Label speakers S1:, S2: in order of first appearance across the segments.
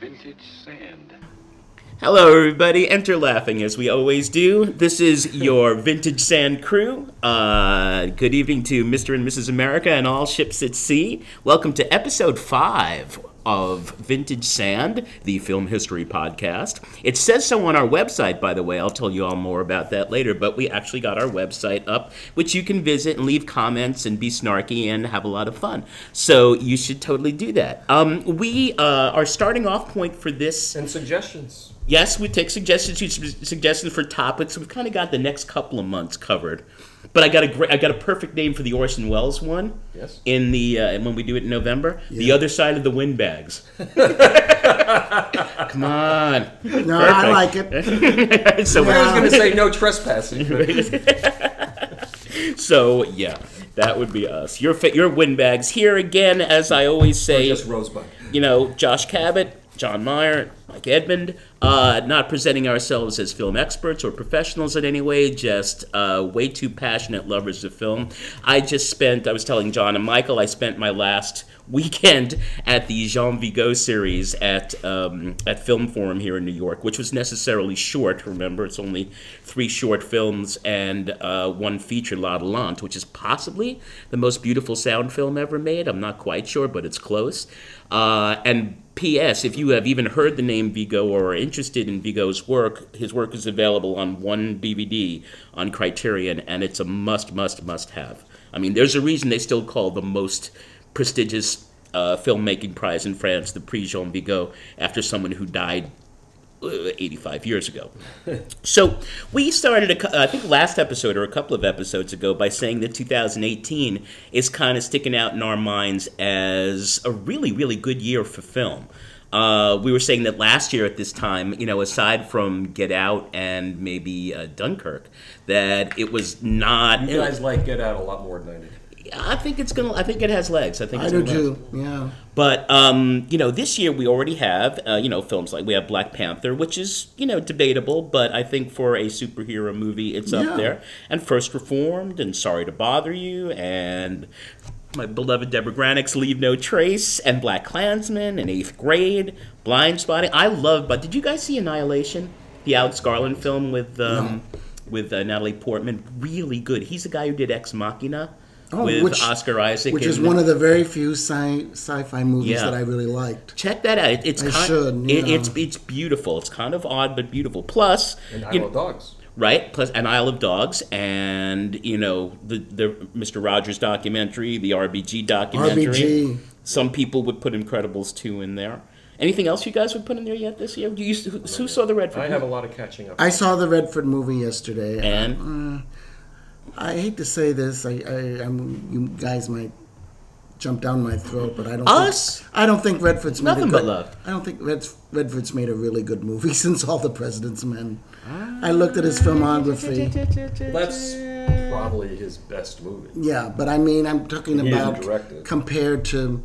S1: sausage sand.
S2: Hello, everybody. Enter laughing as we always do. This is your Vintage Sand crew. Uh, good evening to Mr. and Mrs. America and all ships at sea. Welcome to episode five of Vintage Sand, the film history podcast. It says so on our website, by the way. I'll tell you all more about that later, but we actually got our website up, which you can visit and leave comments and be snarky and have a lot of fun. So you should totally do that. Um, we uh, are starting off point for this.
S3: And suggestions.
S2: Yes, we take suggestions. You su- suggestions for topics. We've kind of got the next couple of months covered. But I got a great, I got a perfect name for the Orson Welles one.
S3: Yes.
S2: In the uh, when we do it in November, the other side of the windbags. Come on.
S4: No,
S2: Perfect.
S4: I like it.
S2: so we're-
S3: I was going to say no trespassing. but-
S2: so yeah, that would be us. Your fa- your windbags here again, as I always say.
S3: Just Rosebud.
S2: you know, Josh Cabot, John Meyer, Mike Edmond, uh, not presenting ourselves as film experts or professionals in any way, just uh, way too passionate lovers of film. I just spent, I was telling John and Michael, I spent my last weekend at the Jean Vigo series at, um, at Film Forum here in New York, which was necessarily short, remember? It's only three short films and uh, one feature, La Delante, which is possibly the most beautiful sound film ever made. I'm not quite sure, but it's close. Uh, and P.S. If you have even heard the name Vigo or are interested in Vigo's work, his work is available on one DVD on Criterion, and it's a must, must, must have. I mean, there's a reason they still call the most prestigious uh, filmmaking prize in France the Prix Jean Vigo after someone who died uh, 85 years ago. So we started, a cou- uh, I think, last episode or a couple of episodes ago by saying that 2018 is kind of sticking out in our minds as a really, really good year for film. Uh, we were saying that last year at this time, you know, aside from Get Out and maybe uh, Dunkirk, that it was not.
S3: You guys like Get Out a lot more than I did.
S2: I think it's gonna. I think it has legs. I think
S4: I
S2: it's
S4: do
S2: gonna last.
S4: too. Yeah.
S2: But um, you know, this year we already have uh, you know films like we have Black Panther, which is you know debatable, but I think for a superhero movie, it's
S4: Yeah.
S2: up there. And First Reformed, and Sorry to Bother You, and my beloved Deborah Granick's Leave No Trace, and Black Klansman, and Eighth Grade, Blind Spotting. I love. But did you guys see Annihilation, the Alex Garland film with um, with uh, Natalie Portman? Really good. He's the guy who did Ex Machina.
S4: Oh,
S2: with
S4: which-
S2: Oscar Isaac,
S4: Which is
S2: and-
S4: one of the very few sci- sci-fi movies
S2: Yeah.
S4: that I really liked.
S2: Check that out. It, it's
S4: I
S2: kind,
S4: should,
S2: it,
S4: yeah.
S2: it's it's beautiful. It's kind of odd but beautiful. Plus,
S3: And I
S2: you-
S3: Love Dogs.
S2: right? Plus, an Isle of Dogs, and you know the the Mr. Rogers documentary, the RBG documentary.
S4: RBG.
S2: Some people would put Incredibles two in there. Anything else you guys would put in there yet this year? Do you, who, who saw the Redford?
S3: I have a lot of catching up.
S4: I saw the Redford movie yesterday.
S3: Mm.
S2: and
S4: I hate to say this. I, I I'm, you guys might jump down my throat, but I don't.
S2: Us?
S4: Think, I don't think Redford's made
S2: Nothing
S4: a
S2: but
S4: good,
S2: love.
S4: I don't think Redf- Redford's made a really good movie since All the President's Men. I looked at his filmography.
S3: That's probably his best movie.
S4: Yeah, but I mean, I'm talking
S3: He hasn't
S4: about
S3: directed.
S4: compared to.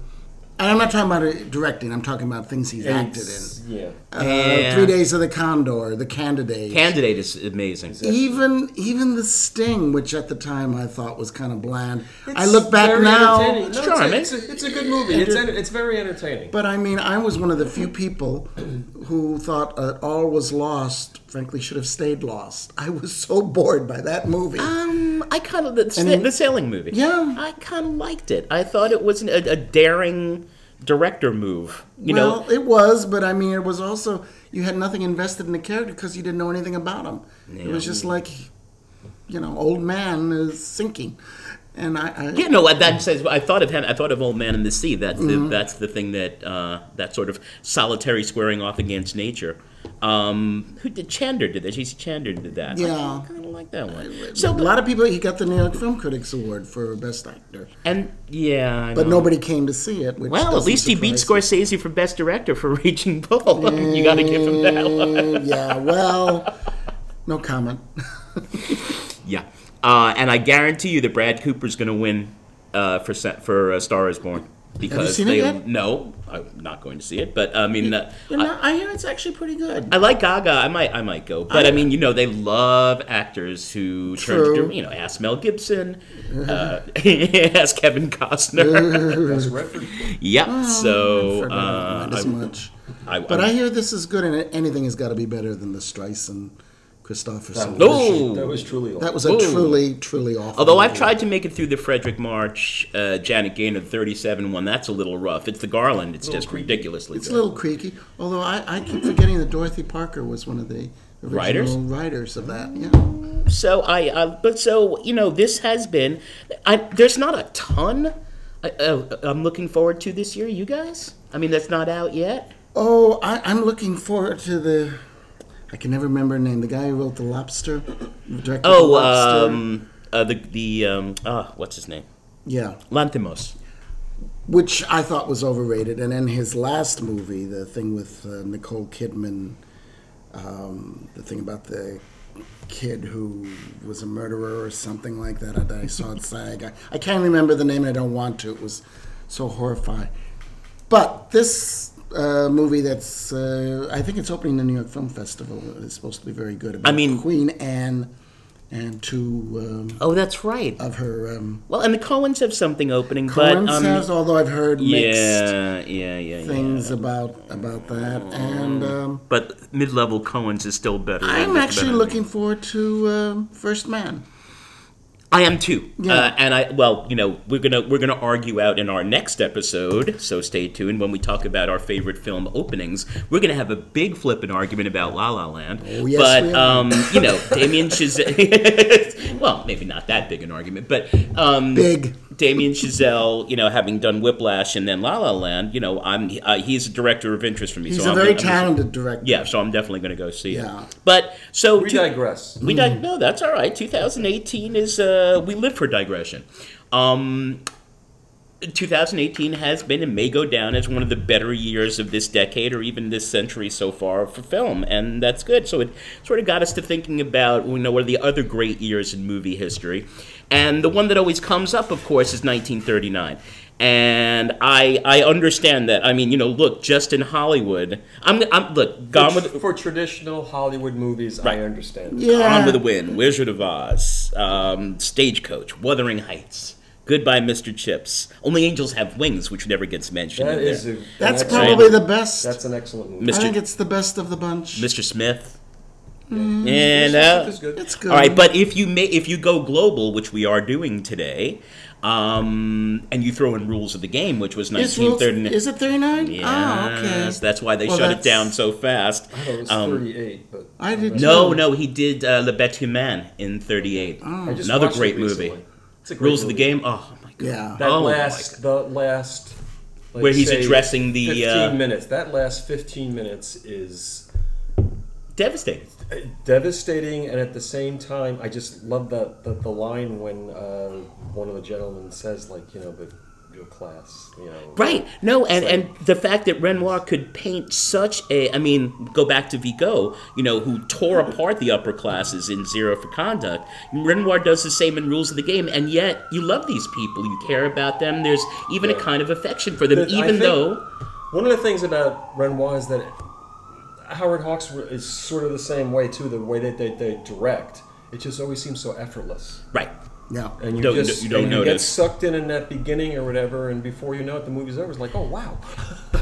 S4: And I'm not talking about uh, directing. I'm talking about things he's acted in.
S3: It's- Yeah.
S4: Uh,
S2: Yeah.
S4: Three Days of the Condor, The Candidate.
S2: Candidate is amazing.
S4: even even the Sting, which at the time I thought was kind of bland. I
S3: It's
S4: look back
S3: very
S4: now,
S3: entertaining. No,
S2: charming.
S3: It's a, it's a, it's a good movie. It's, enter- it's very entertaining.
S4: but I mean, I was one of the few people who thought uh, all was lost. Frankly, should have stayed lost. I was so bored by that movie.
S2: Um, I kind of the,
S4: then-
S2: the sailing movie.
S4: Yeah.
S2: I kind of liked it. I thought it was an, a, a daring director move. You know,
S4: well, it was, but I mean, it was also you had nothing invested in the character because you didn't know anything about him. It was just like, you know, old man is sinking, and I, I
S2: Yeah, no, that says I thought of him. I thought of Old Man in the Sea. That's
S4: Mm-hmm.
S2: the, that's the thing that uh, that sort of solitary squaring off against nature. Um, who did Chander did that? J.C. Chander did that.
S4: Yeah.
S2: I kind of like that one. So,
S4: a lot of people. He got the New York Film Critics Award for best actor.
S2: and yeah, I
S4: But
S2: know.
S4: nobody came to see it. Which
S2: Well, at
S4: doesn't
S2: least he beat
S4: surprise
S2: Scorsese for best director for Raging Bull. you got to give him
S4: Eh,
S2: that one.
S4: me. yeah, well, no comment.
S2: Yeah, uh, and I guarantee you that Brad Cooper's going to win uh, for Sa- for uh, Star Is Born. because
S4: seen it
S2: they
S4: yet?
S2: no, I'm not going to see it. But I mean, uh,
S4: You
S2: I-
S4: know, I hear it's actually pretty good.
S2: I like Gaga. I might, I might go. But I, mean, you know, they love actors who turn
S4: True.
S2: to you know, ask Mel Gibson, uh, ask Kevin Costner.
S3: That's Redford.
S2: yep. so
S4: Fair bit,
S2: uh,
S4: not as
S2: I-
S4: much.
S2: I,
S4: But I hear this is good, and anything has got to be better than the Streisand Christopherson.
S2: That was-
S4: version.
S2: Ooh.
S3: That was truly.
S4: that was a
S2: Ooh.
S4: truly, truly awful.
S2: Although I've
S4: movie.
S2: tried to make it through the Frederick March, uh, Janet Gaynor 37 one, that's a little rough. It's the Garland, it's just ridiculously
S4: It's a
S2: good.
S4: little creaky. Although I, I keep forgetting that Dorothy Parker was one of the original
S2: Writers?
S4: writers, of that. Yeah.
S2: So I, uh, but so you know, this has been. I, there's not a ton I, uh, I'm looking forward to this year. You guys, I mean, that's not out yet.
S4: Oh, I, I'm looking forward to the. I can never remember her name. The guy who wrote The Lobster, directed The
S2: Oh,
S4: Lobster.
S2: um, uh, the the um, uh, what's his name?
S4: yeah,
S2: Lantimos.
S4: which I thought was overrated. And then his last movie, the thing with uh, Nicole Kidman, um, the thing about the kid who was a murderer or something like that that I saw at SAG. I, I can't remember the name and I don't want to. It was so horrifying. But this uh, movie that's, uh, I think it's opening the New York Film Festival, is supposed to be very good. About
S2: mean-
S4: Queen Anne and two um,
S2: Oh, that's right.
S4: of her. Um,
S2: Well, and the Coens have something opening,
S4: Coen
S2: but um,
S4: says, although I've heard mixed
S2: yeah, yeah, yeah, yeah. Oh.
S4: things about about that, and um,
S2: But mid-level Coens is still better.
S4: I'm
S2: That's
S4: actually
S2: better.
S4: looking forward to um, First Man.
S2: I am too.
S4: Yeah.
S2: Uh, and I well, you know, we're gonna we're gonna argue out in our next episode. So stay tuned when we talk about our favorite film openings. We're gonna have a big flippin' argument about La La Land.
S4: Oh, yes,
S2: but
S4: we are.
S2: um, you know, Damien Chazelle. well, maybe not that big an argument, but um,
S4: Big.
S2: Damien Chazelle, you know, having done Whiplash and then La La Land, you know, I'm uh, he's a director of interest for me.
S4: He's
S2: so
S4: a
S2: I'm-
S4: very
S2: I'm-
S4: talented director.
S2: Yeah, so I'm definitely gonna go see
S4: Yeah.
S2: it. But so
S3: We
S2: to-
S3: digress.
S2: we dig- no, that's all right. 2018 is uh, we live for digression. Um, 2018 has been and may go down as one of the better years of this decade or even this century so far for film, and that's good. So it sort of got us to thinking about you know what are the other great years in movie history, and the one that always comes up, of course, is 1939. And I I understand that. I mean, you know, look, just in Hollywood, I'm, I'm look gone with
S3: for traditional Hollywood movies, I understand.
S4: Yeah.
S2: Gone with the Wind, Wizard of Oz, um, Stagecoach, Wuthering Heights, Goodbye, Mr. Chips. Only Angels Have Wings, which never gets mentioned.
S3: That
S2: in there.
S3: is a,
S4: that's
S3: an excellent-
S4: probably the best.
S3: That's an excellent movie.
S4: I think
S2: Mr.
S4: it's the best of the bunch.
S2: Mr. Smith.
S3: This
S2: And
S3: stuff
S2: uh,
S3: is good.
S4: It's good.
S2: all right, but if you may, if you go global, which we are doing today, um, and you throw in Rules of the Game, which was
S4: is, Rules-
S2: 1939.
S4: is it 39?
S2: Yes,
S4: Oh, okay.
S2: that's why they
S4: Well,
S2: shut it
S4: that's-
S2: down so fast.
S3: I thought it was
S2: Um,
S3: 38, but
S4: I did
S2: no,
S4: too.
S2: no, he did uh, Le Bête Humaine in 38.
S4: Oh. Ah.
S3: I just
S2: Another
S3: watched it
S2: great movie.
S3: recently. It's a great
S2: Rules
S3: movie.
S2: of the Game. Oh my god.
S4: Yeah.
S3: That
S2: Oh my
S3: last, the last, like,
S2: Where he's
S3: say,
S2: addressing the,
S3: 15
S2: uh,
S3: minutes. That last 15 minutes is
S2: Devastating.
S3: devastating, and at the same time, I just love the the, the line when uh, one of the gentlemen says, like, you know, but your class, you know,
S2: Right. No, and, and the fact that Renoir could paint such a I mean, go back to Vigo, you know, who tore apart the upper classes in Zero for Conduct. Renoir does the same in Rules of the Game, and yet you love these people, you care about them. There's even a
S3: Yeah.
S2: kind of affection for them,
S3: But I
S2: even
S3: think-
S2: though
S3: One of the things about Renoir is that Howard Hawks is sort of the same way too. The way that they, they direct, it just always seems so effortless,
S2: Right.
S4: Yeah.
S3: and you
S2: Don't-
S3: just
S2: you don't
S3: and get
S2: notice.
S3: sucked in in that beginning or whatever, and before you know it, the movie's over. It's like, oh wow,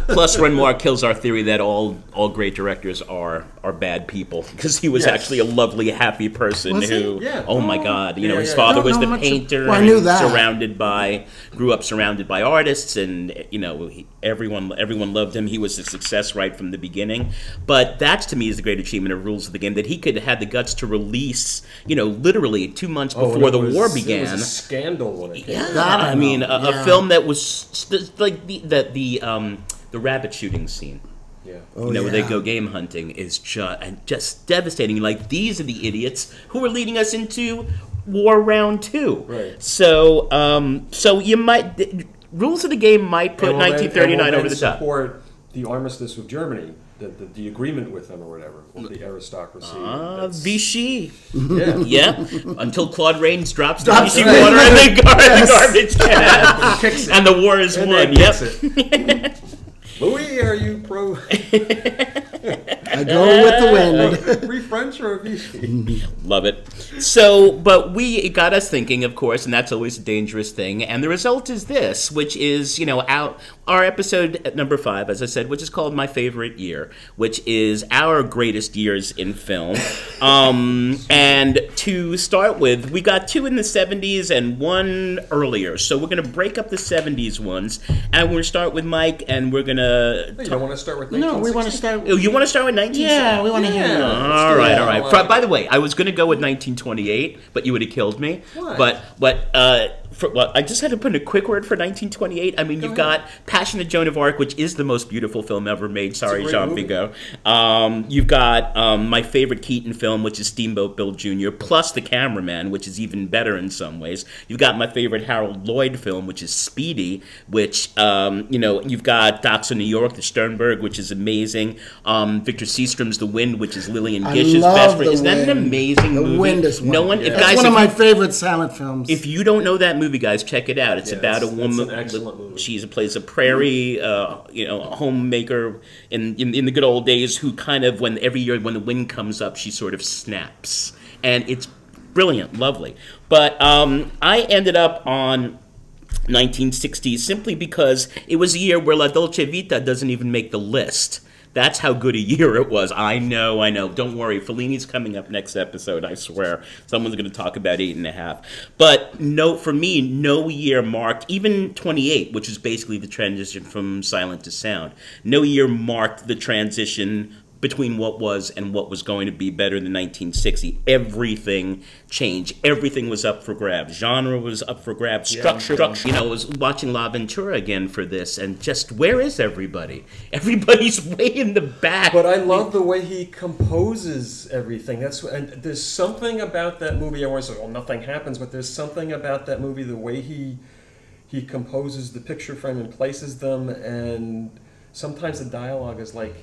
S2: Plus Renoir kills our theory that all all great directors are are bad people. Because he was
S3: Yes.
S2: actually a lovely, happy person
S4: Was he?
S2: who
S3: Yeah.
S2: oh my god. You know,
S3: Yeah,
S2: his
S3: yeah,
S2: father
S4: yeah.
S2: was
S4: Don't
S2: the
S4: know much-
S2: painter
S4: Well, I knew
S2: and
S4: that.
S2: surrounded by grew up surrounded by artists and you know, he, everyone everyone loved him. He was a success right from the beginning. But that to me is the great achievement of Rules of the Game that he could have had the guts to release, you know, literally two months
S3: Oh, and
S2: before
S3: it
S2: the
S3: was-
S2: war
S3: It was
S2: began.
S3: a scandal when it came.
S2: Yeah,
S4: That I
S2: I mean, a,
S4: know,
S2: a
S4: yeah.
S2: film that was st- like the the, the um the rabbit shooting scene.
S3: Yeah.
S2: you know, where they
S4: Oh, yeah.
S2: go game hunting is just and just devastating. Like these are the idiots who are leading us into war round two.
S3: Right.
S2: So, um, so you might th- rules of the game might put
S3: And we'll then- and
S2: 1939
S3: we'll
S2: over
S3: then
S2: the top.
S3: Support the armistice with Germany the, the, the agreement with them or whatever, or the aristocracy.
S2: Ah,
S3: That's-
S2: Vichy.
S3: yeah.
S2: Yeah, until Claude Rains drops the
S4: Drops
S2: Vichy
S4: it.
S2: water in the, gar-
S4: Yes.
S2: the garbage can,
S3: Kicks it.
S2: and the war is
S3: And
S2: won.
S3: then
S2: Yep.
S3: kicks it. Louis, are you pro
S4: I go with the wind.
S3: free French or Vichy?
S2: Love it. So, but we it got us thinking, of course, and that's always a dangerous thing. And the result is this, which is you know our our episode at number five, as I said, which is called my favorite year, which is our greatest years in film. um, and to start with, we got two in the '70s and one earlier. So we're gonna break up the '70s ones, and we're gonna start with Mike, and we're gonna.
S3: you don't want to start with
S1: No, we want to
S3: 1960?
S1: start.
S2: Oh, you want to start with 19?
S1: Yeah, we want to hear.
S3: Yeah.
S1: that.
S2: All
S3: do
S2: right,
S3: that.
S2: all right.
S3: Why?
S2: Fra- by the way, I was going to go with 1928, but you would have killed me.
S3: Why?
S2: But but uh, for, well, I just had to put in a quick word for 1928. I mean, you've got Passion of Joan of Arc, which is the most beautiful film ever made. Sorry,
S3: great
S2: Jean
S3: movie.
S2: Vigo. Um, you've got um, my favorite Keaton film, which is Steamboat Bill Jr. Plus The Cameraman, which is even better in some ways. You've got my favorite Harold Lloyd film, which is Speedy. Which um, you know, you've got Docs of New York, The Sternberg, which is amazing. Um, Victor Seastrom's The Wind, which is Lillian
S4: I
S2: Gish's
S4: love
S2: best. friend.
S4: The
S2: Isn't that an
S4: Wind.
S2: amazing
S4: The
S2: movie?
S4: Wind is
S2: no one.
S4: wonderful.
S2: If
S4: That's
S2: guys,
S4: one
S2: if
S4: of my favorite silent films.
S2: if you don't know that movie, guys, check it out. It's
S3: Yeah,
S2: about a
S3: it's- it's
S2: woman.
S3: an excellent movie.
S2: She plays a prairie, uh, you know, a homemaker in, in in the good old days. Who kind of when every year when the wind comes up, she sort of snaps, and it's brilliant, lovely. But um, I ended up on. 1960s simply because it was a year where La Dolce Vita doesn't even make the list. That's how good a year it was. I know, I know. Don't worry. Fellini's coming up next episode, I swear. Someone's going to talk about eight and a half. But no, for me, no year marked, even 28, which is basically the transition from silent to sound, no year marked the transition between what was and what was going to be better than 1960. Everything changed. Everything was up for grabs. Genre was up for grabs. Structure, structure. You know, I was watching La Ventura again for this, and just where is everybody? Everybody's way in the back.
S3: But I love the way he composes everything. That's and there's something about that movie. I always say, "Well, nothing happens," but there's something about that movie. The way he he composes the picture frame and places them, and sometimes the dialogue is like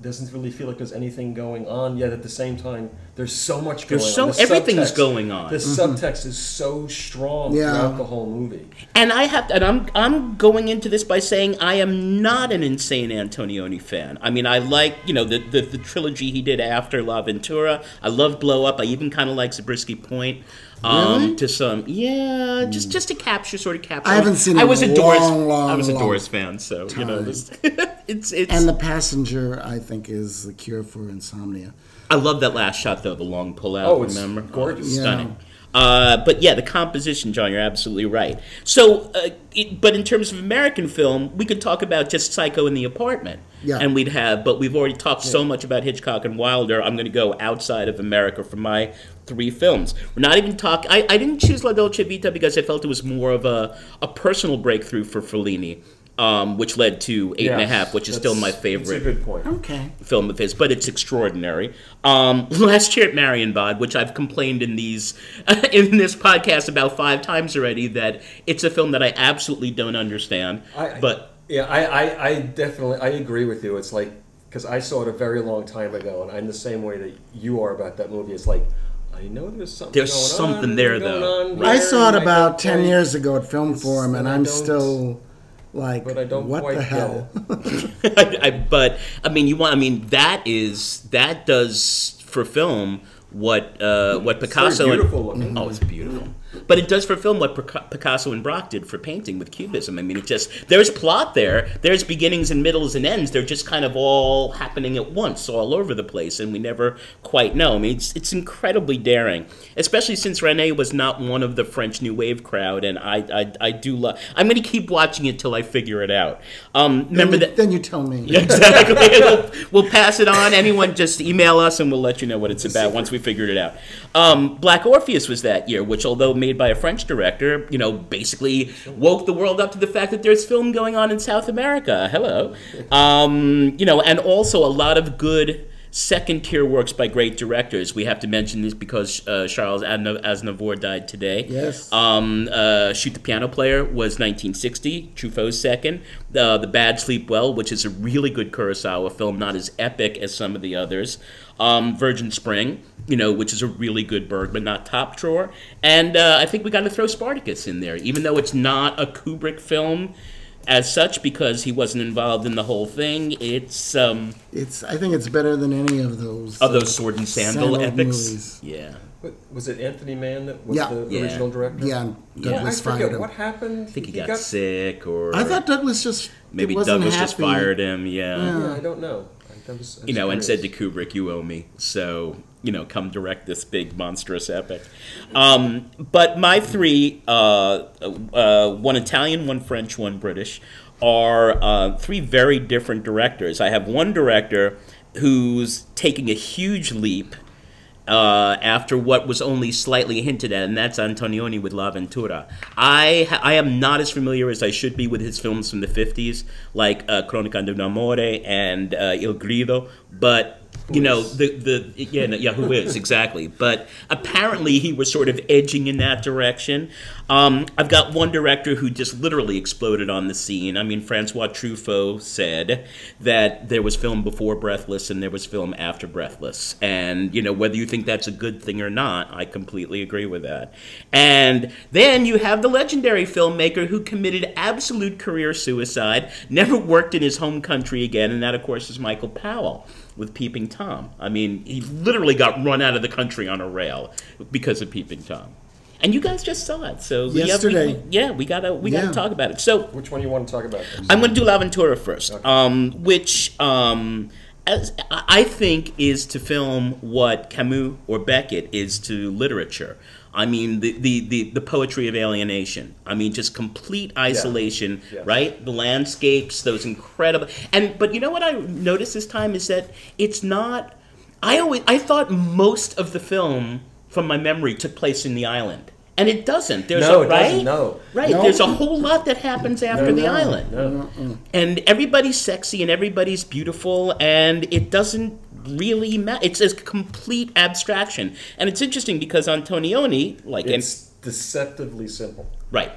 S3: doesn't really feel like there's anything going on. Yet at the same time, there's so much going
S2: There's
S3: on.
S2: so- everything's going on. Mm-hmm.
S3: The subtext is so strong
S4: Yeah.
S3: throughout the whole movie.
S2: And I have, and I'm, I'm going into this by saying I am not an insane Antonioni fan. I mean, I like, you know, the, the, the trilogy he did after La Ventura. I love Blow Up. I even kind of like Zabriskie Point. Um, To some, yeah, just just to capture, sort of capture.
S4: I haven't seen
S2: I
S4: it in
S2: was
S4: a
S2: a Doors,
S4: long, long,
S2: I was a
S4: long
S2: Doors fan, so you know,
S4: time.
S2: this, it's it's.
S4: and the passenger, I think, is the cure for insomnia.
S2: I love that last shot though, the long pullout.
S3: Oh, it's
S2: remember?
S3: gorgeous.
S2: It's
S4: Yeah.
S2: stunning. Uh, but yeah, the composition, John, you're absolutely right. So, uh, it, but in terms of American film, we could talk about just Psycho in the Apartment,
S4: Yeah.
S2: and we'd have. But we've already talked so much about Hitchcock and Wilder. I'm going to go outside of America for my three films. We're not even talking. I I didn't choose La Dolce Vita because I felt it was more of a a personal breakthrough for Fellini, um, which led to Eight and a Half,
S3: Yeah,
S2: which is still
S3: that's-
S2: my
S3: That's a
S2: favorite
S3: good point.
S4: Okay.
S2: film of his, but it's extraordinary. Um, last year at Marienbad, which I've complained in these in this podcast about five times already, that it's a film that I absolutely don't understand.
S3: I,
S2: but
S3: yeah, I, I, I definitely I agree with you. It's like because I saw it a very long time ago, and I'm the same way that you are about that movie. It's like I know there's something.
S2: There's
S3: going
S2: something
S3: on,
S2: there,
S3: going
S2: though.
S3: on
S4: I
S3: here,
S4: saw it
S3: and I
S4: about
S3: don't
S4: 10
S3: quite-
S4: years ago at Film Forum, and
S3: I
S4: I'm
S3: don't-
S4: still like,
S3: but I don't
S4: what
S3: quite
S4: the
S3: get
S4: hell?
S3: it.
S2: I, I, but I mean, you want? I mean, that is that does for film what uh, what Picasso and-
S3: beautiful looking.
S2: oh, it's beautiful. But it does for film what Pica- Picasso and Brock did for painting with Cubism. I mean, it just there's plot there, there's beginnings and middles and ends. They're just kind of all happening at once, all over the place, and we never quite know. I mean, it's it's incredibly daring, especially since Rene was not one of the French New Wave crowd, and I I, I do love. I'm going to keep watching it till I figure it out. Um, remember
S4: then,
S2: that
S4: you, then you tell me.
S2: exactly. we'll, we'll pass it on. Anyone, just email us and we'll let you know what it's about once we figured it out. Um, Black Orpheus was that year, which, although made by a French director, you know, basically woke the world up to the fact that there's film going on in South America. Hello. Um, you know, and also a lot of good second tier works by great directors. We have to mention this because uh, Charles Adno- Aznavour died today.
S4: Yes.
S2: Um, uh, Shoot the Piano Player was 1960, Truffaut's second. Uh, the Bad Sleep Well, which is a really good Kurosawa film, not as epic as some of the others. Um, Virgin Spring, you know, which is a really good Bergman, not top drawer. And uh, I think we got to throw Spartacus in there, even though it's not a Kubrick film as such because he wasn't involved in the whole thing. It's um,
S4: It's. I think it's better than any of those.
S2: of
S4: uh,
S2: those sword and sandal
S4: sandal
S2: epics.
S4: movies.
S2: Yeah.
S3: But was it Anthony Mann that was
S4: Yeah.
S3: the
S2: Yeah.
S3: original director?
S4: Yeah, and
S3: Yeah, I
S4: Douglas fired
S3: forget
S4: him.
S3: what happened.
S2: I think he, got, sick or
S4: I thought Douglas just
S2: maybe
S4: wasn't
S2: Douglas just
S4: happy.
S2: fired him. Yeah.
S3: Yeah, I don't know. I, that was, I
S2: You
S3: was
S2: know, and
S3: curious.
S2: said to Kubrick, "You owe me." So you know, come direct this big monstrous epic. Um, but my three, uh, uh, one Italian, one French, one British, are uh, three very different directors. I have one director who's taking a huge leap uh, after what was only slightly hinted at, and that's Antonioni with La Ventura. I ha- I am not as familiar as I should be with his films from the 50s, like uh, Cronica di un Amore and uh, Il Grido, but. You know the the yeah no, yeah who is exactly, but apparently he was sort of edging in that direction. Um, I've got one director who just literally exploded on the scene. I mean, Francois Truffaut said that there was film before Breathless and there was film after Breathless, and you know whether you think that's a good thing or not, I completely agree with that. And then you have the legendary filmmaker who committed absolute career suicide, never worked in his home country again, and that of course is Michael Powell with Peeping Tom. I mean, he literally got run out of the country on a rail because of Peeping Tom. And you guys just saw it, so we- yeah, we-
S4: Yesterday.
S2: yeah, we gotta we gotta
S4: Yeah.
S2: talk about it. So
S3: Which one you want to talk about?
S2: I'm going to do La Ventura first, um, which um, as I I think is to film what Camus or Beckett is to literature. I mean, the, the, the, the poetry of alienation. I mean, just complete isolation,
S3: Yeah.
S2: right? The landscapes, those incredible. And but you know what I noticed this time is that it's not. I always I thought most of the film from my memory took place in the island, and it doesn't. There's
S3: No,
S2: a,
S3: it
S2: right?
S3: doesn't, no.
S2: Right.
S4: No.
S2: There's a whole lot that happens after the
S4: no,
S2: island
S4: Mm-hmm.
S3: No.
S2: and everybody's sexy and everybody's beautiful and it doesn't really matter it's a complete abstraction and it's interesting because antonioni like and-
S3: It's deceptively simple.
S2: right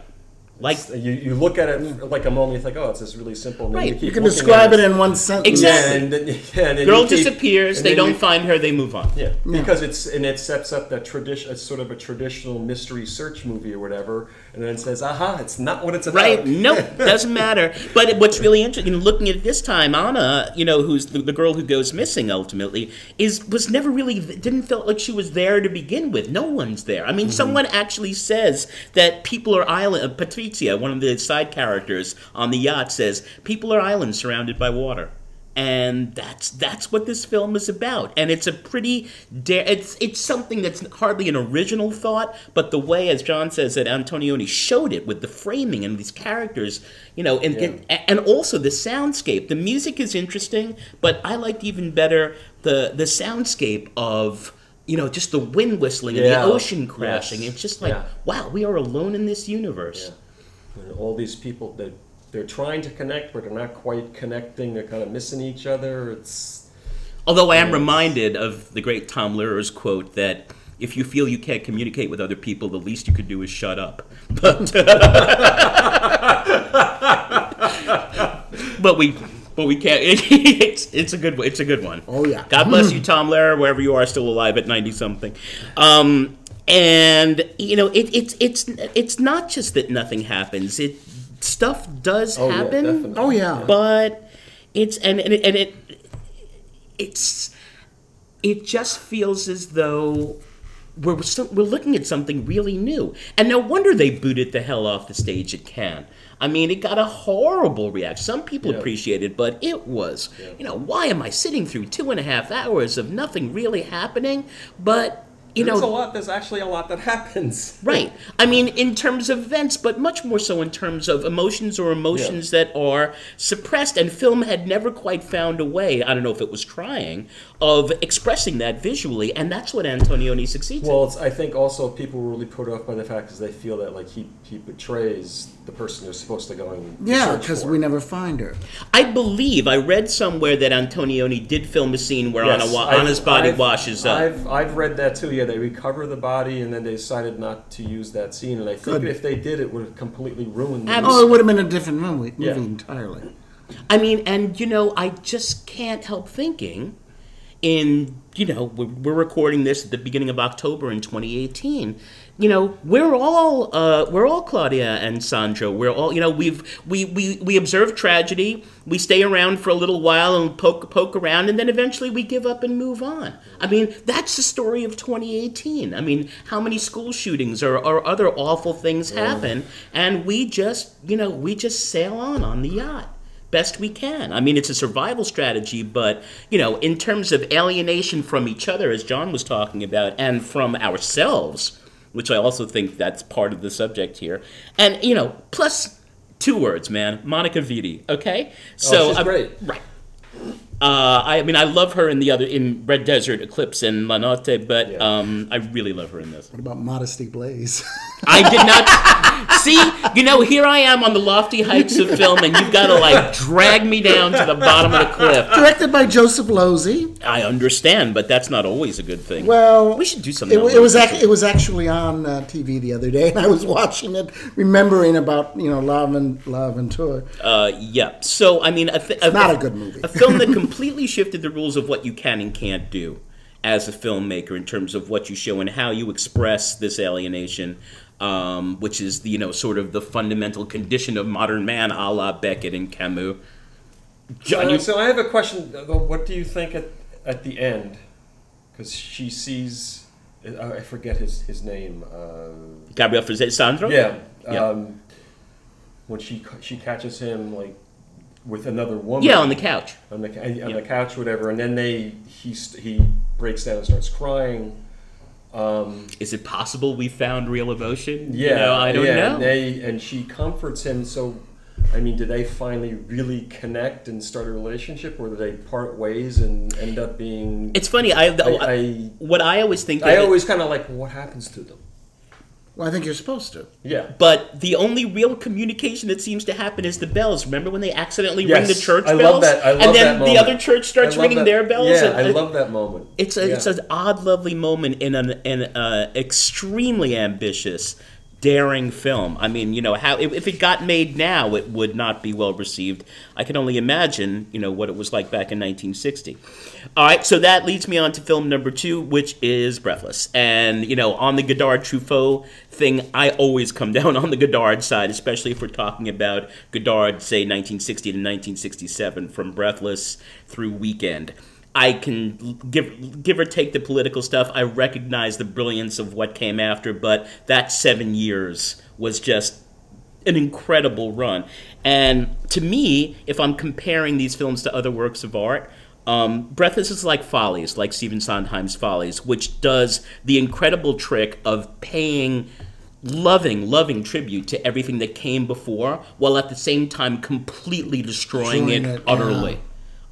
S2: like
S3: You, you look at it like a moment, you think, oh, it's this really simple. And then
S2: Right.
S3: keep
S4: You can
S3: looking
S4: describe
S3: at
S4: it in one sentence.
S2: Exactly.
S3: And then, yeah, and then
S2: girl
S3: you keep-
S2: disappears
S3: and
S2: they
S3: then
S2: don't
S3: you-
S2: find her they move on
S3: Yeah, because it's and it sets up that tradition. It's sort of a traditional mystery search movie or whatever, and then it says, "Aha! It's not what it's about."
S2: Right? No, doesn't matter. But what's really interesting, looking at it this time, Anna, you know, who's the, the girl who goes missing ultimately, is was never really didn't feel like she was there to begin with. No one's there. I mean, someone actually says that people are island. uh, Patricia, one of the side characters on the yacht, says people are islands surrounded by water. And that's that's what this film is about, and it's a pretty dare. It's it's something that's hardly an original thought, but the way, as John says, that Antonioni showed it with the framing and these characters, you know, and and, and also the soundscape. The music is interesting, but I liked even better the the soundscape of you know just the wind whistling and
S3: Yeah.
S2: the ocean crashing.
S3: Yes.
S2: It's just like
S3: Yeah.
S2: wow, we are alone in this universe.
S3: And all these people that they're, trying to connect, but they're not quite connecting. They're kind of missing each other. It's
S2: Although I am reminded of the great Tom Lehrer's quote that if you feel you can't communicate with other people, the least you could do is shut up. But, but we but we can't. it's it's a good it's a good one.
S4: Oh, yeah.
S2: God bless you, Tom Lehrer, wherever you are, still alive at ninety something. Um, and you know it, it's it's it's not just that nothing happens. It stuff does
S3: oh yeah,
S2: happen
S3: definitely.
S4: Oh yeah.
S2: but it's and and it, and it it's it just feels as though we're so, we're looking at something really new, and no wonder they booted the hell off the stage at Cannes. I mean, it got a horrible reaction. Some people
S3: Yeah.
S2: appreciate it, but it was, you know, why am I sitting through two and a half hours of nothing really happening? But you
S3: there's a
S2: know,
S3: lot. There's actually a lot that happens.
S2: Right. I mean, in terms of events, but much more so in terms of emotions or emotions that are suppressed. And film had never quite found a way, I don't know if it was trying, of expressing that visually. And that's what Antonioni succeeds
S3: Well, it's, I think also people were really put off by the fact because they feel that like he he betrays the person they're supposed to go and
S4: Yeah,
S3: search
S4: because
S3: for.
S4: we never find her.
S2: in. I believe, I read somewhere that Antonioni did film a scene where
S3: Yes,
S2: Anna wa-
S3: I've-
S2: Anna's body
S3: I've-
S2: washes up.
S3: I've I've read that too. Yeah, they recover the body and then they decided not to use that scene. And I think
S4: Good.
S3: if they did, it would have completely ruined. The
S2: Abs-
S4: Oh, it would have been a different movie, movie
S3: Yeah.
S4: entirely.
S2: I mean, and you know, I just can't help thinking. In you know, we're, we're recording this at the beginning of October in 2018. You know, we're all uh, we're all Claudia and Sandro. We're all you know we've we we we observe tragedy. We stay around for a little while and poke poke around, and then eventually we give up and move on. I mean, that's the story of 2018. I mean, how many school shootings or, or other awful things happen, and we just you know we just sail on on the yacht best we can. I mean, it's a survival strategy, but you know, in terms of alienation from each other, as John was talking about, and from ourselves, which I also think that's part of the subject here. And you know, plus two words, man, Monica Vitti. Okay, so
S3: Oh, she's
S2: I'm-
S3: great.
S2: right? Uh, I mean, I love her in the other in Red Desert Eclipse and La Notte, but
S3: Yeah.
S2: um, I really love her in this.
S4: What about Modesty Blaze?
S2: I did not. See, you know, here I am on the lofty heights of film, and you've got to like drag me down to the bottom of the cliff.
S4: Directed by Joseph Losey.
S2: I understand, but that's not always a good thing.
S4: Well,
S2: we should do something.
S4: It,
S2: on
S4: wa- it was
S2: Lofty.
S4: ac- it was actually on uh, TV the other day, and I was watching it, remembering about you know La, Ven- La Ventura.
S2: Uh, yeah. So I mean, a thi- a,
S4: not a good movie.
S2: A film that completely shifted the rules of what you can and can't do as a filmmaker in terms of what you show and how you express this alienation, um, which is you know sort of the fundamental condition of modern man, a la Beckett and Camus. John,
S3: Uh,
S2: you-
S3: so I have a question. though. What do you think at at the end? Because she sees, I I forget his his name. Uh,
S2: Gabriel Frazetta Sandro?
S3: Yeah.
S2: Yeah.
S3: Um, when she ca- she catches him like with another woman.
S2: Yeah, on the couch.
S3: on the ca- on
S2: Yeah.
S3: the couch, whatever, and then they he st- he breaks down and starts crying. Um,
S2: Is it possible we found real emotion?
S3: yeah,
S2: You know, I don't
S3: yeah,
S2: know.
S3: And they and she comforts him. So, I mean, did they finally really connect and start a relationship, or did they part ways and end up being?
S2: it's funny. I,
S3: I, I,
S2: what I always think.
S3: I
S2: of it-
S3: always kind of like what happens to them.
S4: Well, I think you're supposed to.
S3: Yeah.
S2: But the only real communication that seems to happen is the bells. Remember when they accidentally ring
S3: Yes,
S2: the church
S3: I
S2: bells,
S3: love that. I love
S2: and then
S3: that
S2: the
S3: moment.
S2: other church starts
S3: I love
S2: ringing
S3: that-
S2: their bells.
S3: Yeah,
S2: and-
S3: I love that moment.
S2: It's a, it's
S3: Yeah.
S2: an odd, lovely moment in an an uh, extremely ambitious, daring film. I mean, you know how if, if it got made now, it would not be well received. I can only imagine, you know, what it was like back in 1960. All right, so that leads me on to film number two, which is Breathless, and you know, on the Godard Truffaut thing, I always come down on the Godard side, especially if we're talking about Godard, say 1960 to 1967, from Breathless through Weekend. I can l- give give or take the political stuff. I recognize the brilliance of what came after, but that seven years was just an incredible run. And to me, if I'm comparing these films to other works of art, um, Breathless is like Follies, like Stephen Sondheim's Follies, which does the incredible trick of paying loving, loving tribute to everything that came before, while at the same time completely destroying it,
S4: Destroying it, yeah.
S2: utterly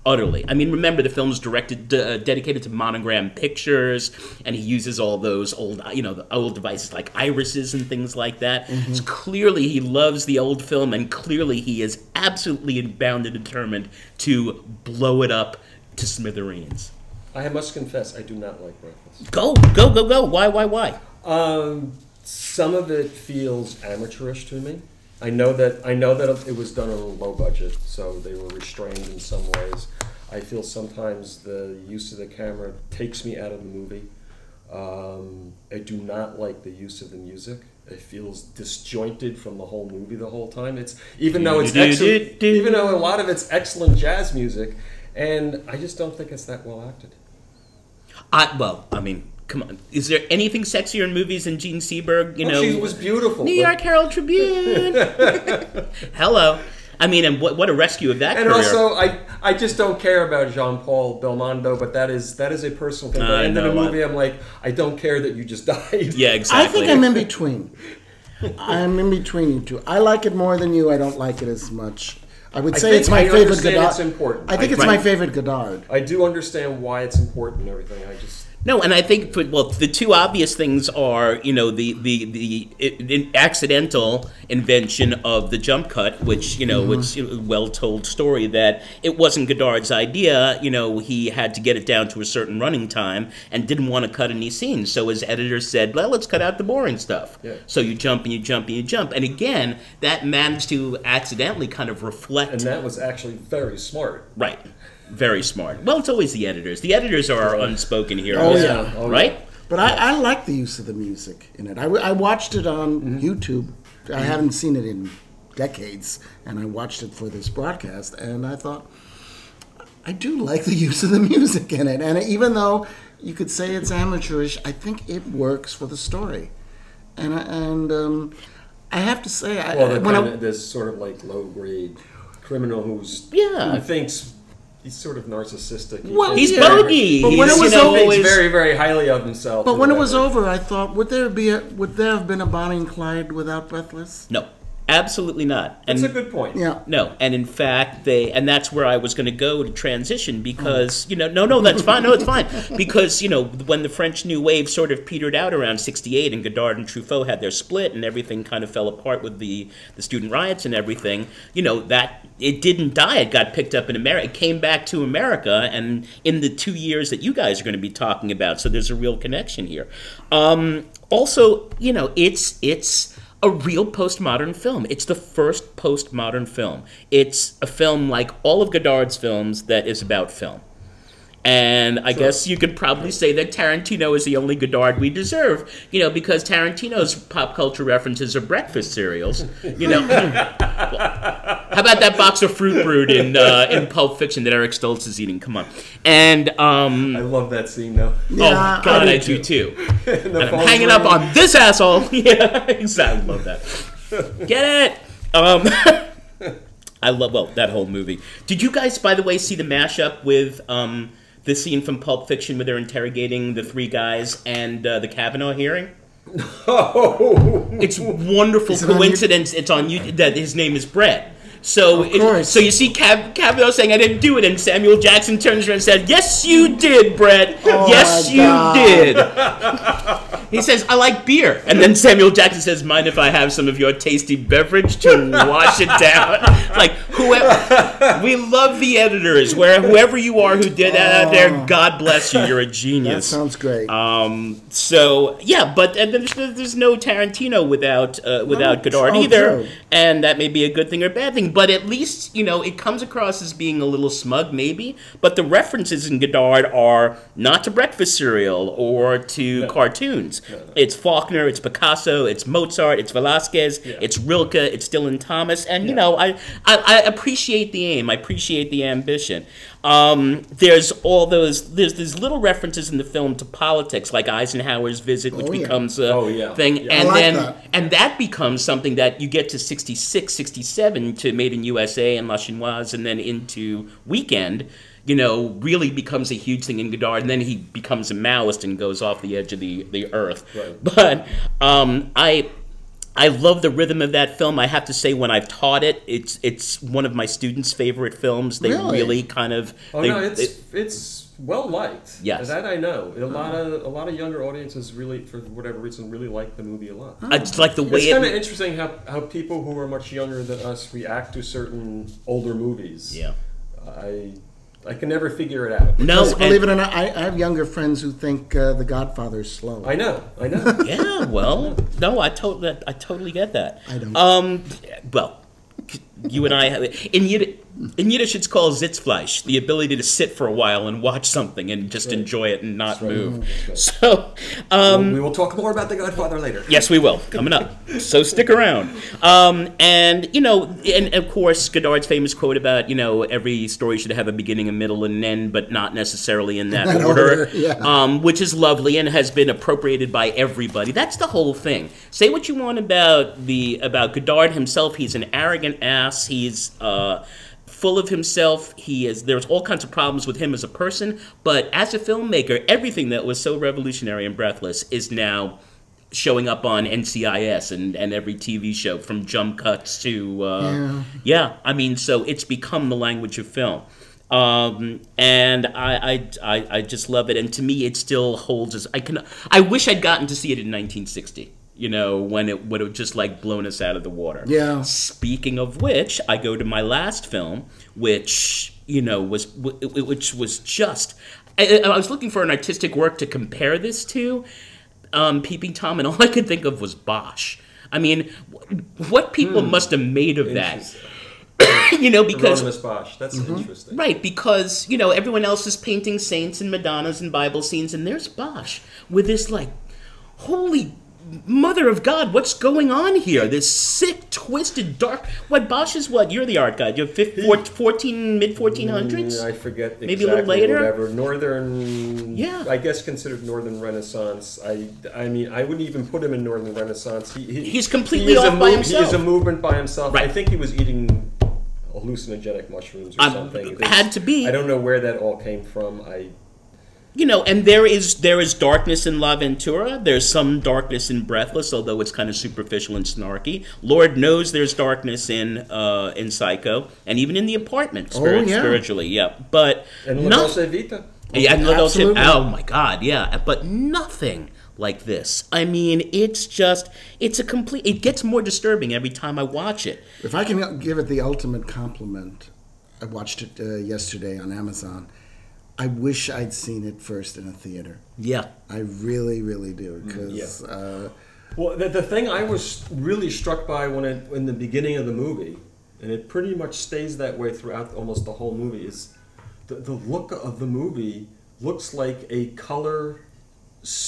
S2: utterly. I mean, remember the film's directed d- uh, dedicated to monogram pictures, and he uses all those old, uh, you know, the old devices like irises and things like that. So clearly, he loves the old film, and clearly, he is absolutely bound and determined to blow it up to smithereens.
S3: I must confess, I do not like breakfast.
S2: Go, go, go, go! Why, why, why?
S3: Um, some of it feels amateurish to me. I know that I know that it was done on a low budget, so they were restrained in some ways. I feel sometimes the use of the camera takes me out of the movie. Um, I do not like the use of the music. It feels disjointed from the whole movie the whole time. It's even though it's excellent,
S2: Do-do-do-do-do.
S3: even though a lot of it's excellent jazz music, and I just don't think it's that well acted.
S2: I well, I mean, come on. Is there anything sexier in movies than Gene Seberg? You
S3: Oh,
S2: know,
S3: she was beautiful.
S2: New
S3: but-
S2: York Herald Tribune. Hello. I mean, and what, what a rescue of that
S3: And
S2: career.
S3: also, I I just don't care about Jean Paul Belmondo, but that is that is a personal thing. By
S2: I
S3: the end of the
S2: know, I-
S3: movie, I'm like, I don't care that you just died.
S2: Yeah,
S4: I
S2: exactly.
S4: think I'm in between. I'm in between you two. I like it more than you. I don't like it as much. I would say
S3: think
S4: it's my
S3: I
S4: favorite
S3: understand
S4: Godard.
S3: it's important.
S4: I think
S2: I-
S4: it's my
S2: right.
S4: favorite Godard.
S3: I do understand why it's important and everything. I just
S2: No, and I think for, well, the two obvious things are you know the the the i- i- accidental invention of the jump cut, which you know
S3: Mm-hmm.
S2: which you know, well told story that it wasn't Godard's idea. You know he had to get it down to a certain running time and didn't want to cut any scenes, so his editor said, "Well, let's cut out the boring stuff."
S3: Yeah.
S2: So you jump and you jump and you jump, and again that managed to accidentally kind of reflect
S3: and that was actually very smart.
S2: Right. Very smart. Well, it's always the editors. The editors are our unspoken
S4: Oh,
S2: heroes.
S4: yeah.
S3: Oh, yeah.
S2: right?
S4: But I, I like the use of the music in it. I, w- I watched it on YouTube. I haven't seen it in decades, and I watched it for this broadcast, and I thought, I do like the use of the music in it. And even though you could say it's amateurish, I think it works for the story. And I, and um, I have to say, I,
S3: Well, the
S4: Uh, when
S3: kind
S4: I,
S3: of, this sort of like low grade criminal who's
S2: Yeah.
S3: who thinks he's sort of narcissistic. He
S4: Well,
S3: thinks
S2: He's
S4: Yeah.
S2: bogey.
S4: But
S2: he's,
S4: when it was
S2: you know,
S4: over,
S3: thinks
S2: always-
S3: very very highly of himself.
S4: but
S3: and
S4: when it was
S3: whatever.
S4: over, I thought, would there be a, would there have been a Bonnie and Clyde without Breathless?
S2: No, absolutely not. And
S3: that's a good point.
S4: Yeah.
S2: no, and in fact, they and that's where I was going to go to transition
S4: Mm.
S2: because you know, no, no, that's fine. No, it's fine because you know when the French New Wave sort of petered out around '68 and Godard and Truffaut had their split and everything kind of fell apart with the the student riots and everything. You know that it didn't die. It got picked up in America. It came back to America, and in the two years that you guys are going to be talking about, so there's a real connection here. Um, also, you know, it's it's a real postmodern film. It's the first postmodern film. It's a film like all of Godard's films that is about film. And I guess you could probably say that Tarantino is the only Godard we deserve, you know, because Tarantino's pop culture references are breakfast cereals, you know. How about that box of fruit brewed in uh, in Pulp Fiction that Eric Stoltz is eating? Come on, and um,
S3: I love that scene though.
S4: Yeah,
S2: oh God, I
S4: I do
S2: do too.
S3: And the
S2: And I'm
S3: phone's
S2: hanging up
S3: ringing.
S2: on this asshole. yeah, exactly. Love that. Get it? Um, I love well that whole movie. Did you guys, by the way, see the mashup with um, the scene from Pulp Fiction where they're interrogating the three guys and uh, the Kavanaugh hearing?
S3: Oh,
S2: It's wonderful
S4: it on
S2: coincidence. it's on you that his name is Brett. So, it-
S4: course.
S2: so you see Cav- Kavanaugh saying, "I didn't do it," and Samuel Jackson turns around and says, "Yes, you did, Brett. yes,
S4: Oh my
S2: you
S4: God.
S2: did." he says, "I like beer," and then Samuel Jackson says, "Mind if I have some of your tasty beverage to wash it down?" like whoever, we love the editors. Where whoever you are who did that out
S4: Oh.
S2: there, God bless you. You're a
S4: That
S2: genius.
S4: sounds great.
S2: Um, so yeah, but and there's, there's no Tarantino without uh, without Godard
S4: oh,
S2: either,
S4: true.
S2: and that may be a good thing or a bad thing. But at least you know it comes across as being a little smug, maybe. But the references in Godard are not to breakfast cereal or to cartoons. It's Faulkner, it's Picasso, it's Mozart, it's Velázquez, it's Rilke, it's Dylan Thomas, and you know I, I I appreciate the aim, I appreciate the ambition. Um, there's all those there's these little references in the film to politics, like Eisenhower's visit, which
S4: Oh, yeah.
S2: becomes a
S3: Oh, yeah.
S2: thing,
S3: Yeah. I
S2: and
S4: like
S2: then
S4: that.
S2: and that becomes something that you get to 66, 67 to Made in USA and La Chinoise, and then into Weekend. You know, really becomes a huge thing in Godard, and then he becomes a Maoist and goes off the edge of the the earth.
S3: Right.
S2: But um, I. I love the rhythm of that film. I have to say, when I've taught it, it's it's one of my students' favorite films. They
S4: Really?
S2: really, kind of.
S3: oh
S2: they-
S3: no, it's
S2: it-
S3: it's well liked.
S2: Yes. Uh-huh.
S3: that I know. A lot of a lot of younger audiences really, for whatever reason, really like the movie a lot.
S2: It's like the way
S3: It's kind of
S2: it.
S3: interesting how, how people who are much younger than us react to certain older movies.
S2: Yeah.
S3: I I can never figure it out.
S2: No,
S4: Because believe
S2: and-
S4: it or not, I, I have younger friends who think uh, The Godfather is slow.
S3: I know, I know.
S2: Yeah, well, no, I totally, I totally get that.
S4: I don't.
S2: Um, well, you and I have in Yiddish, in Yiddish it's called Sitzfleisch, the ability to sit for a while and watch something and just enjoy it and not move. So, um,
S3: we will talk more about The Godfather later.
S2: Yes, we will. Coming up. So stick around. Um, and, you know, and of course, Godard's famous quote about, you know, every story should have a beginning, a middle, and an end, but not necessarily in that
S4: That
S2: order,
S4: order, yeah.
S2: um, which is lovely and has been appropriated by everybody. That's the whole thing. Say what you want about the about Godard himself. He's an arrogant ass. He's. Uh, full of himself. He is there's all kinds of problems with him as a person, but as a filmmaker, everything that was so revolutionary and breathless is now showing up on NCIS and, and every TV show from jump cuts to uh, yeah. I mean, so it's become the language of film. Um, and I, I, I, I just love it. And to me, it still holds as I can. I wish I'd gotten to see it in 1960. You know, when it would have just like blown us out of the water.
S4: Yeah.
S2: Speaking of which, I go to my last film, which you know was w- which was just. I, I was looking for an artistic work to compare this to, um, Peeping Tom, and all I could think of was Bosch. I mean, wh- what people must have made of that,
S3: Interesting.
S2: you know? Because Mm-hmm.
S3: Hieronymus Bosch. That's interesting.
S2: Right, because you know everyone else is painting saints and Madonnas and Bible scenes, and there's Bosch with this like, holy mother of God, what's going on here? This sick, twisted, dark. What Bosch is what? You're the art guy. You're fif- four, fourteen mid fourteen hundreds.
S3: Mm, I forget
S2: Maybe a little
S3: exactly
S2: later?
S3: whatever. Northern,
S2: Yeah.
S3: I guess considered Northern Renaissance. I, I mean, I wouldn't even put him in Northern Renaissance. He, he,
S2: He's completely
S3: he is a
S2: off by
S3: move- He is a
S2: himself.
S3: movement by himself. I
S2: Right.
S3: think he was eating hallucinogenic mushrooms or
S2: Um,
S3: something.
S2: had
S3: It's-
S2: to be.
S3: I don't know where that all came from. I
S2: You know, and there is there is darkness in La Ventura. There's some darkness in Breathless, although it's kind of superficial and snarky. Lord knows there's darkness in uh, in Psycho, and even in the apartment spirit,
S4: yeah.
S2: spiritually. Yeah, but
S3: and La
S2: not-
S3: Dolce Vita.
S2: yeah, and La Dolce-
S4: Absolutely.
S2: Oh my God, yeah, but nothing like this. I mean, it's just it's a complete. It gets more disturbing every time I watch it.
S4: If I can give it the ultimate compliment, I watched it uh, yesterday on Amazon. I wish I'd seen it first in a theater.
S2: Yeah,
S4: I really, really do because
S3: yeah.
S4: uh,
S3: Well, the, the thing I was really struck by when it in the beginning of the movie, and it pretty much stays that way throughout almost the whole movie, is the, the look of the movie looks like a color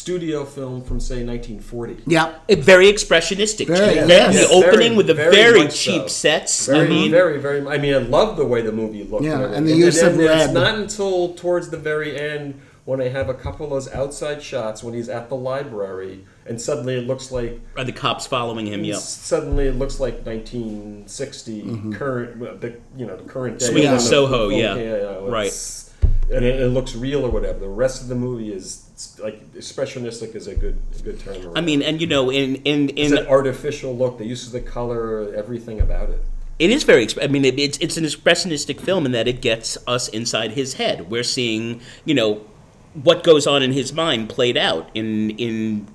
S3: studio film from say 1940.
S4: yeah,
S2: It- very expressionistic.
S4: Very,
S2: The-
S4: yes.
S2: The
S4: Yes,
S2: opening
S3: very-
S2: with the
S3: very
S2: very,
S3: much so.
S2: cheap sets. I
S4: Very-
S2: mean,
S3: very, very. I mean, I love the way the movie looked.
S4: Yeah,
S3: everything.
S4: and the use of
S3: then It's
S4: red.
S3: not until towards the very end when I have a couple of those outside shots when he's at the library, and suddenly it looks like
S2: are the cops following him? Yeah.
S3: S- Suddenly, it looks like 1960 current, well, the you know the current day.
S2: Swing
S4: of
S3: Yeah.
S2: Mm-hmm. Soho, yeah. Right.
S3: it's- And it, it looks real or whatever. The rest of the movie is it's like expressionistic is a good a good term.
S2: I mean, and you know, in in
S3: it's
S2: in
S3: an artificial look. The use of the color, everything about it.
S2: it is very. exp- I mean, it, it's it's an expressionistic film in that it gets us inside his head. We're seeing, you know, what goes on in his mind played out in in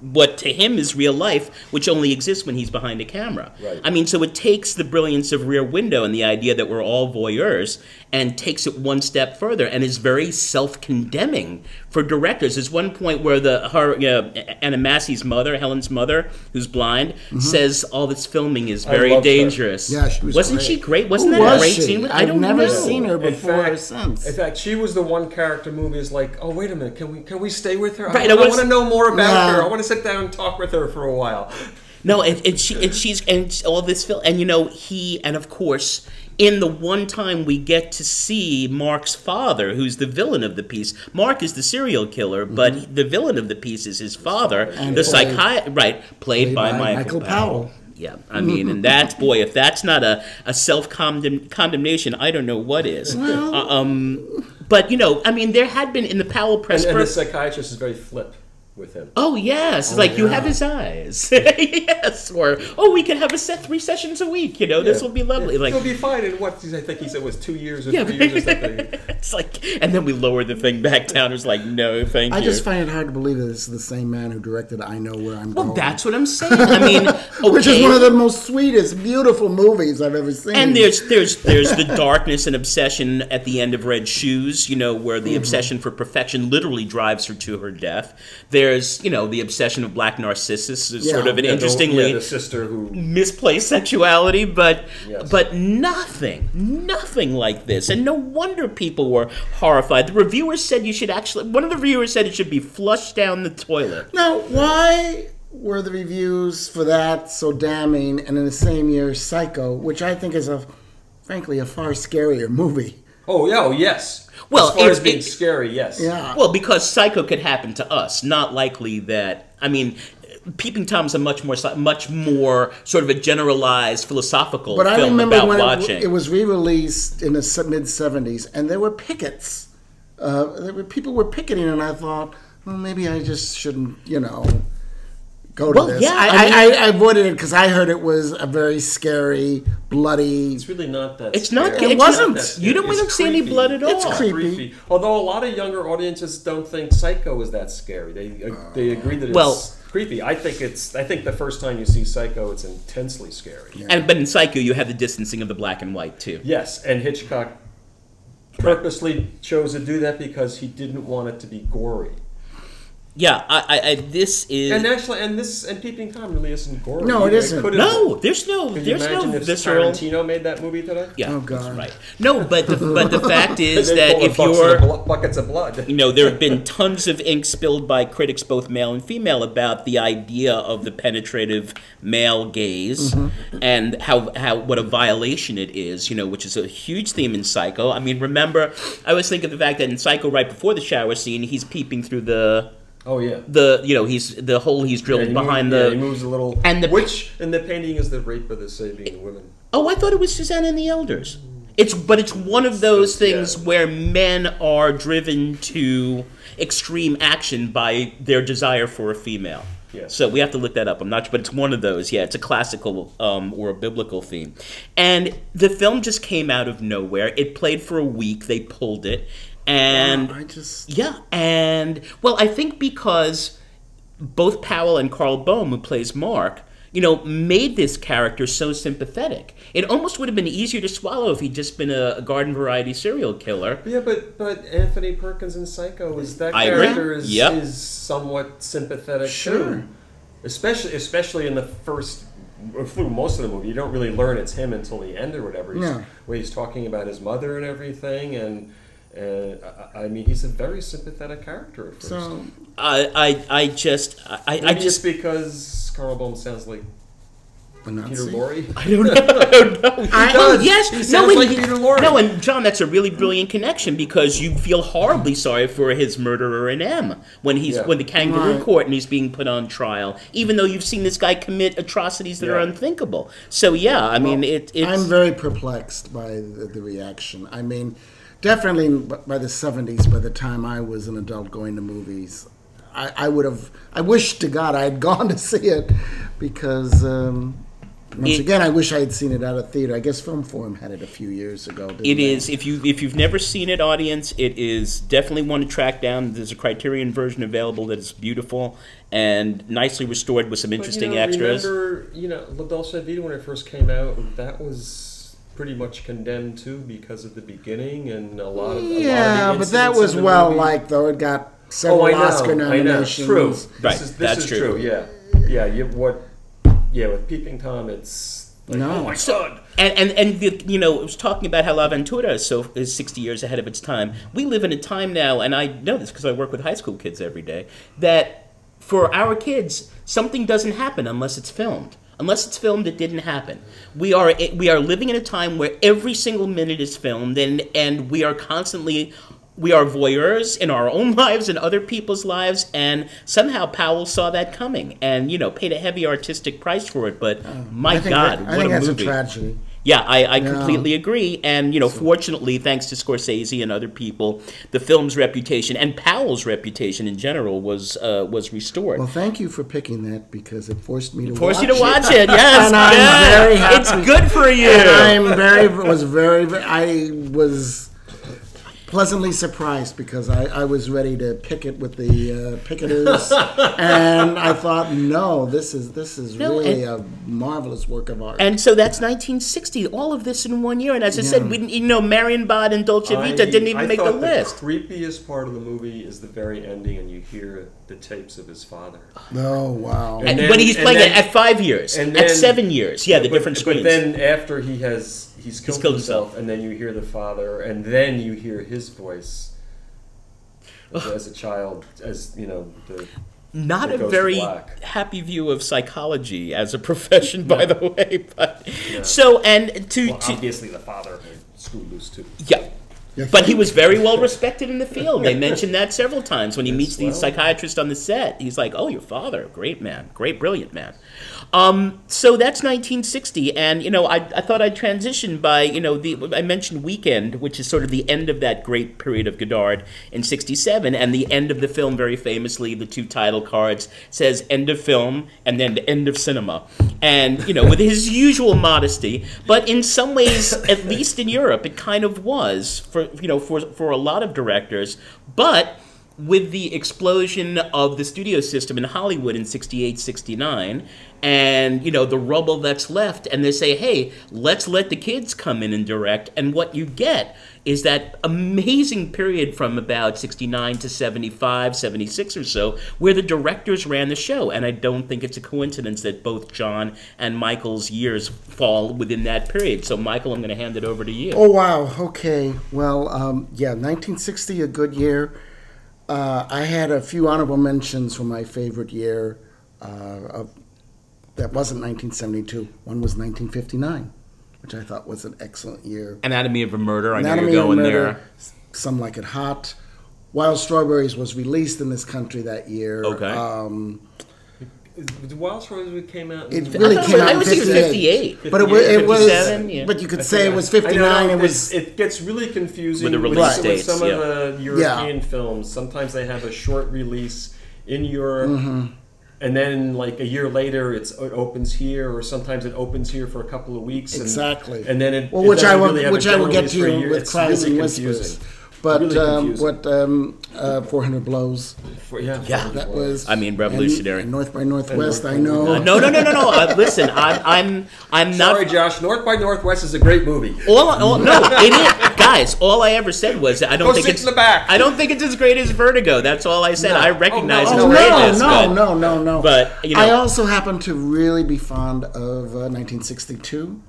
S2: what to him is real life, which only exists when he's behind a camera.
S3: Right.
S2: I mean, so it takes the brilliance of Rear Window and the idea that we're all voyeurs and takes it one step further and is very self-condemning for directors. There's one point where the her you know, Anna Massey's mother, Helen's mother, who's blind, says all this filming is very
S3: Mm-hmm. loved her.
S2: dangerous.
S4: Yeah, she was
S2: Wasn't
S4: great.
S2: she great? Wasn't
S4: Who
S2: that
S4: was
S2: a great
S4: she?
S2: scene? I
S4: I've
S2: don't
S4: never
S2: know.
S4: seen her
S3: In
S4: before or
S3: fact-
S4: since.
S3: In fact, she was the one character movie is like, oh wait a minute, can we can we stay with her?
S2: Right,
S3: I,
S2: I wanna
S3: want to
S2: s-
S3: know more about
S4: Yeah.
S3: her. I want to sit down and talk with her for a while.
S2: No, and, and she and she's and all this film, and you know he and of course in the one time we get to see Mark's father, who's the villain of the piece. Mark is the serial killer, but the villain of the piece is his father,
S4: Mm-hmm. And
S2: the
S4: played-
S2: psychiatrist, right, played, by, Michael, Powell. Yeah, I mean, and that's boy, if that's not a, a self condemnation, I don't know what is.
S4: Well-
S2: Uh, um, but you know, I mean, there had been in the Powell press.
S3: And, and the
S2: first-
S3: psychiatrist is very flip with him.
S2: Oh yes, It's like you have his eyes. yes, or oh, we can have a set three sessions a week. You know, this will be lovely. Like
S3: He'll be fine in what I think he said was two years or
S2: yeah,
S3: three years or something.
S2: it's like, and then we lower the thing back down. It's like no, thank
S4: I
S2: you.
S4: just find it hard to believe that this is the same man who directed "I Know Where I'm
S2: well,
S4: Going,"
S2: that's what I'm saying. I mean, okay.
S4: which is one of the most sweetest, beautiful movies I've ever seen.
S2: and there's there's there's the darkness and obsession at the end of Red Shoes, you know, where the
S4: Mm-hmm.
S2: obsession for perfection literally drives her to her death. There's you know the obsession of Black Narcissus is sort
S4: Yeah.
S2: of an
S4: Yeah,
S3: the-
S2: interestingly
S3: yeah, the sister who
S2: misplaced sexuality, but
S3: Yes.
S2: but nothing, nothing like this. And no wonder people were horrified. The reviewers said you should actually. One of the reviewers said it should be flushed down the toilet.
S4: now why were the reviews for that so damning, and in the same year, Psycho, which I think is a, frankly, a far scarier movie.
S3: oh yeah oh yes
S2: Well,
S3: as far
S2: it-
S3: as being
S2: it-
S3: scary yes
S4: Yeah,
S2: Well, because psycho could happen to us. Not likely that. I mean, Peeping Tom's a much more si- much more sort of a generalized philosophical
S4: But I
S2: film
S4: remember
S2: about
S4: when
S2: watching.
S4: it, it was re-released in the mid '70s, and there were pickets. Uh, there were people were picketing, and I thought, well, maybe I just shouldn't, you know, go to
S2: Well,
S4: this.
S2: yeah,
S4: I,
S2: I
S4: I, I, avoided it because I heard it was a very scary, bloody.
S3: It's really not that.
S2: It's not.
S3: scary.
S2: it's
S4: wasn't.
S2: Not,
S4: It's
S2: you don't. We
S3: It's
S2: don't see any
S3: creepy.
S2: blood at all.
S4: It's creepy.
S3: Although a lot of younger audiences don't think Psycho is that scary. They they agree that it's
S2: Well-
S3: creepy. I think it's. I think the first time you see Psycho, it's intensely scary.
S2: And but in Psycho, you have the distancing of the black and white too.
S3: Yes, and Hitchcock purposely chose to do that because he didn't want it to be gory.
S2: Yeah. I. I, I this is.
S3: And actually, and this and Peeping Tom really isn't gory.
S4: No, it
S3: either.
S4: isn't.
S3: could've been.
S2: no. There's no.
S3: Could you
S2: There's no
S3: imagine if
S2: visceral.
S3: Tarantino made that movie today?
S2: Yeah.
S4: Oh,
S2: That's
S4: God.
S2: right. No, but the, but the fact is
S3: They'd
S2: that
S3: call it
S2: if
S3: buckets
S2: you're
S3: of blo- buckets of blood.
S2: you know, there have been tons of ink spilled by critics, both male and female, about the idea of the penetrative male gaze
S4: Mm-hmm.
S2: and how, how what a violation it is, you know, which is a huge theme in Psycho. I mean, remember, I always think of the fact that in Psycho, right before the shower scene, he's peeping through the
S3: Oh yeah.
S2: the you know he's the hole he's drilled
S3: Yeah, he
S2: behind
S3: moves- yeah,
S2: the.
S3: he moves a little.
S2: and the-
S3: which in the painting is the rape of the Sabian women.
S2: Oh, I thought it was Susanna and the Elders. It's but it's one of those things
S3: Yeah.
S2: where men are driven to extreme action by their desire for a female.
S3: Yes.
S2: So we have to look that up. I'm not sure, but it's one of those. Yeah, it's a classical um, or a biblical theme. And the film just came out of nowhere. It played for a week. They pulled it, and
S4: I just
S2: yeah, and well, I think because both Powell and Carl Bohm, who plays Mark, you know, made this character so sympathetic. It almost would have been easier to swallow if he'd just been a, a garden variety serial killer.
S3: Yeah, but but Anthony Perkins in Psycho is that
S2: I agree.
S3: character is
S2: Yep.
S3: is somewhat sympathetic
S4: Sure.
S3: too. Especially especially in the first through most of the movie, you don't really learn it's him until the end or whatever. He's,
S4: No.
S3: Where he's talking about his mother and everything, and and I, I mean he's a very sympathetic character at first.
S4: so
S2: I, I, I just, I, I- I
S3: Maybe it's
S2: just,
S3: because Carl Baum sounds like
S4: a Nazi.
S3: Peter Lorre.
S2: I don't know. I don't know. oh
S3: does.
S2: yes,
S3: He
S2: no,
S3: sounds
S2: and
S3: like
S2: he-
S3: Peter Lorre.
S2: no, and John, that's a really brilliant connection because you feel horribly sorry for his murderer in M when he's
S3: Yeah.
S2: when the kangaroo
S4: Right.
S2: court and he's being put on trial, even though you've seen this guy commit atrocities that are
S3: Yeah.
S2: unthinkable. So yeah, I mean, it, it's
S4: I'm very perplexed by the, the reaction. I mean, definitely b- by the 70s, by the time I was an adult going to movies, I, I would have, I wish to God I had gone to see it because, um, once
S2: It-
S4: again, I wish I had seen it out of theater. I guess Film Forum had it a few years ago. Didn't
S2: It
S4: they?
S2: is if you if you've never seen it, audience, it is definitely one to track down. There's a Criterion version available that is beautiful and nicely restored with some interesting
S3: but, you know,
S2: extras.
S3: Remember, you know, La Dolce Vita when it first came out, that was pretty much condemned too because of the beginning and a lot of a lot of the
S4: Yeah, but that
S3: incidents in
S4: was
S3: the
S4: well
S3: movie.
S4: liked, though. It got several
S3: Oh, I know.
S4: Oscar nominations.
S3: I know. True.
S2: Right,
S3: This is, this
S2: that's
S3: is
S2: true.
S3: true. Yeah. Yeah. You, what? Yeah. With Peeping Tom, it's like,
S4: No.
S3: Oh my god.
S2: And and and the, you know, it was talking about how La Ventura is so is sixty years ahead of its time. We live in a time now, and I know this because I work with high school kids every day. That for our kids, something doesn't happen unless it's filmed. Unless it's filmed, it didn't happen. We are we are living in a time where every single minute is filmed, and and we are constantly. We are voyeurs in our own lives and other people's lives, and somehow Powell saw that coming, and you know paid a heavy artistic price for it. But
S3: Oh,
S2: my
S4: I think,
S2: God,
S4: that-
S2: what
S4: I think
S2: a
S4: that's
S2: movie!
S4: a tragedy.
S2: Yeah, I, I completely agree. And, you know, fortunately, thanks to Scorsese and other people, the film's reputation and Powell's reputation in general was uh, was restored.
S4: Well, thank you for picking that because it forced me to
S2: Force
S4: watch
S2: you to
S4: it.
S2: watch it, yes.
S4: And I'm
S2: good.
S4: very happy.
S2: It's good for you.
S4: And I'm very was very, very I was pleasantly surprised because I, I was ready to picket with the uh, picketers, and I thought, no, this is this is
S2: No,
S4: really a marvelous work of art.
S2: and so that's 1960, all of this in one year. And as I said, we didn't, you know, Marion Bod and Dolce Vita
S3: I-
S2: didn't even
S3: I
S2: make the
S3: thought
S2: list.
S3: The creepiest part of the movie is the very ending, and you hear the tapes of his father.
S4: oh wow!
S2: And,
S3: then-
S2: but he's
S3: and
S2: playing
S3: then-
S2: it at five years,
S3: and
S2: at
S3: then-
S2: seven years. Yeah, the
S3: but,
S2: different
S3: But
S2: screens.
S3: then after he has he's killed,
S2: killed
S3: himself,
S2: himself.
S3: and then you hear the father, and then you hear his voice as, as a child, as you know. The,
S2: Not
S3: It
S2: a
S3: goes
S2: very
S3: black.
S2: happy view of psychology as a profession, by the way. But so and to,
S3: well,
S2: to
S3: obviously, the father screwed loose too.
S2: Yeah. But he was very well respected in the field. They mentioned that several times when he meets the
S3: well.
S2: psychiatrist on the set. He's like, "Oh, your father, great man, great brilliant man." Um, so that's 1960, and you know, I, I thought I'd transition by you know the I mentioned Weekend, which is sort of the end of that great period of Godard in '67, and the end of the film, very famously, the two title cards says "End of Film" and then the "End of Cinema," and you know, with his usual modesty, but in some ways, at least in Europe, it kind of was for you know for for a lot of directors, but with the explosion of the studio system in Hollywood in 68, 69, and you know the rubble that's left, and they say, "Hey, let's let the kids come in and direct." And what you get is that amazing period from about 69 to 75, 76 or so, where the directors ran the show. And I don't think it's a coincidence that both John and Michael's years fall within that period. So, Michael, I'm going to hand it over to you.
S4: Oh wow. Okay. Well, um, yeah, 1960, a good year. Uh, I had a few honorable mentions for my favorite year. Uh, of, that wasn't 1972. One was 1959, which I thought was an excellent year.
S2: Anatomy of a Murder. I know
S4: Anatomy
S2: you're
S4: of
S2: going
S4: Murder,
S2: there.
S4: S- Some Like It Hot. Wild Strawberries was released in this country that year.
S2: Okay.
S4: Um,
S3: The Wild Stories came out.
S4: it
S3: in-
S4: really
S2: I thought
S4: came
S2: it-
S4: out
S2: I
S4: in
S2: was thinking
S4: 58.
S2: 58.
S4: But it, wa- it was,
S2: 57, yeah.
S4: but you could
S3: I
S4: say it
S3: forgot.
S4: was
S3: I
S4: 59.
S3: know,
S4: It was
S3: it's- It gets really confusing
S2: With the
S3: with
S2: release
S3: some-
S2: dates,
S3: With some of the European
S4: Yeah.
S3: films, sometimes they have a short release in Europe.
S4: Mm-hmm.
S3: And then, like a year later, it's it opens here, or sometimes it opens here for a couple of weeks. And,
S4: Exactly.
S3: And then it,
S4: well,
S3: it
S4: which I
S3: doesn't
S4: will,
S3: really have a
S4: which I will
S3: general
S4: get
S3: release
S4: to
S3: for a year.
S4: with
S3: It's
S4: cries
S3: really
S4: and
S3: confusing.
S4: whispers. But
S3: Really
S4: um,
S3: confusing.
S4: what um, uh, 400 blows
S3: For- yeah,
S2: Yeah.
S4: that was.
S2: I mean,
S4: and-
S2: revolutionary.
S4: and North by Northwest,
S3: North
S4: I
S3: by
S4: know.
S3: Northwest.
S2: No, no, no, no, no. Uh, listen, I'm, I'm, I'm not.
S3: Sorry, Josh. North by Northwest is a great movie.
S2: All, all, no, it is, guys. All I ever said was I don't
S3: Go
S2: think
S3: sit
S2: it's
S3: in the back.
S2: I don't think it's as great as Vertigo. That's all I said. I recognize
S3: Oh,
S4: Oh,
S2: its
S4: no,
S2: greatness,
S4: no,
S2: but
S4: no, no, no.
S2: but, you know-
S4: I also happen to really be fond of uh, 1962.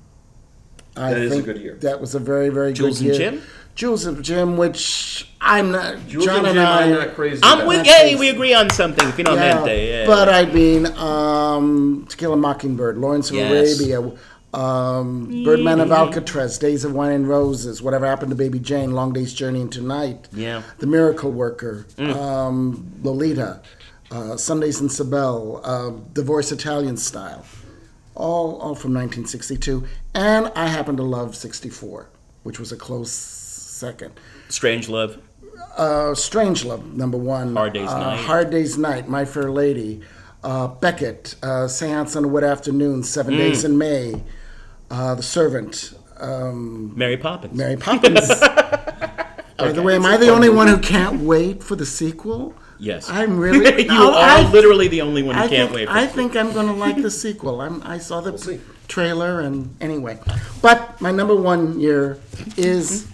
S4: I
S3: That is a good year.
S4: That was a very, very
S2: Jules
S4: good
S2: and
S4: year.
S2: Jim?
S4: Jules and Jim, which I'm not.
S3: Jules
S4: John
S3: and
S4: and
S3: Jim,
S4: I.
S3: I'm not crazy.
S2: I'm
S3: about.
S2: with.
S4: That's
S2: Hey,
S4: it.
S2: we agree on something. Finalmente. Yeah,
S4: But I mean, um, To Kill a Mockingbird, Lawrence of
S2: Yes.
S4: Arabia, um, Birdman of Alcatraz, Days of Wine and Roses, Whatever Happened to Baby Jane, Long Day's Journey into Night,
S2: Yeah. Mm.
S4: The Miracle Worker, um, Lolita, uh, Sundays in Sabel, uh, Divorce Italian Style, all all from 1962, and I happen to love 64, which was a close second.
S2: Strange Love.
S4: Uh, Strange Love, number one.
S2: Hard Day's
S4: Uh,
S2: Night.
S4: Hard Day's Night, My Fair Lady. Uh, Beckett, uh, Seance on a Wet Afternoon, Seven
S2: Mm.
S4: Days in May, uh, The Servant, um,
S2: Mary Poppins.
S4: Mary Poppins. By the way, am I the only one who can't wait for the sequel?
S2: Yes.
S4: I'm really.
S2: you
S4: No,
S2: are
S4: I,
S2: literally the only one who
S4: I
S2: can't wait.
S4: think,
S2: For
S4: I think I'm going to like the sequel. I'm, I saw the
S3: see.
S4: trailer, and anyway. But my number one year is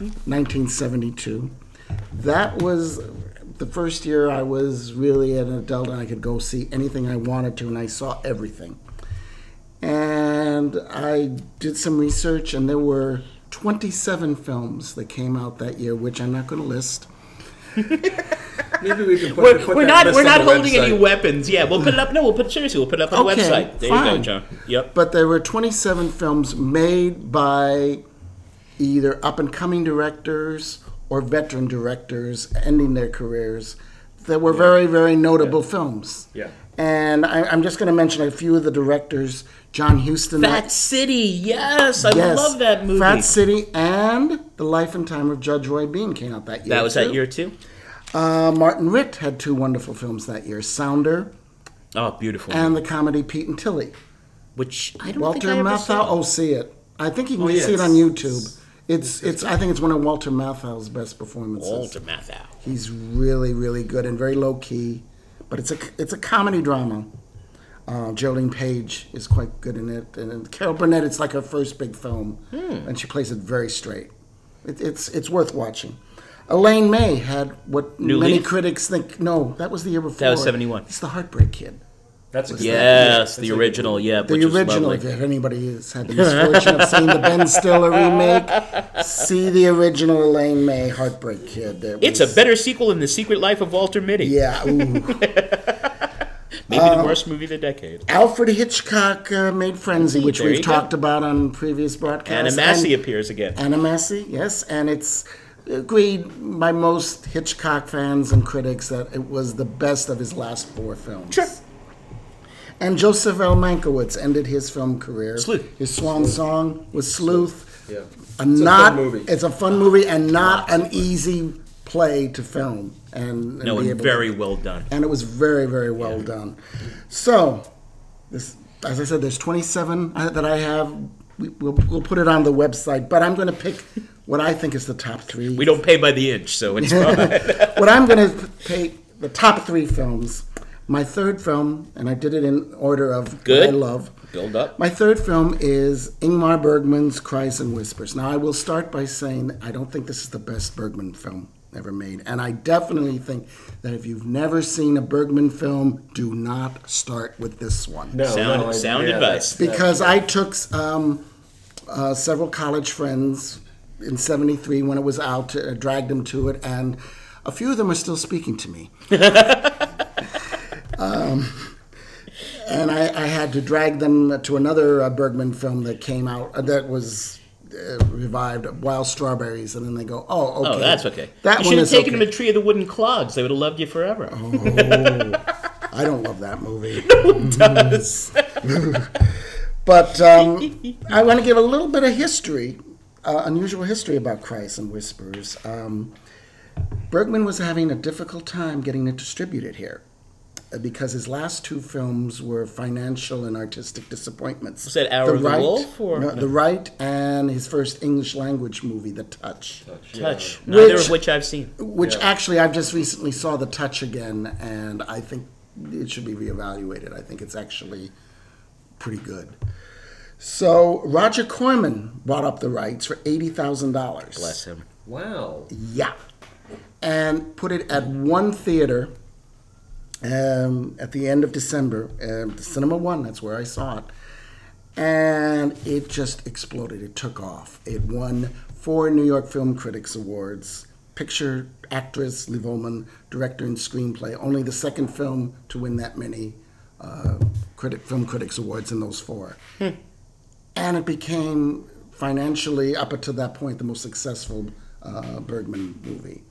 S4: 1972. That was the first year I was really an adult and I could go see anything I wanted to, and I saw everything. And I did some research, and there were 27 films that came out that year, which I'm not going to list.
S3: Maybe we can put,
S2: we're,
S3: put
S2: we're
S3: that
S2: not
S3: list
S2: we're
S3: on
S2: not
S3: the
S2: holding any
S3: website.
S2: weapons. Yeah, we'll put it up. No, we'll put seriously. We'll put it up on
S4: Okay,
S2: the website. There you go,
S4: fine.
S2: John. Yep.
S4: But there were 27 films made by either up and coming directors or veteran directors ending their careers that were very, very notable films.
S3: Yeah.
S4: And I, I'm just going to mention a few of the directors John Huston.
S2: Fat City. Yes, I
S4: yes,
S2: love that movie.
S4: Fat City and The Life and Time of Judge Roy Bean came out that year.
S2: that was that
S4: too.
S2: year too.
S4: Uh, Martin Ritt had two wonderful films that year Sounder
S2: Oh, beautiful.
S4: and the comedy Pete and Tilly.
S2: Which I don't
S4: Walter
S2: think I ever
S4: Matthau.
S2: saw.
S4: Oh, see it. I think
S2: Oh,
S4: you can
S3: yeah,
S4: see it
S3: it's-
S4: on YouTube. It's it's. I think it's one of Walter Matthau's best performances.
S2: Walter Matthau.
S4: He's really really good and very low key, but it's a it's a comedy drama. Uh, Geraldine Page is quite good in it, and, then Carol Burnett. It's like her first big film,
S2: Hmm.
S4: and she plays it very straight. It, it's it's worth watching. Elaine May had what
S2: New
S4: many
S2: Leaf?
S4: critics think. No, that was the year before.
S2: was 71.
S4: It's the Heartbreak Kid.
S3: That's a good
S2: Yes,
S3: that's
S2: the
S3: a good-
S2: original. Yeah,
S4: The
S2: which was
S4: original,
S2: lovely.
S4: if anybody has had the misfortune of seeing the Ben Stiller remake, see the original Elaine May Heartbreak Kid. It
S2: It's a
S4: was-
S2: better sequel than The Secret Life of Walter Mitty.
S4: Yeah. ooh.
S2: Maybe the worst movie of the decade.
S4: Alfred Hitchcock uh, made Frenzy, which
S2: There
S4: we've
S2: you go.
S4: talked about on previous broadcasts.
S2: Anna Massey
S4: And-
S2: appears again.
S4: Anna Massey, yes. And it's agreed by most Hitchcock fans and critics that it was the best of his last four films.
S2: Sure.
S4: And Joseph L. Mankiewicz ended his film career.
S2: Sleuth.
S4: His swan song was Sleuth.
S3: Yeah.
S4: A
S3: It's a
S4: not,
S3: fun movie.
S4: It's a fun movie and not an easy play to film. And, and
S2: No,
S4: be
S2: and
S4: able to-
S2: very well done.
S4: and it was very very well done so this as i said there's 27 I- that i have we, we'll, we'll put it on the website but i'm going to pick what i think is the top three
S2: We don't pay by the inch, so it's
S4: what i'm going to pick the top three films my third film and i did it in order of what
S2: Good.
S4: i love
S2: build up.
S4: my third film is Ingmar Bergman's Cries and Whispers. Now, I will start by saying I don't think this is the best Bergman film ever made. And I definitely think that if you've never seen a Bergman film, do not start with this one.
S3: No,
S2: Sound-
S3: no, I-
S2: sound
S3: yeah,
S2: advice.
S3: that's-
S4: Because I took um, uh, several college friends in 73 when it was out, to, uh, dragged them to it, and a few of them are still speaking to me. Um, and I, I had to drag them to another uh, Bergman film that came out uh, that was uh, revived, Wild Strawberries, and then they go, "Oh, okay,
S2: Oh, that's okay. you
S4: That one
S2: should have
S4: is
S2: taken
S4: okay.
S2: him to Tree of the Wooden Clogs. They would have loved you forever.
S4: I don't love that movie, Mm-hmm.
S2: Does.
S4: but um, I want to give a little bit of history, uh, unusual history about Christ and Whispers. Um, Bergman was having a difficult time getting it distributed here. uh, Because his last two films were financial and artistic disappointments.
S2: Was that Hour of the Wolf, or-
S4: No, The Right and his first English language movie, The Touch.
S2: Touch. Neither
S4: Which-
S2: of which I've seen.
S4: Which
S3: Yeah.
S4: actually, I've just recently saw the touch again, and I think it should be reevaluated. I think it's actually pretty good. So Roger Corman bought up the rights for eighty thousand dollars.
S2: Bless him.
S3: Wow.
S4: Yeah, and put it at one theater um, at the end of December, um, Cinema One. That's where I saw it, and it just exploded. It took off. It won four New York Film Critics Awards: picture, actress, Liv Ullman, director, and screenplay. Only the second film to win that many uh, critic film critics awards in those four and it became financially up until that point the most successful uh, Bergman movie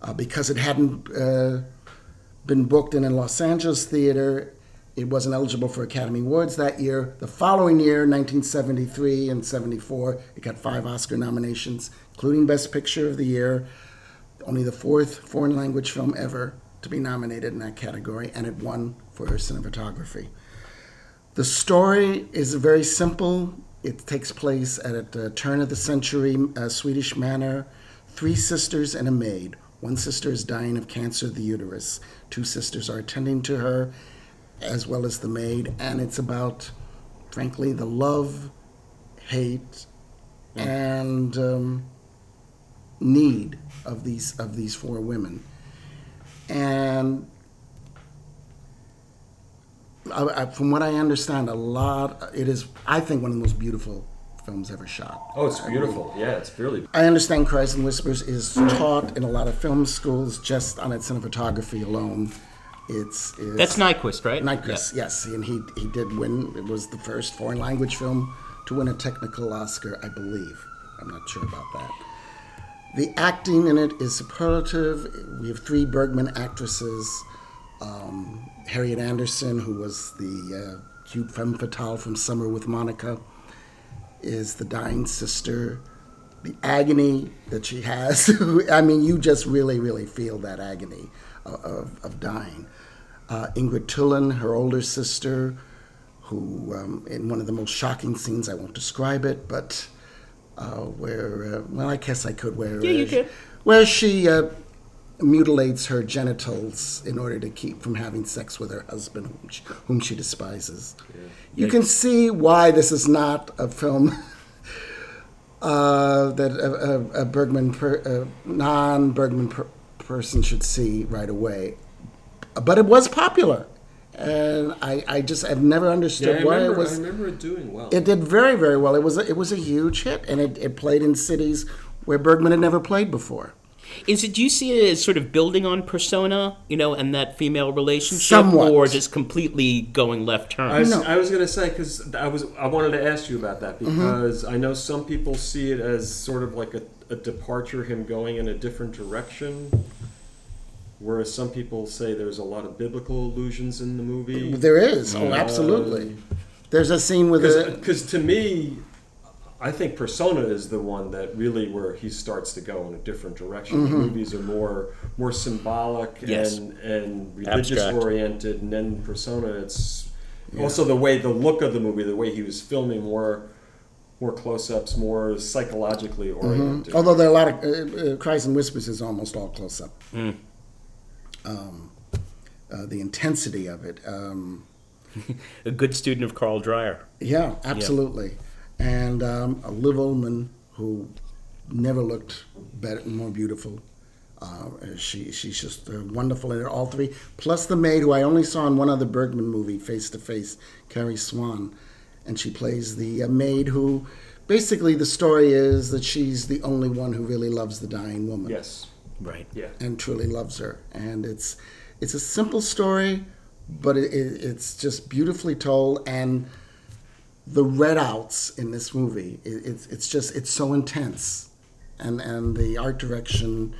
S4: uh, because it hadn't uh, been booked in a Los Angeles theater. It wasn't eligible for Academy Awards that year. The following year, 1973 and 74, it got five Oscar nominations, including Best Picture of the Year, only the fourth foreign language film ever to be nominated in that category, and it won for cinematography. The story is very simple. It takes place at a turn of the century uh, Swedish manor. Three sisters and a maid. One sister is dying of cancer of the uterus. Two sisters are attending to her, as well as the maid. And it's about, frankly, the love, hate, and um, need of these of these four women. And I, I, from what I understand, a lot. It is, I think, one of the most beautiful films ever shot.
S3: Oh, it's beautiful. Yeah, it's really.
S4: I understand Cries and Whispers is taught in a lot of film schools just on its cinematography alone. It's, it's
S2: That's Nyquist, right?
S4: Nyquist, yes, and he he did win. It was the first foreign language film to win a technical Oscar, I believe. I'm not sure about that. The acting in it is superlative. We have three Bergman actresses: um, Harriet Anderson, who was the uh, cute femme fatale from *Summer with Monica*, is the dying sister. The agony that she has. I mean, you just really, really feel that agony of, of, of dying. Uh, Ingrid Tulin, her older sister, who, um, in one of the most shocking scenes, I won't describe it, but uh, where, uh, well, I guess I could, where,
S2: Yeah, you
S4: uh,
S2: could.
S4: where she uh, mutilates her genitals in order to keep from having sex with her husband, whom she, whom she despises. You can see why this is not a film uh, that a, a, a Bergman, per, a non-Bergman per, person should see right away. But it was popular, and I, I just have never
S3: Yeah, I
S4: understood why
S3: remember,
S4: it
S3: I
S4: was.
S3: remember it doing well.
S4: It did very very well. It was a, it was a huge hit, and it, it played in cities where Bergman had never played before.
S2: Is it? Do you see it as sort of building on persona, you know, and that female relationship,
S4: Somewhat.
S2: or just completely going left turn?
S3: I was,
S4: No. Mm-hmm.
S3: I was gonna say because I was I wanted to ask you about that because I know some people see it as sort of like a, a departure, him going in a different direction. Whereas some people say there's a lot of biblical allusions in the movie.
S4: There is. Oh, absolutely. There's a scene with a.
S3: Because to me, I think Persona is the one that really where he starts to go in a different direction. The movies are more more symbolic
S2: Mm-hmm. Yes.
S3: and and religious
S2: Abstract.
S3: oriented, and then Persona it's also the way the look of the movie, the way he was filming more more close ups, more psychologically
S2: Mm-hmm.
S3: oriented.
S2: Oh.
S4: Although there are a lot of uh, uh, Cries and Whispers is almost all close up. Um, uh, the intensity of it. Um,
S2: A good student of Carl Dreyer.
S4: Yeah, absolutely. And um, Liv Ullman, who never looked better, more beautiful. Uh, she she's just uh, wonderful in it, all three. Plus the maid, who I only saw in one other Bergman movie, Face to Face, Carrie Swan, and she plays the uh, maid who, basically, the story is that she's the only one who really loves the dying woman
S3: Yes.
S2: Right.
S3: Yeah.
S4: and truly loves her. And it's it's a simple story, but it, it, it's just beautifully told. And the redouts in this movie, it, it's it's just it's so intense, and and the art direction,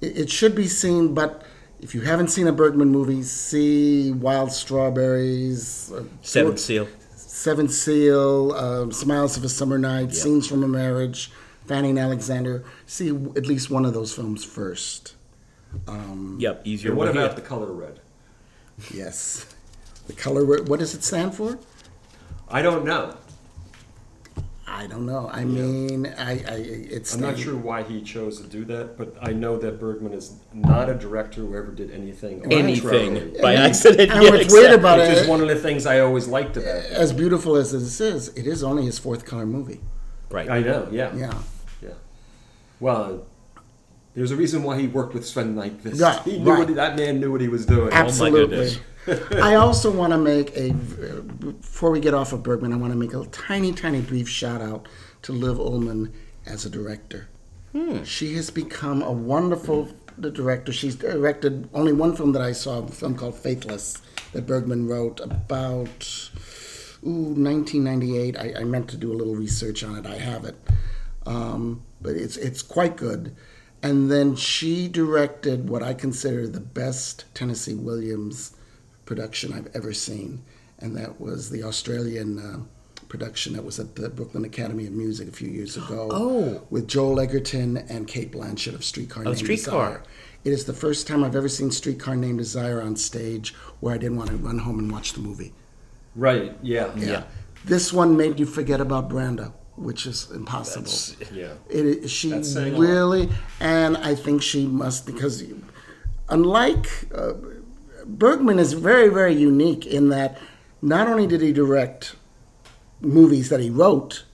S4: it, it should be seen, but. If you haven't seen a Bergman movie, see Wild Strawberries, uh,
S2: Seventh Seal.
S4: Seventh Seal, um, Smiles of a Summer Night, Scenes from a Marriage, Fanny and Alexander. See w- at least one of those films first.
S2: Yep. Easier.
S3: What
S2: one
S3: about
S2: here.
S3: the color red?
S4: Yes. The color, re- what does it stand for?
S3: I don't know.
S4: I don't know. I mean, I, I it's
S3: I'm not sure why he chose to do that, but I know that Bergman is not a director who ever did anything
S2: anything
S3: arbitrarily.
S2: by accident?
S4: And
S2: Yeah,
S4: what's weird
S2: exactly.
S4: about it-
S3: Which is one of the things I always liked about it.
S4: As beautiful as this is, it is only his fourth color movie.
S2: Right.
S3: I know, yeah.
S4: Yeah.
S3: yeah. Well, there's a reason why he worked with Sven like this.
S4: Yeah,
S3: he knew
S4: right.
S3: what, that man knew what he was doing.
S4: Absolutely.
S2: goodness.
S4: I also want to make a, before we get off of Bergman, I want to make a tiny, tiny brief shout out to Liv Ullman as a director. She has become a wonderful director. She's directed only one film that I saw, a film called Faithless, that Bergman wrote about, ooh, 1998. I, I meant to do a little research on it. I have it. Um, but it's, it's quite good. And then she directed what I consider the best Tennessee Williams production I've ever seen, and that was the Australian uh, production that was at the Brooklyn Academy of Music a few years ago.
S2: Oh.
S4: with Joel Egerton and Kate Blanchett of
S3: Oh,
S4: Streetcar Named
S2: Streetcar.
S4: Desire. It is the first time I've ever seen Streetcar Named Desire on stage where I didn't want to run home and watch the movie.
S3: Right, yeah.
S2: Yeah.
S4: This one made you forget about Brando, which is impossible.
S3: Yeah.
S4: It is, she
S3: That's saying a lot.
S4: really, and I think she must because, you- unlike uh, Bergman, is very very unique in that not only did he direct movies that he wrote,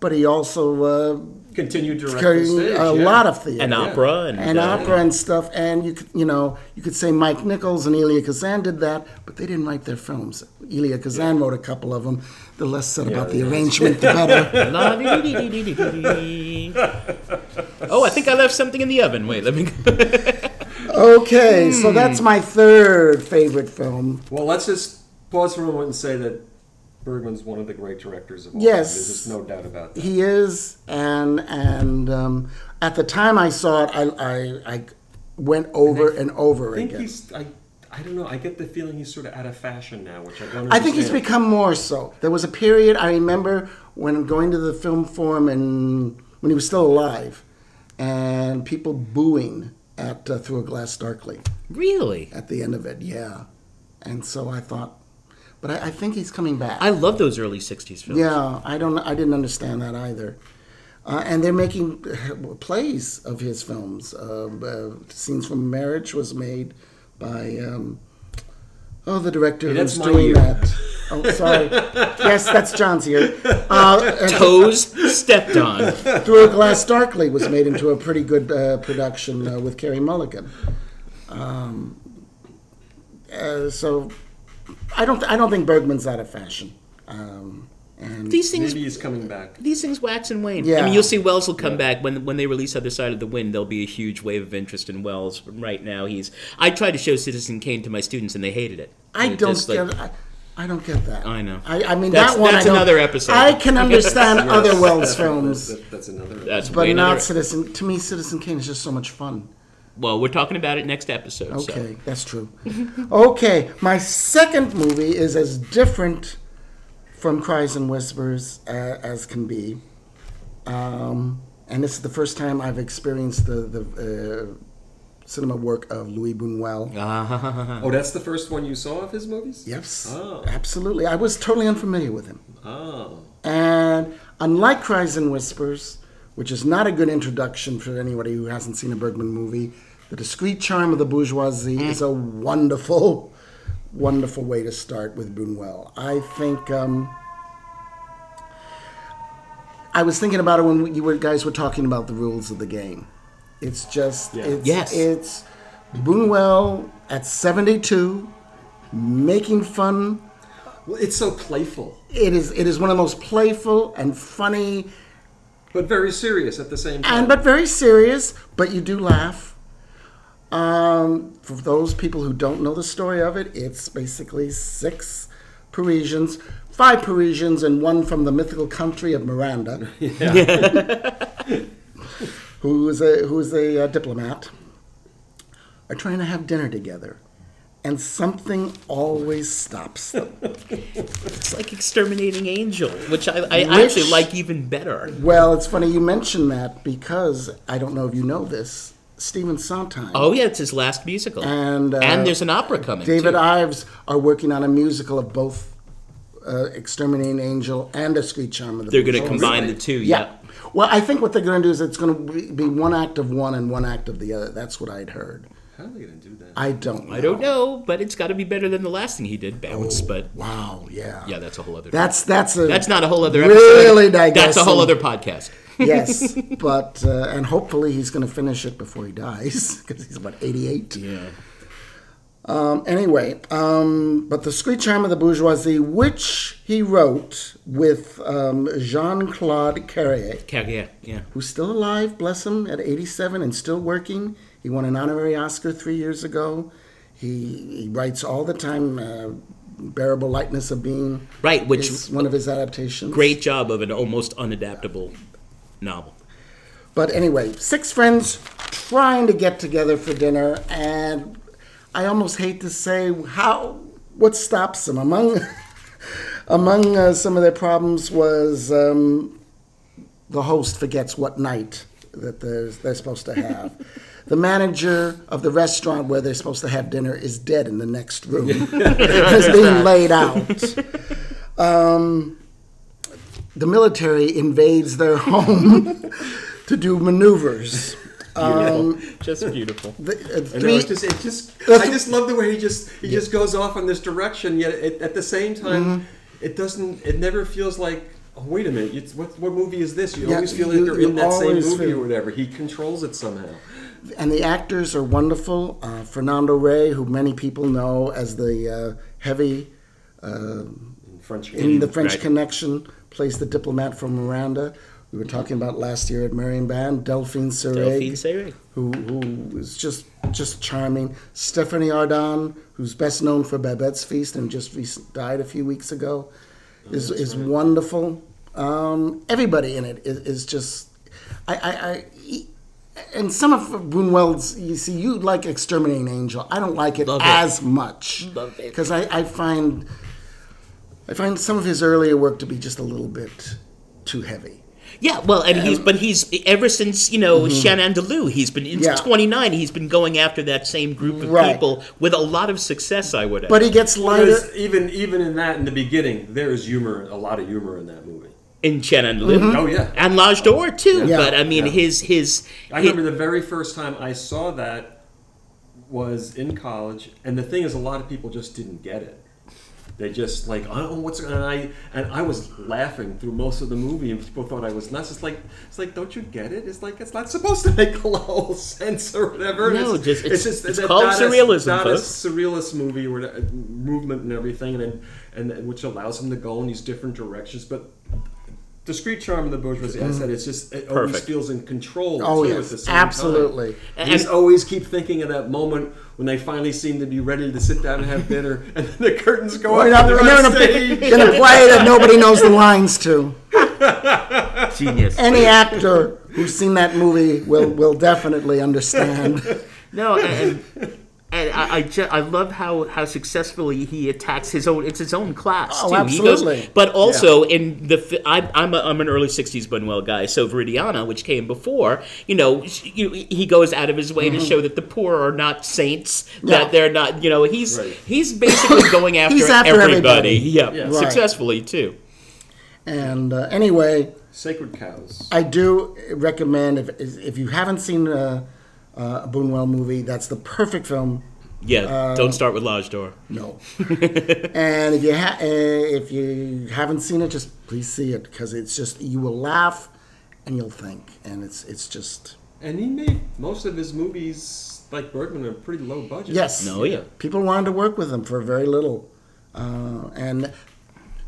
S4: but he also uh,
S3: Continued directing
S4: carried
S3: stage,
S4: a
S3: yeah.
S4: lot of theater
S2: An opera and,
S4: and
S2: uh,
S4: opera and stuff. And you could, you know you could say Mike Nichols and Elia Kazan did that, but they didn't write their films. Elia Kazan wrote a couple of them. The less said about the arrangement, the better.
S2: uh, oh, I think I left something in the oven. Wait, let me.
S4: Okay,
S3: Hmm.
S4: so that's my third favorite film.
S3: Well, let's just pause for a moment and say that Bergman's one of the great directors of all time.
S4: Yes.
S3: There's just no doubt about that.
S4: He is, and and um, at the time I saw it, I I, I went over and over
S3: I think
S4: again.
S3: he's. I, I don't know. I get the feeling he's sort of out of fashion now, which I don't understand.
S4: I think he's become more so. There was a period I remember when going to the film forum and when he was still alive, and people booing at uh, Through a Glass Darkly
S2: really?
S4: at the end of it. Yeah, and so I thought, but I, I think he's coming back.
S2: I love those early 60s films.
S4: Yeah, I don't. I didn't understand that either. Uh, and they're making plays of his films. Uh, uh, Scenes from Marriage was made by um, oh the director
S3: Hey, that's
S4: who's
S3: my
S4: doing
S3: year.
S4: that. Oh, sorry. yes, that's John's here. Uh, and
S2: Toes stepped on.
S4: Through a Glass Darkly was made into a pretty good uh, production uh, with Carrie Mulligan. Um, uh, so I don't. I don't think Bergman's out of fashion. Um, And
S2: These things
S3: Maybe he's coming back.
S2: these things wax and wane. I
S4: Yeah.
S2: mean, you'll see Wells will come back when when they release Other Side of the Wind. There'll be a huge wave of interest in Wells. But right now, he's. I tried to show Citizen Kane to my students, and they hated it.
S4: I
S2: They're
S4: don't
S2: just like-
S4: get. I, I don't get that.
S2: I know.
S4: I, I mean
S2: That's-
S4: that one.
S2: that's
S4: I don't-
S2: another episode.
S4: I can understand
S3: Yes,
S4: other Wells
S3: that's another-
S4: films,
S3: that- that's another.
S2: That's
S4: but
S2: way
S4: not
S2: another-
S4: Citizen. To me, Citizen Kane is just so much fun.
S2: Well, we're talking about it next episode. so-
S4: Okay, that's true. okay, my second movie is as different from Cries and Whispers uh, as can be. Um, and this is the first time I've experienced the, the uh, cinema work of Louis Buñuel.
S3: oh, that's the first one you saw of his movies.
S4: Yes,
S3: Oh.
S4: absolutely. I was totally unfamiliar with him.
S3: Oh.
S4: And unlike Cries and Whispers, which is not a good introduction for anybody who hasn't seen a Bergman movie, The Discreet Charm of the Bourgeoisie is a wonderful, wonderful way to start with Buñuel. I think um, I was thinking about it when you were, guys were talking about the rules of the game. It's just it's
S2: Yes.
S4: it's Buñuel at seventy two making fun
S3: Well, it's so playful,
S4: it is it is one of the most playful and funny
S3: but very serious at the same time.
S4: and but very serious, but you do laugh. Um, for those people who don't know the story of it, it's basically six Parisians, five Parisians, and one from the mythical country of Miranda, who is a who is a uh, diplomat, are trying to have dinner together, and something always stops them.
S2: It's like Exterminating Angel, which I, I
S4: Which-
S2: actually like even better.
S4: Well, it's funny you mentioned that because I don't know if you know this. Stephen Sondheim
S2: Oh, yeah, it's his last musical.
S4: and uh,
S2: and there's an opera coming.
S4: David
S2: too.
S4: Ives are working on a musical of both uh, Exterminating Angel and A Sweet Charm of the
S2: They're going to
S4: Bourgeoisie.
S2: combine
S3: really?
S2: the two,
S4: Oh, Yeah.
S2: yeah.
S4: Well, I think what they're going to do is it's going to be one act of one and one act of the other. That's what I'd heard.
S3: How are they going to do that?
S4: I don't know.
S2: I don't know, but it's got to be better than the last thing he did,
S4: Oh.
S2: Bounce. But
S4: Wow, yeah.
S2: yeah, that's a whole other.
S4: That's that's a
S2: that's not a whole other episode.
S4: really
S2: That's a whole other
S4: digressing.
S2: podcast.
S4: yes, but uh, and hopefully he's going to finish it before he dies because he's about eighty-eight.
S2: Yeah.
S4: Um, anyway, um, but the Screech Charm of the Bourgeoisie, which he wrote with um, Jean Claude Carrier,
S2: Yeah, yeah.
S4: who's still alive, bless him, at 87 and still working. He won an honorary Oscar three years ago. He, he writes all the time. Uh, Bearable Lightness of Being
S2: Right, which
S4: is one of his adaptations.
S2: great job of an almost unadaptable novel.
S4: But anyway, six friends trying to get together for dinner, and I almost hate to say how what stops them. Among among uh, some of their problems was um, the host forgets what night that they're, they're supposed to have. the manager of the restaurant where they're supposed to have dinner is dead in the next room. it's being laid out. Um, the military invades their home to do maneuvers.
S2: Just beautiful.
S4: The, uh,
S3: I know,
S4: Um, three,
S3: it just, it just,
S4: That's-
S3: I just love the way he just, he just goes off in this direction. Yet it, at the same time,
S4: Mm-hmm.
S3: it doesn't, it never feels like, oh, wait a minute, it's, what, what movie is this? You
S4: Yeah,
S3: always feel
S4: you-
S3: like you're
S4: you
S3: in that same
S4: always
S3: movie
S4: feel-
S3: or whatever. He controls it somehow.
S4: and the actors are wonderful. Uh, Fernando Rey, who many people know as the uh, heavy
S3: In French,
S4: in the French
S2: Mm, Right.
S4: Connection, plays the diplomat from Miranda. We were talking about last year at Marienbad, Delphine
S2: Delphine
S4: Seyrig,
S2: Seyrig.
S4: who who is just just charming. Stephanie Ardant, who's best known for Babette's Feast and just rec- died a few weeks ago, is is wonderful. Um, everybody in it is, is just, I, I, I e- and some of Buñuel's. You see, you like Exterminating Angel. I don't like it
S2: Love it.
S4: as much
S2: Love it.
S4: because I, I find I find some of his earlier work to be just a little bit too heavy.
S2: Yeah, well, and he's but he's ever since you know Shenandoah, he's been since
S4: Mm-hmm. Yeah.
S2: 29. He's been going after that same group of
S4: Right.
S2: people with a lot of success. I would. add.
S4: But he gets lighter.
S3: There's- even, even in that, in the beginning, there is humor, a lot of humor in that movie.
S2: in Shenandoah,
S3: Oh, yeah.
S2: and Lodge d'Or too.
S4: Mm-hmm. Yeah.
S2: But I mean,
S3: Yeah.
S2: his his.
S3: I
S2: his-
S3: remember the very first time I saw that was in college, and the thing is, a lot of people just didn't get it. They just like, oh, what's and I and I was laughing through most of the movie, and people thought I was nuts. It's like it's like, don't you get it? It's like it's not supposed to make a lot of sense or whatever.
S2: No,
S3: it's,
S2: just- it's- it's
S3: that-
S2: called
S3: not a-
S2: surrealism,
S3: not a
S2: folks.
S3: surrealist movie where uh, movement and everything, and then- and then- which allows him to go in these different directions, but. Discreet charm of the bourgeoisie, as I said, it's just it always
S2: Perfect.
S3: feels in control.
S4: Oh,
S3: too,
S4: yes,
S3: at the same time.
S4: absolutely.
S3: You just always keep thinking of that moment when they finally seem to be ready to sit down and have dinner, and then the curtains go
S4: Right
S3: up.
S4: up,
S3: and
S4: and
S3: they're on
S4: they're
S3: stage.
S4: In a play that nobody knows the lines to.
S2: Genius.
S4: Any actor who's seen that movie will, will definitely understand.
S2: No, and and, and I I, ju- I love how, how successfully he attacks his own. It's his own class
S4: Oh,
S2: too. He goes-
S4: absolutely.
S2: but also in the fi- I'm I'm, a, I'm an early '60s Bunuel guy, so Viridiana, which came before, you know, sh- you, he goes out of his way to show that the poor are not saints,
S4: Mm-hmm. Yeah.
S2: that they're not, you know, he's
S3: Right.
S2: he's basically going after,
S4: He's after everybody.
S2: everybody, yeah,
S3: Yeah.
S4: Right.
S2: successfully too.
S4: And uh, anyway,
S3: Sacred cows.
S4: I do recommend if if you haven't seen a, a Boonwell movie, that's the perfect film.
S2: Yeah,
S4: Uh,
S2: don't start with Lajdor.
S4: No. and if you ha- uh, if you haven't seen it, just please see it because it's just you will laugh and you'll think, and it's it's just
S3: And he made most of his movies, like Bergman, are pretty low budget.
S4: yes.
S2: No, yeah.
S4: People wanted to work with him for very little, uh, and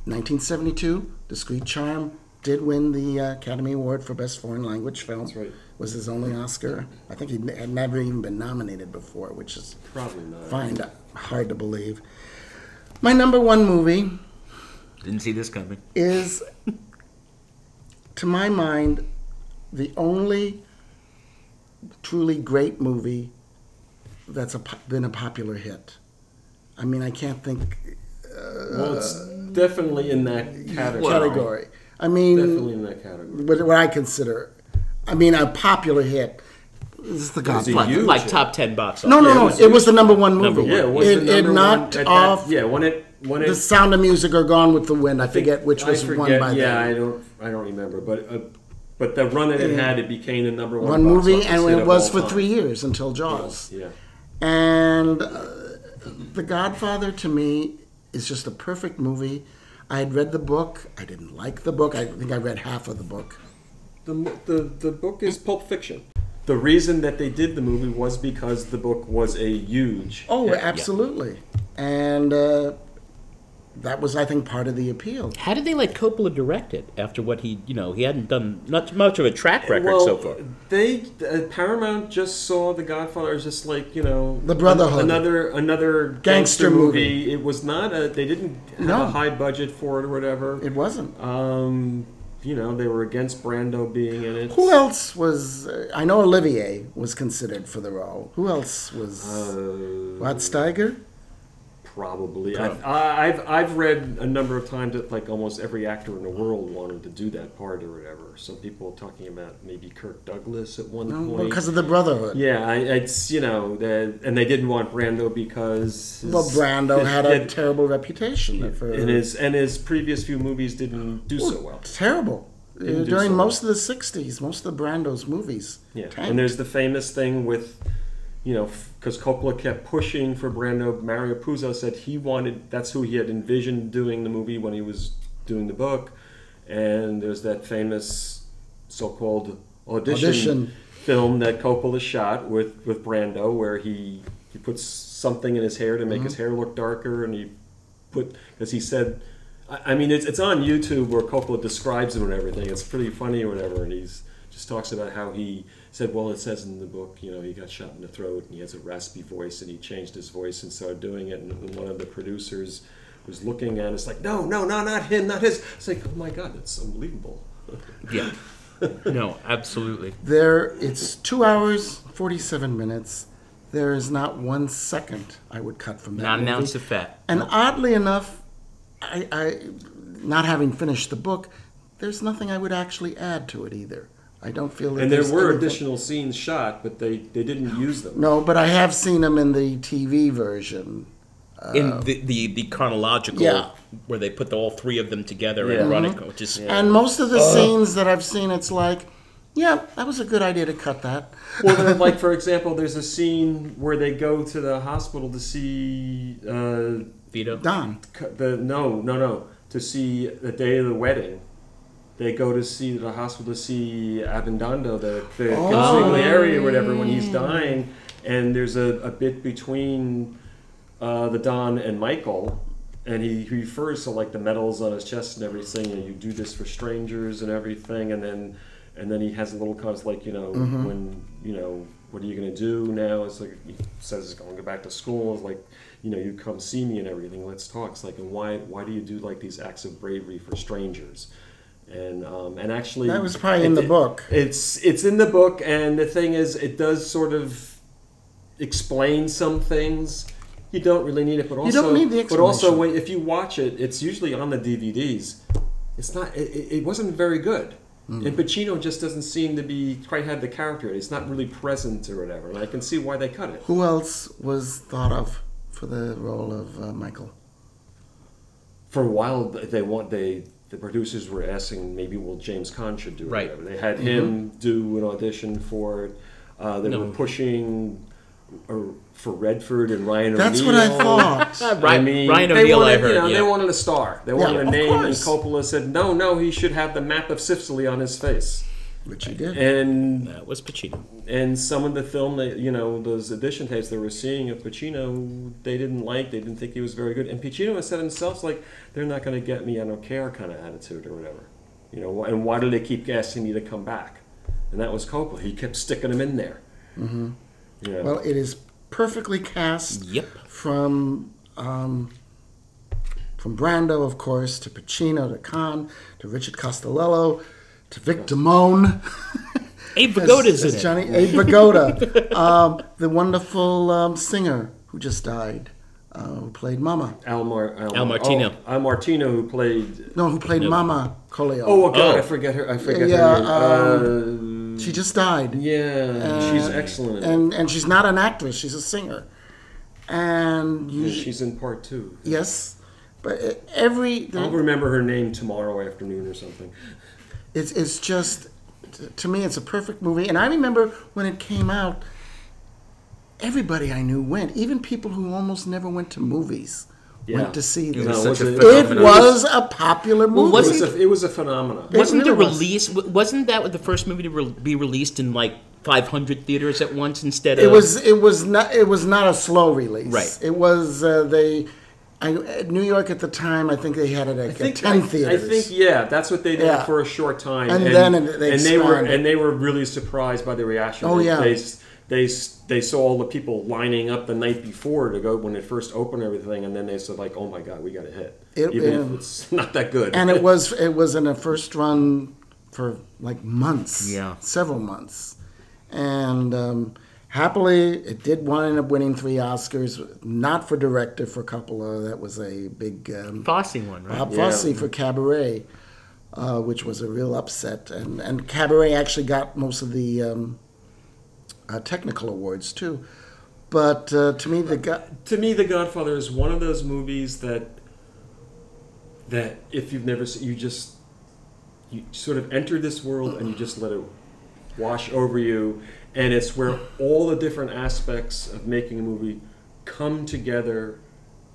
S4: 1972, Discreet Charm did win the uh, Academy Award for Best Foreign Language Film.
S3: That's right.
S4: Was his only Oscar. I think he n- had never even been nominated before, which is
S3: Probably not.
S4: find it hard to believe. My number one movie
S2: Didn't see this coming.
S4: is, to my mind, the only truly great movie that's a, po- been a popular hit. I mean, I can't think
S3: Well, it's definitely in that category.
S4: category. I mean,
S3: Definitely in that category.
S4: what, what I consider, I mean, a popular hit. This is
S3: Is
S4: the
S3: it
S4: Godfather.
S3: you? Huge
S2: like
S3: hit.
S2: top ten box.
S4: No, no,
S3: Yeah, it
S4: no.
S3: was
S4: It was the number one movie.
S2: Number one.
S3: Yeah, it was
S4: it,
S3: the number
S4: it knocked
S3: one at that-
S4: off
S3: yeah, when it when it
S4: The Sound of Music or Gone with the Wind. I forget which
S3: I
S4: was won
S3: forget,
S4: by
S3: yeah,
S4: them.
S3: I don't I don't remember, but uh, but the run that it had, it became the number one.
S4: one
S3: box
S4: movie,
S3: office
S4: and
S3: hit
S4: it
S3: of
S4: was
S3: all
S4: for
S3: time.
S4: three years until Jaws.
S3: Yeah.
S4: And uh, The Godfather to me is just a perfect movie. I had read the book. I didn't like the book. I think I read half of the book.
S3: The, mo- the, the book is Pulp Fiction. The reason that they did the movie was because the book was a huge.
S4: Oh,
S2: Yeah.
S4: absolutely. And uh, that was, I think, part of the appeal.
S2: How did they let Coppola direct it after what he, you know, he hadn't done not much of a track record
S3: well,
S2: so far?
S3: they uh, Paramount just saw The Godfather as just like you know
S4: The Brotherhood.
S3: an- another another gangster,
S4: Gangster
S3: movie.
S4: movie.
S3: It was not a they didn't have
S4: No.
S3: a high budget for it or whatever.
S4: It wasn't.
S3: um, you know they were against Brando being in it.
S4: Who else was? Uh, I know Olivier was considered for the role. Who else was?
S3: Uh,
S4: Rod Steiger.
S3: Probably. I've, I- I've I've read a number of times that like almost every actor in the world wanted to do that part or whatever. Some people were talking about maybe Kirk Douglas at one point.
S4: Because of the Brotherhood.
S3: yeah, I, it's you know, the, and they didn't want Brando because his,
S4: Well, Brando
S3: his-
S4: had a
S3: yeah,
S4: terrible reputation for
S3: and his and his previous few movies didn't do so well.
S4: terrible Uh,
S3: Didn't do
S4: during
S3: so
S4: most of the '60s. Most of the Brando's movies.
S3: Yeah,
S4: tanked.
S3: and there's the famous thing with, you know, because Coppola kept pushing for Brando. Mario Puzo said he wanted that's who he had envisioned doing the movie when he was doing the book, and there's that famous so-called audition,
S4: Audition.
S3: film that Coppola shot with with Brando, where he he puts something in his hair to make his hair look darker, and he put because he said. I- I mean, it's, it's on YouTube where Coppola describes him and everything. It's pretty funny or whatever, and he's just talks about how he said, well, it says in the book, you know, he got shot in the throat and he has a raspy voice and he changed his voice and started doing it. And one of the producers was looking at us like, no, no, no, not him, not his. It's like, oh my God, that's unbelievable.
S2: Yeah. no, absolutely.
S4: There, it's two hours forty-seven minutes. There is not one second I would cut from that.
S2: Not an
S4: movie.
S2: ounce of fat.
S4: And oddly enough, I, I, not having finished the book, there's nothing I would actually add to it either. I don't feel that
S3: And there
S4: there's
S3: were
S4: anything-
S3: additional scenes shot, but they, they didn't use them.
S4: No, but I have seen them in the TV version.
S2: In the, the, the chronological,
S4: Yeah.
S2: where they put the, all three of them together
S3: Yeah.
S2: and run it, which is
S4: And most of the
S3: Uh.
S4: scenes that I've seen, it's like, yeah, that was a good idea to cut that.
S3: well, there, like for example, there's a scene where they go to the hospital to see uh,
S2: Vito?
S4: Don.
S3: c- the no no no to see the day of the wedding. They go to see the hospital to see Avendondo, the the
S4: Oh.
S3: consigliere or whatever, when he's dying. And there's a, a bit between uh, the Don and Michael, and he, he refers to like the medals on his chest and everything. And you do this for strangers and everything, and then and then he has a little comment like you know
S4: Mm-hmm.
S3: when you know what are you gonna do now? It's like he says he's going to go back to school. It's like you know you come see me and everything. Let's talk. It's like and why why do you do like these acts of bravery for strangers? And um, and actually
S4: That was probably in the
S3: it-
S4: book.
S3: it's it's in the book, and the thing is, it does sort of explain some things. You don't really need it, but also,
S4: don't need the
S3: but also,
S4: explanation.
S3: when, if you watch it, it's usually on the DVDs. It's not. It, it- it wasn't very good,
S4: Hmm.
S3: and Pacino just doesn't seem to be quite had the character. It's not really present or whatever. And I can see why they cut it.
S4: Who else was thought of for the role of uh, Michael?
S3: for a while they want they the producers were asking maybe well James Caan should do it.
S2: Right.
S3: They had
S4: Mm-hmm.
S3: him do an audition for it. Uh, they were
S2: No.
S3: pushing uh, for Redford and Ryan.
S4: That's what I
S3: O'Neal.
S2: Ryan-
S4: thought.
S2: Ryan
S3: they
S2: O'Neal,
S3: wanted,
S2: I heard,
S3: You know,
S2: yeah.
S3: They wanted a star. They wanted
S4: Yeah,
S3: a
S4: of
S3: name,
S4: course.
S3: and Coppola said, "No, no, he should have the map of Sicily on his face."
S4: Which he did.
S3: And
S2: That was Pacino.
S3: and some of the film that you know those edition tapes they were seeing of Pacino, they didn't like. They didn't think he was very good. And Pacino has said himself like, "They're not going to get me. I don't care." Kind of attitude or whatever, you know. And why do they keep asking me to come back? And that was Coppola. He kept sticking him in there. Mm-hmm. You know?
S4: Well, it is perfectly cast.
S2: Yep.
S4: From um, from Brando, of course, to Pacino, to Khan, to Richard Costello, to Vic Damone.
S2: Abe
S4: as-
S2: Vigoda's
S4: as
S2: in it.
S4: Johnny A. Vigoda, um, the wonderful um, singer who just died, uh, who played Mama.
S3: Al, Mar- Al,
S2: Al Martino.
S3: Oh, Al Martino, who played.
S4: No, who played Mama Coleo.
S3: Oh, God,
S2: Oh.
S3: I forget her. I forget
S4: Yeah,
S3: her name. Uh,
S4: she just died.
S3: yeah, she's excellent. And,
S4: And and she's not an actress; she's a singer. And you,
S3: she's in part two.
S4: yes, but e- every
S3: I'll remember her name tomorrow afternoon or something.
S4: It's it's just t- to me it's a perfect movie. And I remember when it came out, everybody I knew went. Even people who almost never went to movies
S3: Yeah.
S4: went to see
S3: No,
S4: this.
S3: it was a
S4: it
S3: phenomenon.
S4: was a popular movie.
S3: It
S2: wasn't-
S3: was a, it was a phenomenon.
S4: It
S2: Wasn't the
S4: really was.
S2: release? w- Wasn't that the first movie to re- be released in like 500 theaters at once instead of?
S4: It was it was not it was not a slow release.
S2: Right.
S4: It was uh, they. I, at New York at the time, I think they had it at
S3: I think,
S4: ten
S3: I,
S4: theaters.
S3: I think yeah, that's what they did
S4: Yeah.
S3: for a short time,
S4: And then it- they
S3: and they were
S4: expanded.
S3: and they were really surprised by the reaction.
S4: Oh,
S3: they,
S4: yeah.
S3: they s- they s- they saw all the people lining up the night before to go when it first opened everything, and then they said like, oh my god, we got a hit,
S4: It-
S3: even if
S4: yeah.
S3: it's not that good.
S4: and it was it was in a first run for like months,
S2: Yeah.
S4: several months, and um, happily it did wind up winning three Oscars, not for director for Coppola, that was a big um,
S2: Fosse one, right?
S4: Bob
S3: Yeah.
S4: Fosse for Cabaret, uh, which was a real upset, and and Cabaret actually got most of the um, uh, technical awards too, but uh, to me the guy.
S3: to me, The Godfather is one of those movies that that if you've never seen, you just you sort of enter this world and you just let it wash over you, and it's where all the different aspects of making a movie come together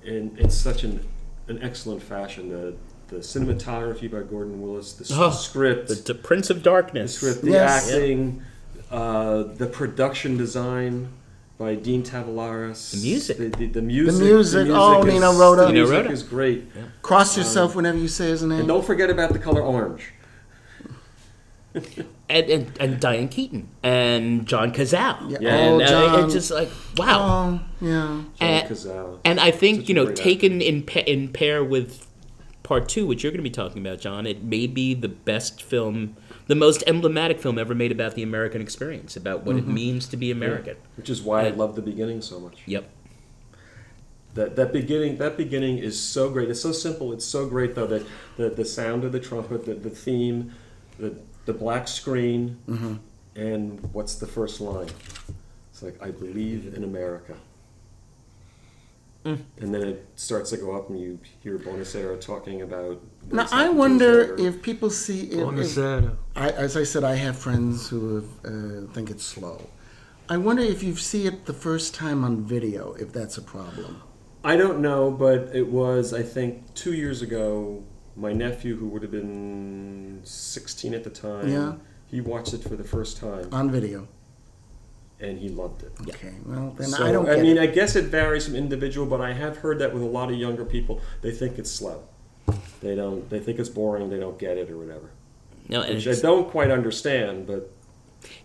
S3: in, in such an an excellent fashion. The the cinematography by Gordon Willis, the s-
S2: Oh,
S3: script,
S2: The, the Prince of
S3: the
S2: Darkness.
S3: script, the
S4: Yes.
S3: acting, uh, the production design by Dean Tavalaris.
S2: The music.
S3: The, the, the music.
S4: music. Oh,
S3: is,
S4: Nino Rota.
S3: The
S2: Nino
S3: music
S2: Rota.
S3: is great.
S4: Cross yourself whenever you say his name.
S3: And don't forget about the color orange.
S2: and, and and Diane Keaton and John Cazale.
S4: Yeah.
S2: And
S4: Oh,
S2: uh,
S4: John.
S2: it's just like wow.
S4: Oh, yeah.
S2: and,
S3: Cazale.
S2: and I think
S3: Such a
S2: you know,
S3: great
S2: taken in pa- in pair with part two, which you're going to be talking about, John, it may be the best film, the most emblematic film ever made about the American experience, about what
S4: Mm-hmm.
S2: it means to be American.
S3: Which is why I love the beginning so much.
S2: Yep.
S3: That, that beginning that beginning is so great. It's so simple. It's so great though that the, the sound of the trumpet, the, the theme, the the black screen,
S4: Mm-hmm.
S3: and what's the first line? It's like I believe in America.
S4: Mm.
S3: And then it starts to go up, and you hear Bonacera talking about. what
S4: Now
S3: has
S4: I
S3: happened to
S4: wonder
S3: his daughter.
S4: if people see if, if- I, as I said, I have friends who uh, think it's slow. I wonder if you see it the first time on video, if that's a problem.
S3: I don't know, but it was, I think, two years ago, my nephew, who would have been 16 at the time,
S4: Yeah.
S3: he watched it for the first time
S4: on video.
S3: and he loved it.
S4: Okay, well then
S3: So,
S4: I don't. Get
S3: mean,
S4: it.
S3: I guess it varies from individual, but I have heard that with a lot of younger people, they think it's slow. They don't. They think it's boring. They don't get it or whatever.
S2: No, and
S3: Which I
S2: it's
S3: don't quite understand, but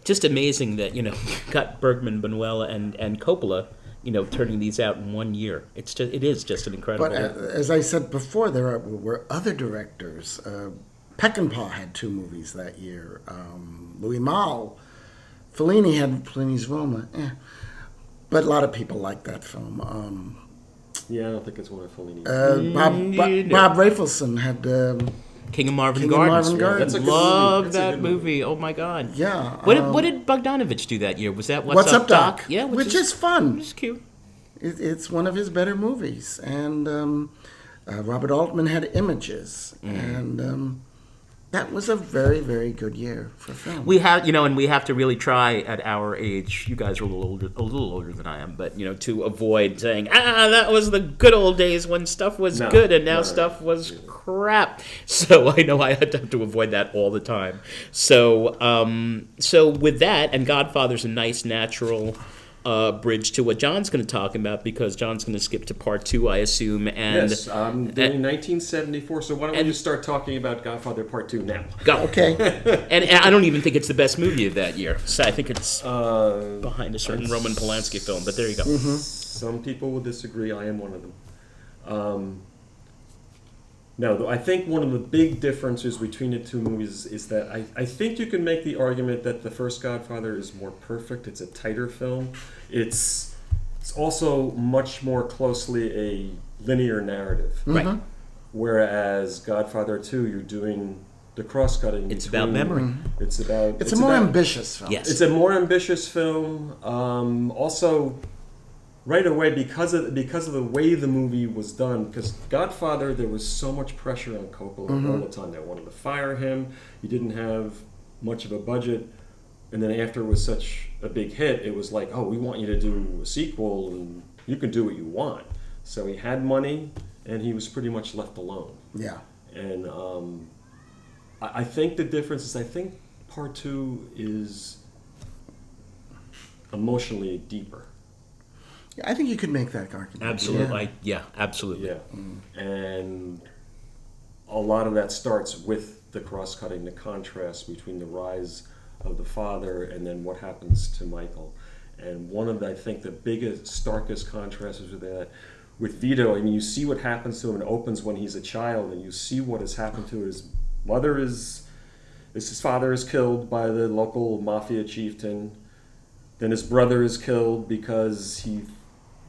S2: just amazing that you know you've got Bergman, Benuela, and and Coppola, you know, turning these out in one year. It's just it is just an incredible.
S4: but uh, as I said before, there are, were other directors. Uh, Peckinpah had two movies that year. Um, Louis Malle, Fellini had Fellini's Roma. Eh. But a lot of people like that film. Um,
S3: yeah, I don't think it's one I fully need.
S4: uh, Bob,
S2: Mm, no.
S4: Bob, Bob Rafelson had. Um,
S2: King of Marvin
S4: King of
S2: Gardens.
S4: Marvin Gardens.
S3: That's a good
S2: Love
S3: movie. That's a
S2: that
S3: good
S2: movie.
S3: movie.
S2: Oh my god.
S4: Yeah,
S2: What did,
S4: um,
S2: what did Bogdanovich do that year? Was that What's,
S4: What's, Up, Doc?
S2: Yeah,
S4: which, is, fun.
S2: which is cute.
S4: It, it's one of his better movies. And um, uh, Robert Altman had Images, and um, that was a very, very good year for film.
S2: We have, you know, and we have to really try at our age. You guys are a little older, a little older than I am, but you know, to avoid saying, "Ah, that was the good old days when stuff was
S3: No,
S2: good and now
S3: no.
S2: stuff was crap." So I know I had to have to avoid that all the time. So, um, so with that, and Godfather's a nice natural. Uh, bridge to what John's going to talk about because John's going to skip to part two, I assume, and uh,
S3: yes, I'm doing 1974. So why don't we just start talking about Godfather Part Two now?
S2: go.
S4: okay.
S2: And, and I don't even think it's the best movie of that year. So I think it's
S3: Uh,
S2: behind a certain Roman Polanski film. But there you go.
S3: Mm-hmm. Some people will disagree. I am one of them. Um, no, though, I think one of the big differences between the two movies is that I, I think you can make the argument that the first Godfather is more perfect. It's a tighter film. It's it's also much more closely a linear narrative.
S2: Mm-hmm. Right.
S3: Whereas Godfather Two, you're doing the cross cutting.
S2: It's about memory.
S3: It's about.
S4: It's, a more
S3: about-
S4: ambitious film.
S2: Yes.
S3: it's a more ambitious film. Um, also, right away because of because of the way the movie was done, because Godfather, there was so much pressure on Coppola all the time. They wanted to fire him. He didn't have much of a budget, and then after it was such a big hit, it was like, oh, we want you to do a sequel, and you can do what you want. So he had money, and he was pretty much left alone.
S4: Yeah.
S3: And um, I, I think the difference is I think part two is emotionally deeper.
S4: Yeah, I think you could make that argument.
S2: absolutely.
S4: Yeah.
S2: I- Yeah. absolutely.
S3: Yeah. And a lot of that starts with the cross cutting, the contrast between the rise of the father and then what happens to Michael. And one of the, I think, the biggest, starkest contrasts with that. With Vito, I mean, you see what happens to him and opens when he's a child, and you see what has happened to his mother is, is his father is killed by the local mafia chieftain, then his brother is killed because he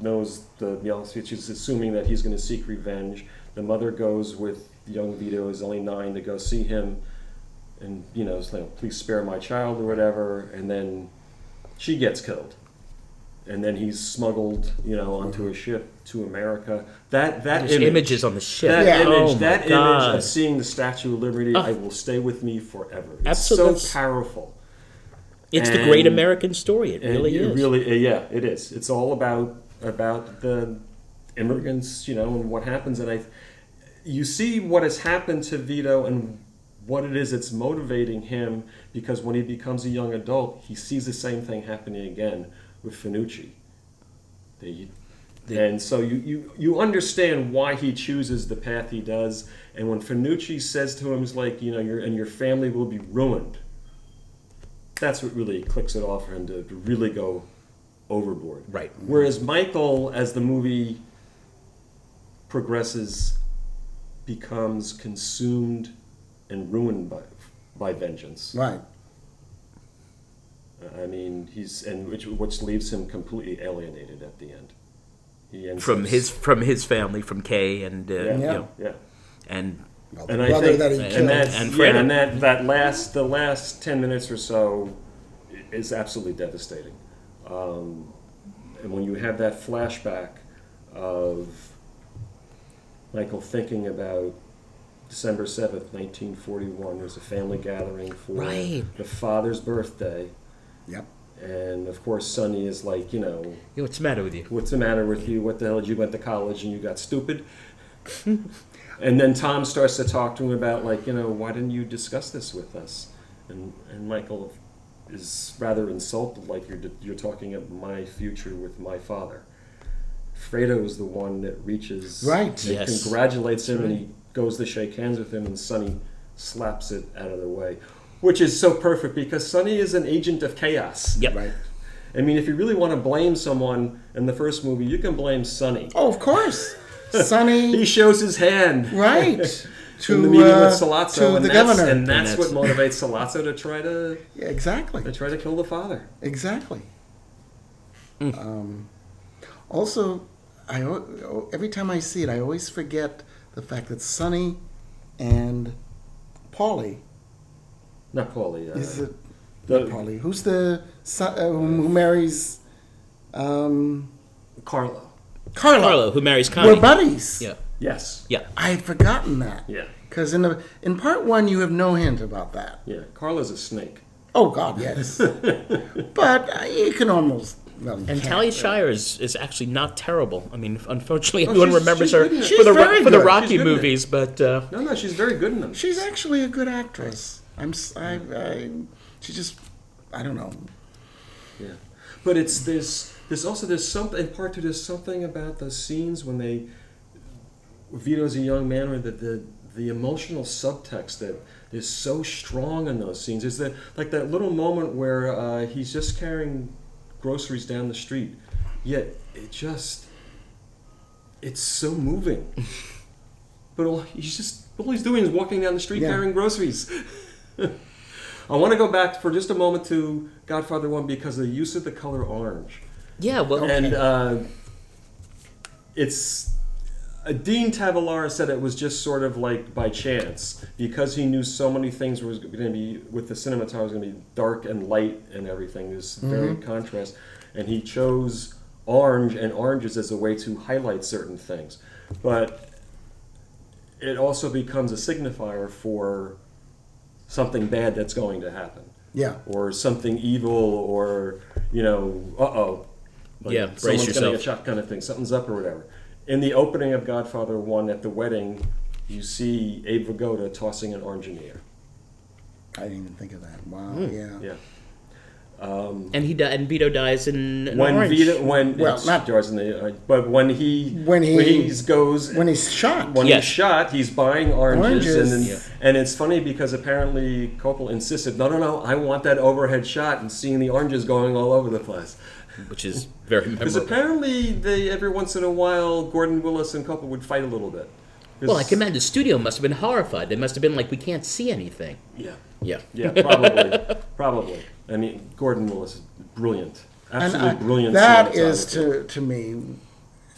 S3: knows the Miyazaki. She's assuming that he's going to seek revenge. The mother goes with young Vito, who's only nine, to go see him, and you know, it's like, please spare my child or whatever. And then she gets killed, and then he's smuggled, you know, onto a ship to America. That that
S2: There's
S3: image,
S2: images on the ship.
S3: that
S4: Yeah.
S3: image,
S2: Oh my
S3: that image
S2: God.
S3: of seeing the Statue of Liberty, I will stay with me forever. It's
S2: Absolute-
S3: so powerful.
S2: It's the great
S3: And-
S2: American story. It
S3: And
S2: really
S3: it
S2: is.
S3: Really, uh, yeah, it is. It's all about about the immigrants, you know, and what happens. And I, you see what has happened to Vito and what it is that's motivating him because when he becomes a young adult, he sees the same thing happening again with Finucci. They, and so you, you you understand why he chooses the path he does. And when Finucci says to him, "Is like you know, your and your family will be ruined." that's what really clicks it off for him to, to really go overboard.
S2: Right.
S3: Whereas Michael, as the movie progresses, becomes consumed and ruined by by vengeance.
S4: Right.
S3: I mean, he's and which which leaves him completely alienated at the end. He ends
S2: From his from his family, from Kay and uh,
S3: yeah
S2: you
S4: Yeah.
S2: know,
S3: yeah.
S2: and
S4: Well,
S3: And
S4: the
S3: I
S4: brother
S3: think
S4: that he
S3: and
S4: killed.
S3: that
S2: And
S3: yeah,
S2: Fredo.
S3: and that that last the last ten minutes or so i- is absolutely devastating. Um, and when you have that flashback of Michael thinking about December 7th, 1941, there's a family gathering for
S2: Right.
S3: the father's birthday,
S4: Yep.
S3: And of course, Sonny is like, you know,
S2: Yo, what's the matter with you?
S3: what's the matter with you? What the hell? You went to college and you got stupid. and then Tom starts to talk to him about like, you know, why didn't you discuss this with us? And and Michael is rather insulted, like you're you're talking of my future with my father. Fredo is the one that reaches
S4: Right.
S3: and
S2: Yes.
S3: congratulates him, and he goes to shake hands with him, and Sonny slaps it out of the way, which is so perfect because Sonny is an agent of chaos.
S2: Yep.
S4: Right.
S3: I mean, if you really want to blame someone in the first movie, you can blame Sonny.
S4: Oh, of course.
S3: He
S4: Sonny.
S3: shows his hand
S4: right. To
S3: in the meeting
S4: uh,
S3: with Salazzo,
S4: to
S3: and
S4: the
S3: that's,
S4: governor.
S3: and that's
S2: And
S3: what motivates Salazzo to try to
S4: Yeah,
S3: to
S4: exactly.
S3: try to kill the father.
S4: Exactly.
S2: Mm.
S4: Um, also, I al- oh, every time I see it, I always forget the fact that Sonny and Polly
S3: Not Paulie. Uh,
S4: is it
S3: the-
S4: Polly? Who's the son, uh, who who marries um,
S3: Carlo.
S4: Carlo?
S2: Carlo, who marries Connie.
S4: We're buddies.
S2: Yeah.
S3: Yes.
S2: Yeah.
S4: I had forgotten that.
S3: Yeah.
S4: Because in the in part one, you have no hint about that.
S3: Yeah. Carlo's a snake.
S4: Oh God, yes. but uh, you can almost. Well, you
S2: And
S4: can't.
S2: Talia Shire is, is actually not terrible. I mean, unfortunately,
S3: Oh,
S2: everyone
S3: she's-
S2: remembers
S3: she's
S2: her
S3: good in it.
S2: for
S4: She's
S2: the
S4: very
S2: for the
S4: good.
S2: Rocky
S3: She's good in it.
S2: movies, but uh,
S3: No, no, she's very good in them.
S4: She's actually a good actress. I'm. s- I. I- she just. I don't know.
S3: Yeah. But it's this. There's also there's something in part two. There's something about the scenes when they Vito's a young man, or the the, the emotional subtext that is so strong in those scenes. Is that like that little moment where uh, he's just carrying groceries down the street, yet it just it's so moving. but all, he's just all he's doing is walking down the street
S4: Yeah.
S3: carrying groceries. I want to go back for just a moment to Godfather One because of the use of the color orange,
S2: yeah, well,
S3: and uh, it's uh, Dean Tavallara said it was just sort of like by chance because he knew so many things was going to be with the cinematography was going to be dark and light and everything. This very contrast, and he chose orange and oranges as a way to highlight certain things, but it also becomes a signifier for something bad that's going to happen
S4: Yeah.
S3: or something evil or you know uh-oh
S2: Yeah, brace
S3: someone's gonna
S2: yourself.
S3: get shot kind of thing something's up or whatever in the opening of godfather 1 at the wedding you see abe vigoda tossing an orange in the air
S4: I didn't even think of that. Wow. Yeah.
S3: Hmm. yeah
S2: and he di- and Vito dies in an
S3: when
S2: orange.
S3: Vito, when
S4: Well,
S3: it's
S4: not-
S3: jars in the, uh, but when he
S4: When he-
S3: he's goes
S4: When he's shot.
S3: when
S2: Yes.
S3: he's shot, he's buying oranges,
S4: Oranges.
S3: and
S4: Yeah.
S3: and it's funny because apparently Coppola insisted, no, no, no, I want that overhead shot and seeing the oranges going all over the place.
S2: which is very
S3: Because
S2: memorable.
S3: apparently, they every once in a while, Gordon Willis and Coppola would fight a little bit. 'Cause-
S2: Well, I can imagine the studio must have been horrified. They must have been like, we can't see anything.
S3: Yeah,
S2: Yeah.
S3: yeah, probably, probably. I mean, Gordon Willis is brilliant,
S4: And
S3: absolutely
S4: I-
S3: brilliant.
S4: that is
S3: cinematographer.
S4: to to me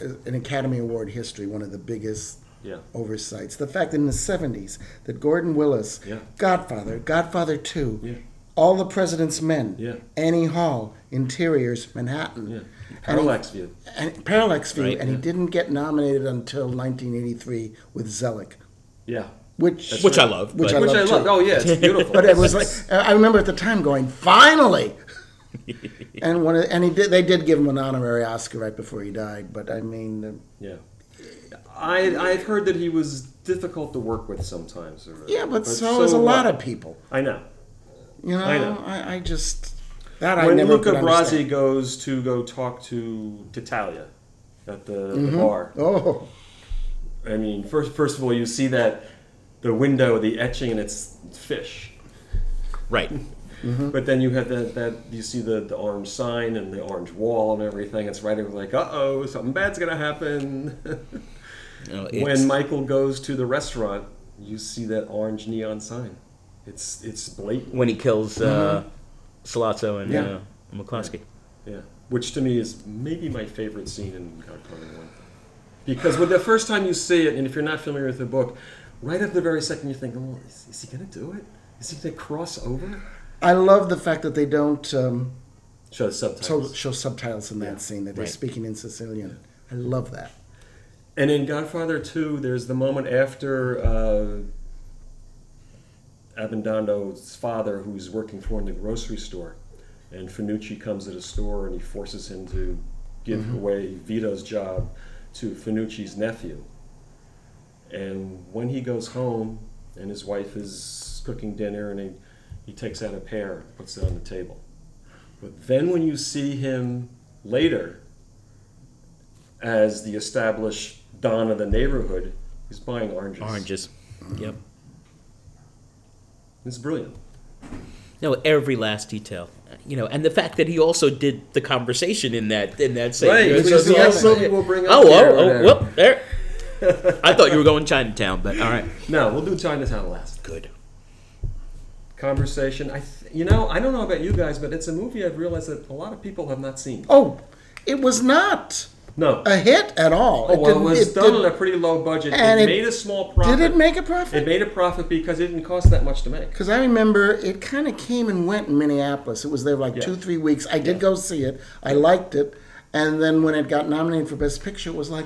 S4: uh, an Academy Award history one of the biggest
S3: Yeah.
S4: oversights. The fact that in the '70s that Gordon Willis,
S3: Yeah.
S4: Godfather, Godfather Two,
S3: Yeah.
S4: All the President's Men,
S3: Yeah.
S4: Annie Hall, Interiors, Manhattan,
S3: Yeah.
S4: and he-
S3: Parallax View.
S4: and Parallax View,
S2: Right,
S4: and he didn't get nominated until 1983 with Zelig,
S3: Yeah,
S4: which
S2: Which I love.
S4: Which
S2: but-
S4: I
S3: which I
S4: love,
S3: love.
S4: too.
S3: Oh yeah, it's beautiful.
S4: But it was like I remember at the time going, finally. and one of, and he did, they did give him an honorary Oscar right before he died. But I mean, uh,
S3: Yeah. I, I've heard that he was difficult to work with sometimes. Or,
S4: yeah, but, so, is a lot of people.
S3: I know.
S4: You know, I,
S3: I know.
S4: I, just that I
S3: When
S4: never
S3: Luca
S4: could understand.
S3: Brasi goes to go talk to to Talia at the, the bar,
S4: Oh,
S3: I mean, first first of all, you see that the window, the etching, and it's fish.
S2: Right.
S3: But then you have that, that you see the, the orange sign and the orange wall and everything. It's right over like, uh oh, something bad's gonna happen.
S2: No, it's-
S3: when Michael goes to the restaurant, you see that orange neon sign. It's it's blatant.
S2: when he kills uh, Salazzo and
S4: Yeah.
S2: uh, McCloskey.
S3: Yeah, which to me is maybe my favorite scene in Godfather One, because when the first time you see it, and if you're not familiar with the book, right at the very second you think, "Oh, is, is he gonna do it? Is he gonna cross over?"
S4: I love the fact that they don't um,
S3: Show the subtitles.
S4: so, show subtitles in that
S3: Yeah.
S4: scene that they're
S2: Right.
S4: speaking in Sicilian. I love that.
S3: and in Godfather Two, there's the moment after uh, Abindando's father, who's working for him in the grocery store, and Finucci comes at a store and he forces him to give away Vito's job to Finucci's nephew. And when he goes home and his wife is cooking dinner and he, he takes out a pear and puts it on the table. But then when you see him later as the established don of the neighborhood, he's buying oranges.
S2: Oranges. Yep.
S3: It's brilliant.
S2: No, every last detail. You know, and the fact that he also did the conversation in that in that same.
S3: Right,
S2: which
S3: which
S2: is
S3: is the
S2: also-
S3: next movie we'll bring up. uh,
S2: Oh,
S3: here.
S2: oh, oh, whoop, there. I thought you were going Chinatown, but all right,
S3: No, we'll do Chinatown last.
S2: good.
S3: Conversation. I, th- you know, I don't know about you guys, but it's a movie I've realized that a lot of people have not seen.
S4: Oh, it was not
S3: No.
S4: a hit at all.
S3: Oh, well, it
S4: didn't-
S3: was
S4: it
S3: done
S4: did-
S3: on a pretty low budget.
S4: and
S3: it,
S4: it-
S3: made a small profit.
S4: Did it make a profit?
S3: It made a profit because it didn't cost that much to make.
S4: Because I remember it kind of came and went in Minneapolis. It was there like
S3: Yeah.
S4: two, three weeks. I did go see it. I liked it. And then when it got nominated for Best Picture, it was like,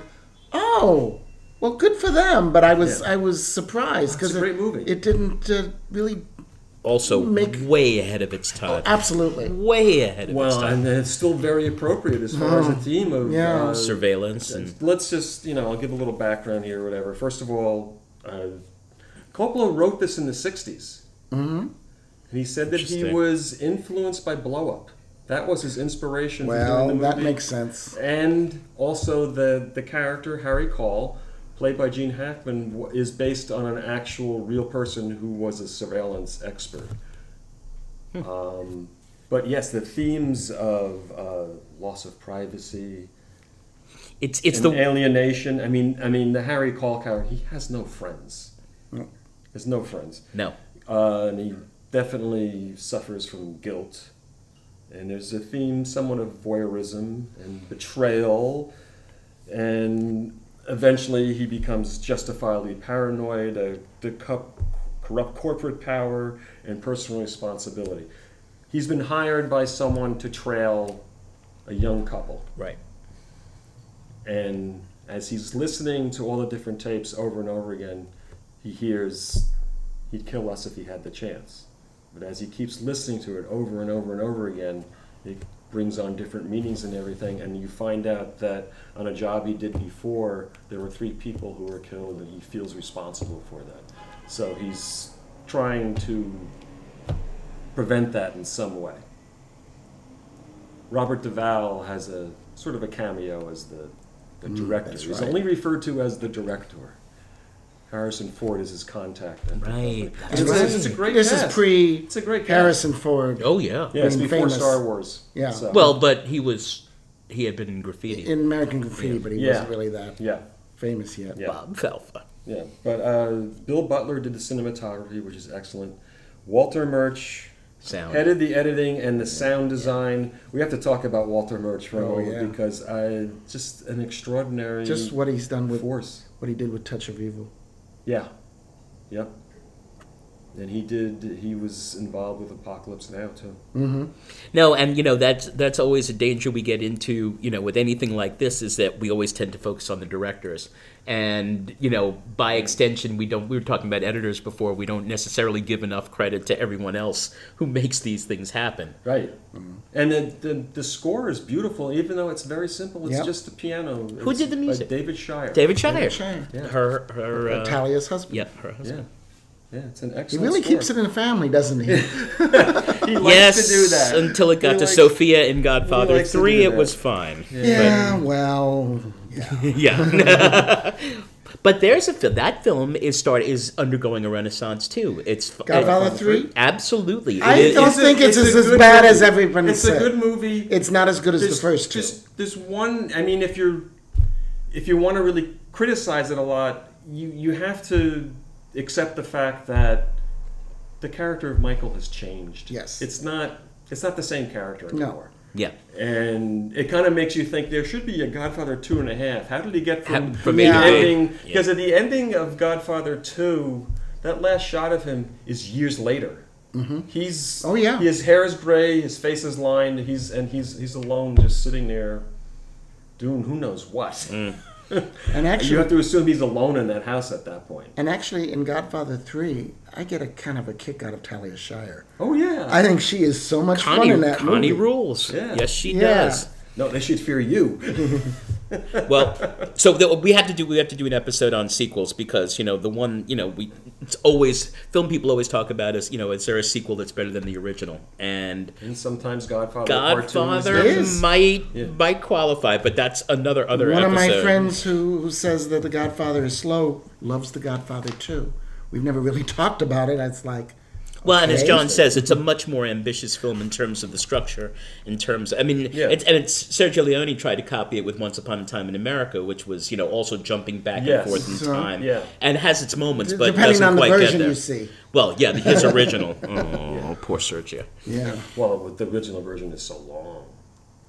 S4: oh, well, good for them. But I was
S3: Yeah.
S4: I was surprised
S3: It's a
S4: it,
S3: great movie.
S4: it didn't uh, really
S2: Also,
S4: Make-
S2: way ahead of its time.
S4: absolutely.
S2: way ahead of its
S3: Well,
S2: time.
S3: and it's still very appropriate as far as the theme of
S4: Oh. Yeah.
S3: uh,
S2: Surveillance and
S3: Let's just, you know, I'll give a little background here or whatever. First of all, uh, Coppola wrote this in the 60s. Mm-hmm. And he said that he
S2: Interesting.
S3: was influenced by Blow Up. That was his inspiration for
S4: Well,
S3: doing the
S4: that
S3: movie.
S4: makes sense.
S3: And also the, the character, Harry Call, played by Gene Hackman, w- is based on an actual real person who was a surveillance expert.
S4: Hmm.
S3: Um, but yes, the themes of uh, loss of privacy,
S2: it's it's
S3: and
S2: the
S3: alienation. I mean, I mean, the Harry Call character. He has no friends. There's no friends,
S2: no.
S3: uh, and he definitely suffers from guilt. And there's a theme, somewhat of voyeurism and betrayal, and eventually he becomes justifiably paranoid. Uh, the cup, corrupt corporate power and personal responsibility. He's been hired by someone to trail a young couple
S2: Right.
S3: and as he's listening to all the different tapes over and over again, he hears he'd kill us if he had the chance. But as he keeps listening to it over and over and over again, it brings on different meanings and everything, and you find out that on a job he did before, there were three people who were killed, and he feels responsible for that. So he's trying to prevent that in some way. Robert Duvall has a sort of a cameo as the, the director.
S4: Mm, that's
S3: He's
S4: right.
S3: only referred to as the director. Harrison Ford is his contact. And
S2: Right.
S3: It's,
S4: That's
S3: it's a
S4: right.
S3: great
S4: This
S3: cast.
S4: is pre
S3: It's a great cast.
S4: Harrison Ford
S2: Oh yeah.
S3: Yeah, it's
S4: I mean,
S3: before
S4: famous.
S3: Star Wars.
S4: Yeah.
S3: so-
S2: Well, but he was he had been in graffiti.
S4: in American Graffiti, but he
S3: Yeah.
S4: wasn't really that
S3: yeah,
S4: famous yet.
S3: yeah.
S2: Bob Felfa.
S3: Yeah, but uh, Bill Butler did the cinematography, which is excellent. Walter Murch
S2: Sound.
S3: headed the editing and the sound design. We have to talk about Walter Murch for a
S4: Oh,
S3: moment
S4: yeah.
S3: because I just an extraordinary
S4: Just what he's done with
S3: force.
S4: what he did with Touch of Evil.
S3: Yeah, yep. And he did. He was involved with Apocalypse Now too.
S2: No, and you know that's that's always a danger we get into. You know, with anything like this, is that we always tend to focus on the directors, and you know, by extension, we don't. We were talking about editors before. We don't necessarily give enough credit to everyone else who makes these things happen.
S3: Right. Mm-hmm. And the, the the score is beautiful, even though it's very simple. It's
S4: Yep.
S3: just the piano.
S2: Who
S3: It's
S2: did the
S3: by
S2: music?
S3: David Shire.
S2: David Shire,
S4: Shire.
S3: Yeah.
S2: her her uh,
S4: Talia's husband.
S2: yeah, her husband.
S3: Yeah. Yeah, it's an excellent.
S4: He really keeps it in the family, doesn't he?
S3: He likes
S2: yes,
S3: to do that
S2: until it got
S3: He
S2: to
S3: likes-
S2: Sophia in Godfather
S3: likes to
S2: Three.
S3: do
S2: It
S3: that.
S2: was fine.
S4: Yeah, well,
S2: But, yeah. But there's a film. That film is start is undergoing a renaissance too. It's
S4: Godfather
S3: Godfather
S4: three.
S2: Absolutely. It
S4: I
S2: is-
S4: don't
S3: a-
S4: think it's,
S3: it's a
S4: as,
S3: good
S4: bad
S3: movie.
S4: as everyone
S3: It's
S4: said.
S3: a good movie.
S4: It's not as good as the
S3: There's
S4: first two.
S3: Just this one. I mean, if you're if you want to really criticize it a lot, you you have to accept the fact that the character of Michael has changed.
S4: Yes.
S3: it's not it's not the same character
S4: No.
S3: anymore.
S2: yeah.
S3: And it kind of makes you think there should be a Godfather two and a half. How did he get from,
S2: How- from
S3: the
S4: A to B.
S3: ending?
S2: Yeah.
S3: Because at the ending of Godfather two, that last shot of him is years later. He's
S4: Oh, yeah.
S3: His hair is gray. His face is
S2: Mm.
S3: lined. He's and he's he's alone, just sitting there, doing who knows what.
S4: And
S3: You have
S4: actually,
S3: to assume he's alone in that house at that point.
S4: and actually, in Godfather Three, I get a kind of a kick out of Talia Shire.
S3: Oh yeah.
S4: I think she is so much fun in
S2: Uh, Connie,
S4: that
S2: Connie
S4: movie.
S2: rules.
S3: Yeah.
S2: Yes, she
S4: Yeah.
S2: does.
S3: no, they should fear you.
S2: Well, so that we had to do we have to do an episode on sequels because you know the one you know we it's always film people always talk about is you know is there a sequel that's better than the original and
S3: and sometimes Godfather. Part Two is
S2: Godfather
S3: better.
S4: is.
S2: might
S3: Yeah.
S2: might qualify, but that's another other
S4: One of
S2: episode.
S4: my friends who, who says that The Godfather is slow loves The Godfather too. We've never really talked about it. It's like,
S2: Well, and as
S4: Okay.
S2: John says, it's a much more ambitious film in terms of the structure. In terms, I mean,
S3: Yeah.
S2: it's, and it's Sergio Leone tried to copy it with Once Upon a Time in America, which was you know also jumping back
S3: Yes.
S2: and forth in
S4: So,
S2: time,
S3: yeah.
S2: and has its moments, but
S4: Uh-huh. depending
S2: doesn't
S4: on the
S2: quite get
S4: version
S2: there.
S4: you see.
S2: Well, yeah, the- his original. Oh, poor Sergio.
S4: Yeah,
S3: Well, with the original version is so long.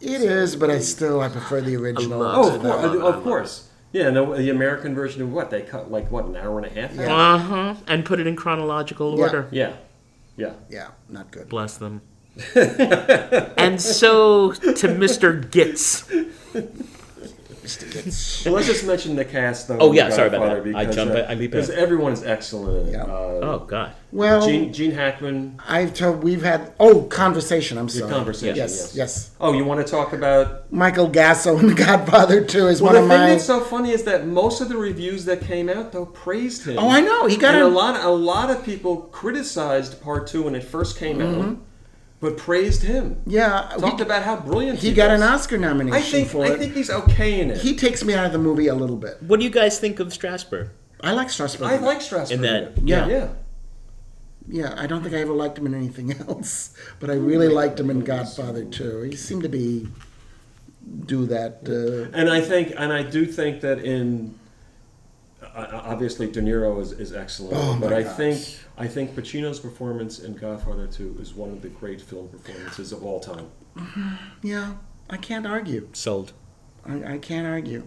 S4: it is, but I still I prefer the original.
S2: love-
S3: Oh, of course. Of course. Yeah, no, the American version of what they cut like what an hour and a half. out?
S2: Uh huh. And put it in chronological
S4: Yeah.
S2: order.
S3: Yeah, yeah.
S4: Yeah, not good.
S2: Bless them. and so to Mr. Gitz.
S3: Well, let's just mention the cast though.
S2: Oh,
S3: of
S2: yeah, sorry about
S3: Godfather,
S2: that. I
S3: because,
S2: jumped-
S3: uh,
S2: I leaped
S3: because
S2: ahead.
S3: everyone is excellent. in it.
S4: Yeah. Um,
S3: Uh,
S2: Oh God.
S4: Well,
S3: Gene, Gene Hackman.
S4: I've told we've had oh conversation. I'm
S3: The
S4: sorry.
S3: conversation.
S4: Yes, yes.
S3: Oh, you want to talk about?
S4: Michael Gasso in The Godfather Two is
S3: Well,
S4: one
S3: the
S4: of
S3: thing
S4: my.
S3: that's so funny is that most of the reviews that came out though praised him.
S4: Oh, I know he got
S3: And a
S4: a.
S3: lot, a lot of people criticized Part Two when it first came out, but praised him.
S4: Yeah,
S3: Talked
S4: Mm-hmm. he,
S3: about how brilliant he,
S4: he got
S3: was.
S4: an Oscar nomination
S3: I think
S4: for
S3: I
S4: it.
S3: think he's okay in it.
S4: he takes me out of the movie a little bit.
S2: What do you guys think of Strasbourg?
S4: I like Strasbourg.
S3: I like Strasbourg.
S2: In that-
S4: Yeah.
S3: yeah.
S4: Yeah, I don't think I ever liked him in anything else, but I really liked him in Godfather too. He seemed to be do that. Uh,
S3: And I think, and I do think that in uh, obviously De Niro is, is excellent,
S4: Oh,
S3: but
S4: my
S3: I
S4: gosh.
S3: think I think Pacino's performance in Godfather Two is one of the great film performances of all time.
S4: yeah, I can't argue.
S2: Sold.
S4: I, I can't argue.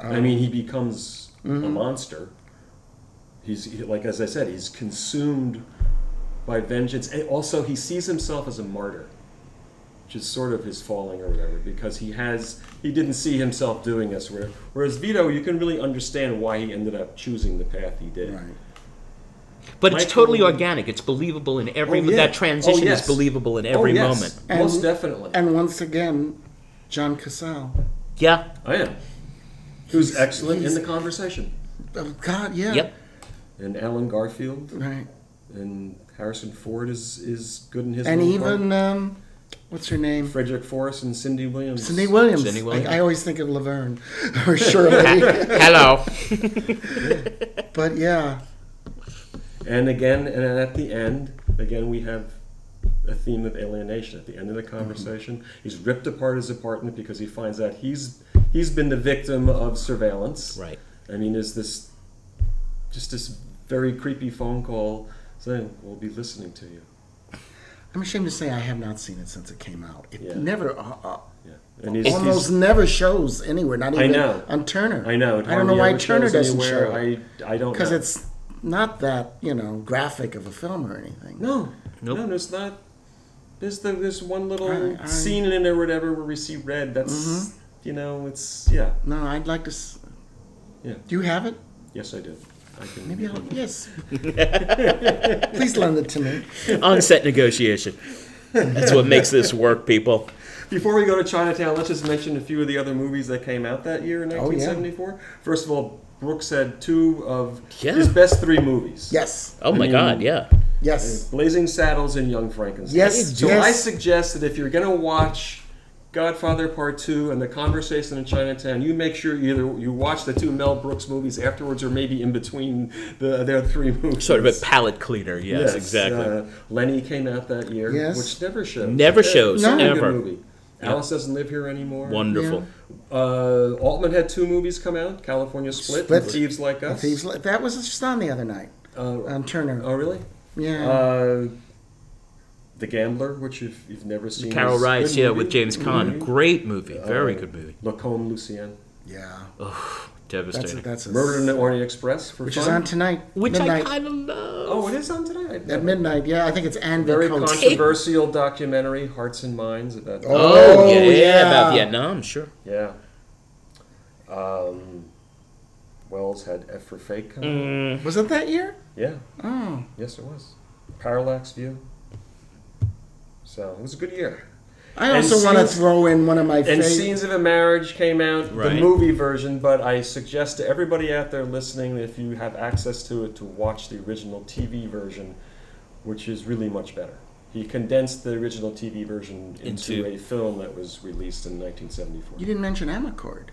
S4: Mm-hmm.
S3: I mean, he becomes a monster. He's he- like, as I said, he's consumed by vengeance, and also he sees himself as a martyr, which is sort of his falling or whatever, because he has he didn't see himself doing this. where- Whereas Vito, you can really understand why he ended up choosing the path he did.
S4: Right.
S2: But it's
S3: Michael-
S2: totally organic. It's believable in every
S3: Oh, yeah.
S2: that transition
S3: Oh, yes.
S2: is believable in every
S3: oh, yes.
S2: moment.
S4: And-
S3: most definitely.
S4: And once again, John Cassell.
S2: Yeah.
S3: I am. Who's excellent in
S4: he's-
S3: the conversation?
S4: Oh God, yeah.
S2: Yep.
S3: And Alan Garfield
S4: Right.
S3: and Harrison Ford is is good in his.
S4: And
S3: little part.
S4: even um, what's her name?
S3: Frederick Forrest and Cindy Williams.
S4: Cindy Williams.
S2: Cindy
S4: I-
S2: Williams.
S4: I, always think of Laverne or Shirley.
S2: Hello.
S4: but yeah,
S3: And again, and at the end, again, we have a theme of alienation. At the end of the
S4: Mm-hmm.
S3: conversation, he's ripped apart his apartment because he finds out he's he's been the victim of surveillance.
S2: Right.
S3: I mean, is this just this very creepy phone call saying we'll be listening to you?
S4: I'm ashamed to say I have not seen it since it came out. It
S3: Yeah.
S4: never. Uh, uh,
S3: Yeah. And he's, he's-
S4: almost never shows anywhere. Not even
S3: know.
S4: on Turner.
S3: I know. it
S4: I don't know
S3: hardly
S4: why
S3: ever
S4: Turner
S3: shows
S4: doesn't
S3: anywhere.
S4: show it.
S3: I I don't
S4: because
S3: know.
S4: it's not that you know graphic of a film or anything.
S3: No.
S2: Nope.
S3: No, there's not. There's the there's one little
S4: I- I-
S3: scene in it or whatever where we see red. That's
S4: Mm-hmm.
S3: you know it's yeah
S4: No, I'd like to. S-
S3: Yeah.
S4: Do you have it?
S3: yes I did. I can
S4: Maybe I'll. Yes. Please lend it to me.
S2: on set negotiation. That's what makes this work, people.
S3: Before we go to Chinatown, let's just mention a few of the other movies that came out that year in
S4: Oh, yeah.
S3: 1974. First of all, Brooks had two of
S2: Yeah.
S3: his best three movies.
S4: Yes.
S2: Oh my
S3: Mm.
S2: God. Yeah.
S4: Yes.
S3: Blazing Saddles and Young Frankenstein.
S4: Yes,
S3: So
S4: yes.
S3: I suggest that if you're going to watch Godfather Part Two and The Conversation in Chinatown, you make sure either you watch the two Mel Brooks movies afterwards, or maybe in between the their three movies.
S2: Sort of a palate cleaner. Yes,
S3: Yes,
S2: exactly.
S3: uh, Lenny came out that year,
S4: Yes.
S3: which never shows.
S2: Never shows,
S3: It's a good
S2: ever.
S3: movie. Alice doesn't live here anymore.
S2: Wonderful.
S3: Uh, Altman had two movies come out: California Split,
S4: Split.
S3: and Thieves Like Us.
S4: Thieves Li- that was just on the other night
S3: Uh,
S4: on Turner.
S3: oh, really?
S4: yeah.
S3: Uh, the Gambler, which you've, you've never seen.
S2: Carol
S3: is a
S2: Rides,
S3: good
S2: yeah,
S3: movie.
S2: with James
S3: Good
S2: Caan.
S3: movie.
S2: Great movie. Very
S3: Uh,
S2: good movie.
S3: Lacombe Lucien.
S4: yeah. That's a,
S2: Devastating.
S4: that's a,
S3: Murder in the Orient Express for
S4: which
S3: fun.
S4: is on tonight.
S2: Which
S4: midnight.
S2: I kind of love.
S3: Oh, it is on today. I-
S4: at midnight. Yeah, I think it's Ann
S3: Very
S4: Coates.
S3: controversial documentary, Hearts and Minds about.
S4: Oh.
S2: Oh, yeah,
S4: yeah.
S2: about Vietnam, sure.
S3: Yeah. Um, Wells had F for Fake come out.
S2: Mm,
S4: Was it that year?
S3: Yeah,
S4: Oh.
S3: yes, it was. Parallax View. So it was a good year.
S4: I
S3: And
S4: also want to
S3: scenes-
S4: throw in one of my
S3: And
S4: favorite.
S3: Scenes of a Marriage came out,
S2: Right.
S3: the movie version, but I suggest to everybody out there listening, if you have access to it, to watch the original TV version, which is really much better. He condensed the original TV version into,
S2: Into-
S3: a film that was released in 1974.
S4: You didn't mention Amacord.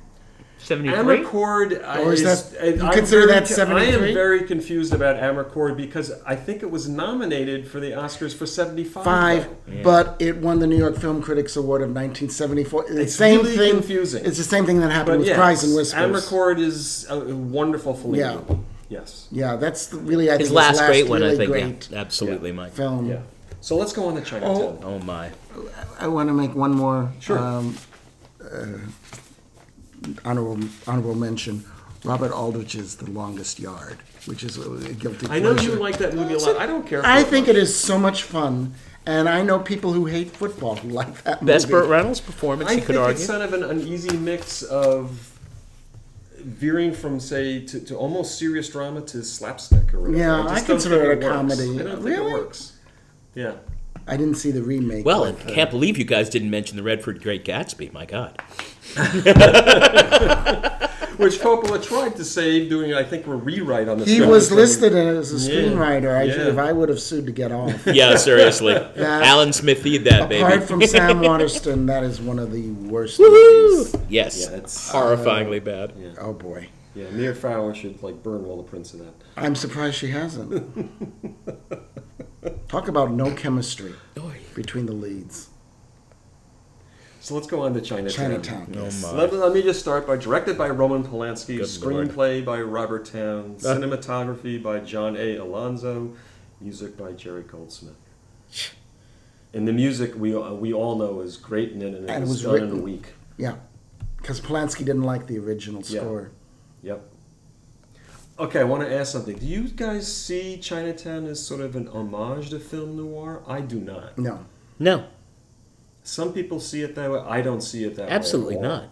S2: 73?
S3: Amarcord, I-
S4: Or is
S3: is-
S4: that- you
S3: I'm
S4: consider
S3: very
S4: that
S3: co- I
S4: 73?
S3: am very confused about Amarcord because I think it was nominated for the Oscars for 75.
S4: Five,
S3: though.
S2: Yeah.
S4: but it won the New York Film Critics Award of 1974. The
S3: It's
S4: same
S3: really
S4: thing.
S3: confusing.
S4: It's the same thing that happened
S3: But
S4: with
S3: yes,
S4: Cries and Whispers.
S3: Amarcord is a a wonderful Fellini.
S4: Yeah.
S3: Yes.
S4: Yeah, that's the- really I think
S2: His last,
S4: last
S2: great one,
S4: really
S2: I think.
S4: great
S2: Yeah, absolutely, Mike.
S4: film.
S3: Yeah. So let's go on to Chinatown.
S2: Oh, my.
S4: I want to make one more
S3: Sure.
S4: um, uh, honorable honorable mention. Robert Aldrich's The Longest Yard, which is a guilty
S3: I know you
S4: pleasure.
S3: like that movie a lot. I don't care.
S4: I
S3: for
S4: think
S3: much.
S4: it is so much fun, and I know people who hate football who like that movie.
S2: Best Burt Reynolds performance,
S3: I
S2: you could
S3: think
S2: argue.
S3: it's kind of an uneasy mix of veering from say to, to almost serious drama to slapstick or whatever.
S4: Yeah,
S3: just
S4: I
S3: don't
S4: consider
S3: think
S4: it a
S3: works.
S4: comedy.
S3: I don't think it
S4: Really?
S3: works. Yeah.
S4: I didn't see the remake.
S2: Well, I
S4: but, uh,
S2: can't believe you guys didn't mention the Redford Great Gatsby. My God.
S3: Which Coppola tried to save doing I think a rewrite on the
S4: he
S3: script
S4: was
S3: from-
S4: listed as a
S3: Yeah,
S4: screenwriter. I,
S3: yeah.
S4: If I would have sued to get off.
S2: Yeah, seriously. Alan Smith, feed that,
S4: Apart
S2: baby.
S4: from Sam Waterston, that is one of the worst
S2: Woo!
S4: movies.
S2: Yes.
S3: Yeah, it's-
S2: Horrifyingly bad.
S4: Oh boy,
S3: Yeah, Mia Farrow should like burn all the prints of that.
S4: I'm surprised she hasn't. Talk about no chemistry
S2: Oh,
S4: between the leads.
S3: So let's go on to Chinatown.
S4: Chinatown. yes.
S2: my.
S3: Let, let me just start by directed by Roman Polanski,
S2: Good
S3: screenplay by Robert Towne, cinematography by John A. Alonzo, music by Jerry Goldsmith. And the music we uh, we all know is great, and it,
S4: And it
S3: was,
S4: was
S3: done in a
S4: written-
S3: week.
S4: Yeah, because Polanski didn't like the original
S3: Yeah.
S4: score.
S3: Yep. Okay, I want to ask something. Do you guys see Chinatown as sort of an homage to film noir? I do not.
S4: No,
S2: No,
S3: Some people see it that way. I don't see it that way. at
S2: absolutely
S3: all.
S2: not.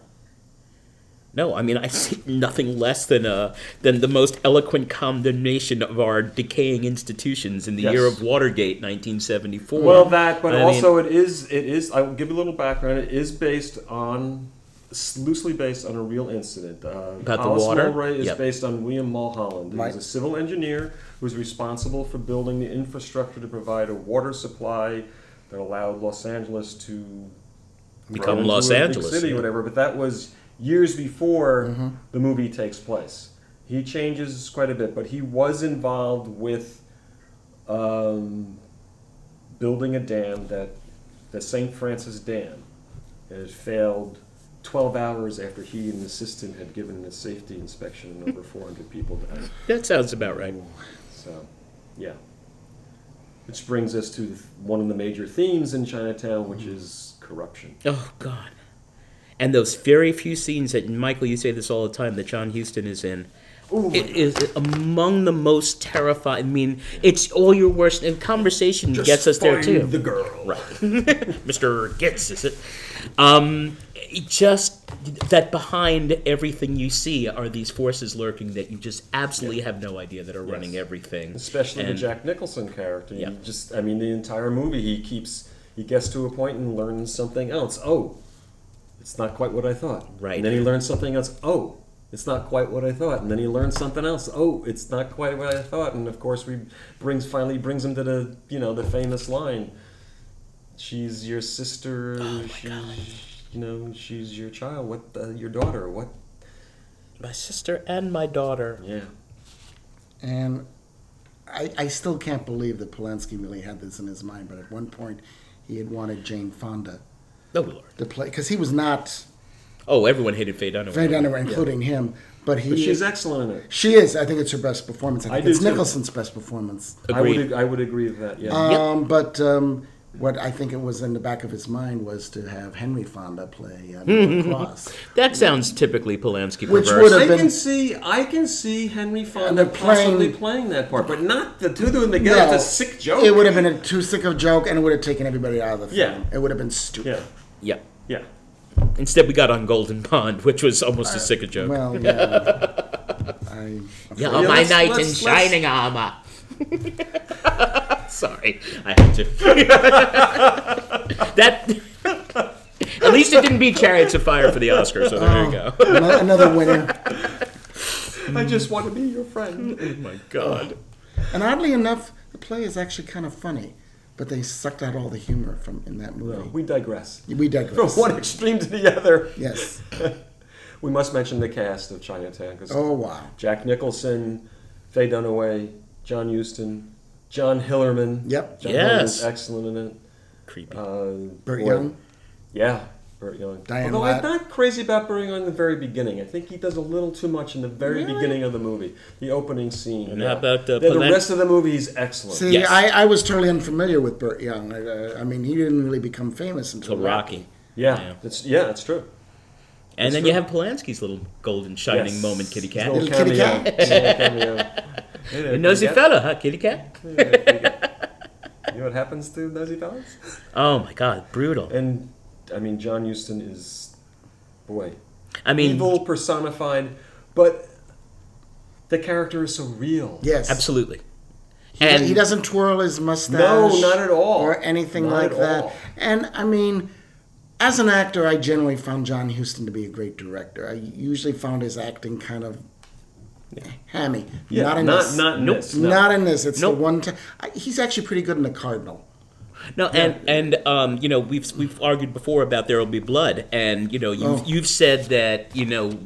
S2: No, I mean I see nothing less than uh, than the most eloquent condemnation of our decaying institutions in the year
S3: Yes.
S2: of Watergate, 1974.
S3: Well, that, but
S2: I mean,
S3: also it is it is. I will give you a little background. It is based on s- loosely based on a real incident. Uh,
S2: About the
S3: Alice
S2: water?
S3: Milroy is
S2: Yep.
S3: based on William Mulholland. who was
S4: Right.
S3: a civil engineer who was responsible for building the infrastructure to provide a water supply that allowed Los Angeles to
S2: Become
S3: grow into
S2: Los
S3: a big
S2: Angeles,
S3: city,
S2: yeah. Mm-hmm.
S3: whatever. But that was years before the movie takes place. He changes quite a bit, but he was involved with um, building a dam that the St. Francis Dam has failed 12 hours after he and the assistant had given it a safety inspection and over 400 people died.
S2: that sounds about right.
S3: So, yeah. Which brings us to one of the major themes in Chinatown, which is corruption.
S2: Oh God! And those very few scenes that Michael, you say this all the time, that John Huston is in. It is among the most terrifying. I mean, it's all your worst. And conversation gets us there too.
S3: The girl.
S2: Right. Mr. Gitz, is it? Um, it just that behind everything you see are these forces lurking that you just absolutely have no idea that are running everything.
S3: Especially the
S2: And-
S3: Jack Nicholson character.
S2: Yeah.
S3: He just, I mean, the entire movie, he keeps, he gets to a point and learns something else. Oh, it's not quite what I thought.
S2: Right.
S3: And then he learns something else. Oh, it's not quite what I thought. And then he learns something else. Oh, it's not quite what I thought. And of course, we brings finally brings him to the, you know, the famous line. She's your sister.
S2: Oh,
S3: she's, you know, she's your child. What, uh, your daughter? What?
S2: My sister and my daughter.
S3: Yeah.
S4: and I, I still can't believe that Polanski really had this in his mind. But at one point, he had wanted Jane Fonda
S2: Oh Lord.
S4: to play because he was not
S2: Oh, everyone hated Faye Dunaway.
S4: Faye Dunaway, including him. But he
S3: But she's excellent in it.
S4: she is. I think it's her best performance. I
S3: I
S4: think
S3: do
S4: it's
S3: too.
S4: Nicholson's best performance.
S2: Agreed.
S3: I would, I would agree with that. Yeah.
S2: Yep.
S4: Um, but um, what I think it was in the back of his mind was to have Henry Fonda play uh, Norman Cross.
S2: That sounds typically Polanski
S4: Which
S2: perverse.
S4: would
S3: I
S4: have been-
S3: can see, I can see Henry Fonda
S4: they're playing-
S3: possibly playing that part, but not the two of them together.
S4: No.
S3: It's a sick joke.
S4: It would have been a too sick of joke, and it would have taken everybody out of the film.
S3: Yeah.
S4: It would have been stupid.
S3: Yeah,
S2: yeah.
S3: yeah.
S2: Instead, we got on Golden Pond, which was almost
S4: Uh,
S2: as sick a joke.
S4: Well, yeah. I,
S2: yeah, uh,
S3: Yeah,
S2: my
S3: let's-
S2: knight in
S3: let's- let's-
S2: shining armor. Sorry, I had to. that. At least it didn't beat Chariots of Fire for the Oscar, so there you
S3: Oh.
S2: go.
S4: ano- another winner.
S3: I just want to be your friend.
S2: Oh my God.
S4: And oddly enough, the play is actually kind of funny, but they sucked out all the humor from in that movie.
S3: we digress.
S4: we
S3: From
S4: digress.
S3: one extreme to the other.
S4: Yes.
S3: We must mention the cast of Chinatown because
S4: Oh wow.
S3: Jack Nicholson, Faye Dunaway, John Huston, John Hillerman.
S4: Yep.
S3: John
S2: Yes.
S3: Hillerman's excellent in it.
S2: Creepy.
S3: Uh,
S4: Burt
S3: boy-
S4: Young.
S3: Yeah, Burt Young.
S4: Diane
S3: Although
S4: Ladd.
S3: I'm not crazy about Burt Young in the very beginning. I think he does a little too much in the very beginning of the movie, the opening scene.
S2: And how about, uh,
S3: Then the
S2: Polan-
S3: rest of the movie is excellent.
S4: See,
S2: Yes.
S4: I, I was totally unfamiliar with Burt Young. I, uh, I mean, he didn't really become famous until
S2: Till Rocky.
S3: yeah,
S2: Yeah.
S3: It's, yeah, that's true.
S2: And then
S3: true.
S2: you have Polanski's little golden shining
S3: Yes.
S2: moment, kitty
S3: His
S2: cat.
S3: little
S4: Little kitty
S3: cameo.
S4: cat.
S3: His little cameo. Hey there,
S2: A nosy
S3: kitty cat.
S2: fella, huh, kitty cat?
S3: Hey there, kitty cat. You know what happens to nosy fellas?
S2: Oh my God, brutal.
S3: And I mean, John Huston is, boy,
S2: I mean,
S3: evil personified, but the character is so real.
S4: Yes.
S2: absolutely.
S4: He,
S2: and
S4: he doesn't twirl his mustache.
S3: No, not at all.
S4: Or anything
S3: Not
S4: like
S3: at
S4: that.
S3: all.
S4: And I mean, as an actor, I generally found John Huston to be a great director. I usually found his acting kind of hammy.
S3: Yeah,
S4: not in
S3: not,
S4: this.
S3: not in
S2: Nope.
S3: this, no.
S4: Not in this. It's
S2: Nope.
S4: the one time. He's actually pretty good in the Cardinal.
S2: No, and and um, you know we've we've argued before about there will be blood, and you know you've
S4: Oh.
S2: you've said that you know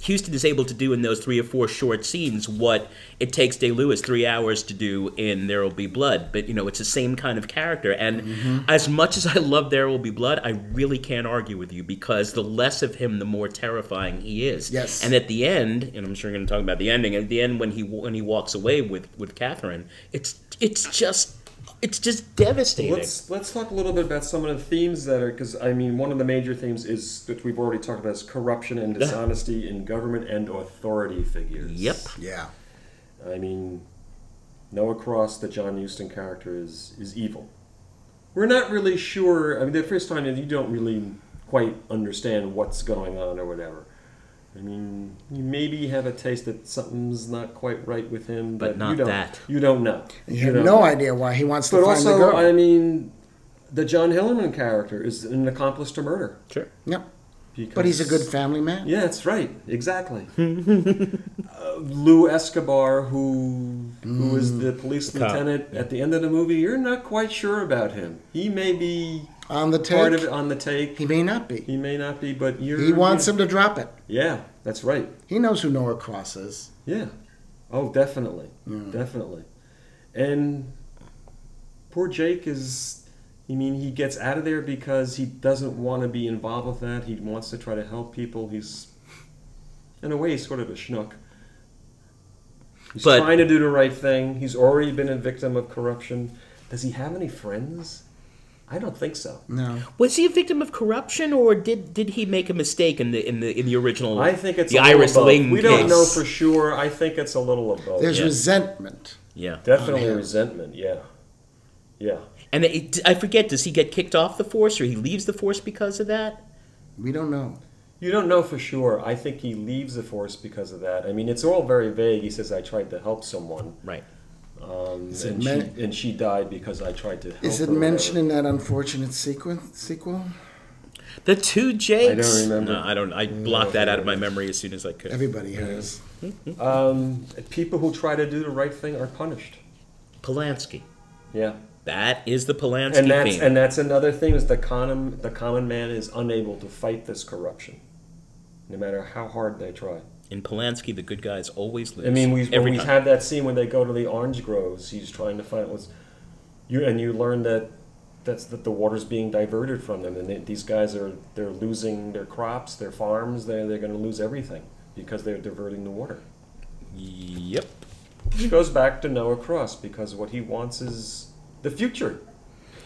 S2: Houston is able to do in those three or four short scenes what it takes Day Lewis three hours to do in There Will Be Blood, but you know it's the same kind of character. And
S4: Mm-hmm.
S2: as much as I love There Will Be Blood, I really can't argue with you because the less of him, the more terrifying he is.
S4: Yes.
S2: And at the end, and I'm sure you're going to talk about the ending. At the end, when he when he walks away with with Catherine, it's it's just. It's just devastating.
S3: Let's let's talk a little bit about some of the themes that are because I mean one of the major themes is that we've already talked about is corruption and dishonesty in government and authority figures.
S2: Yep.
S4: Yeah.
S3: I mean, Noah Cross, the John Huston character, is is evil. We're not really sure. I mean, the first time you don't really quite understand what's going on or whatever. I mean, you maybe have a taste that something's not quite right with him,
S2: But
S3: but,
S2: not
S3: you don't,
S2: that.
S3: You don't know.
S4: You,
S3: You
S4: have
S3: don't
S4: no
S3: know.
S4: idea why he wants to
S3: But
S4: find the
S3: also,
S4: girl.
S3: I mean, the John Hillerman character is an accomplice to murder.
S2: Sure.
S4: Yep.
S3: Because,
S4: But he's a good family man.
S3: Yeah, that's right. Exactly. uh, Lou Escobar, who who
S4: Mm.
S3: is the police
S2: cop,
S3: lieutenant at the end of the movie, you're not quite sure about him. He may be
S4: On the
S3: part
S4: take,
S3: of it on the take.
S4: he may not be.
S3: He may not be, but you're.
S4: He wants him to drop it.
S3: Yeah, that's right.
S4: He knows who Nora Cross is.
S3: Yeah. Oh, definitely, definitely. And poor Jake is. I mean, he gets out of there because he doesn't want to be involved with that. He wants to try to help people. He's, in a way, sort of a schnook. He's
S2: But-
S3: trying to do the right thing. He's already been a victim of corruption. Does he have any friends? I don't think so.
S4: No.
S2: Was he a victim of corruption, or did did he make a mistake in the in the in the original?
S3: I think it's
S2: the
S3: a little
S2: Iris
S3: of both.
S2: Ling
S3: We don't
S2: case?
S3: know for sure. I think it's a little of both.
S4: There's
S2: yeah.
S4: resentment.
S2: Yeah,
S3: Definitely
S4: on him.
S3: resentment. Yeah, yeah.
S2: and it, I forget. Does he get kicked off the force, or he leaves the force because of that?
S4: We don't know.
S3: You don't know for sure. I think he leaves the force because of that. I mean, it's all very vague. He says, "I tried to help someone,
S2: Right.
S3: um,
S4: Is it
S3: and,
S4: men-
S3: she, and she died because I tried to." help
S4: Is it
S3: her," or
S4: mentioned in that unfortunate sequence sequel?
S2: The two Jakes.
S3: remember.
S2: No, I don't. I blocked that out of my memory as soon as I could.
S4: Everybody has.
S3: whatever. Um, people who try to do the right thing are punished.
S2: Polanski.
S3: Yeah,
S2: That is the Polanski
S3: and that's
S2: theme.
S3: and that's another thing is the common the common man is unable to fight this corruption, no matter how hard they try.
S2: in Polanski, the good guys always lose.
S3: I mean, we, when
S2: every
S3: we
S2: time.
S3: have that scene when they go to the orange groves, he's trying to find what's you, and you learn that that's that the water's being diverted from them, and they, these guys are they're losing their crops, their farms, they they're going to lose everything because they're diverting the water.
S2: Yep.
S3: Which goes back to Noah Cross because what he wants is the future.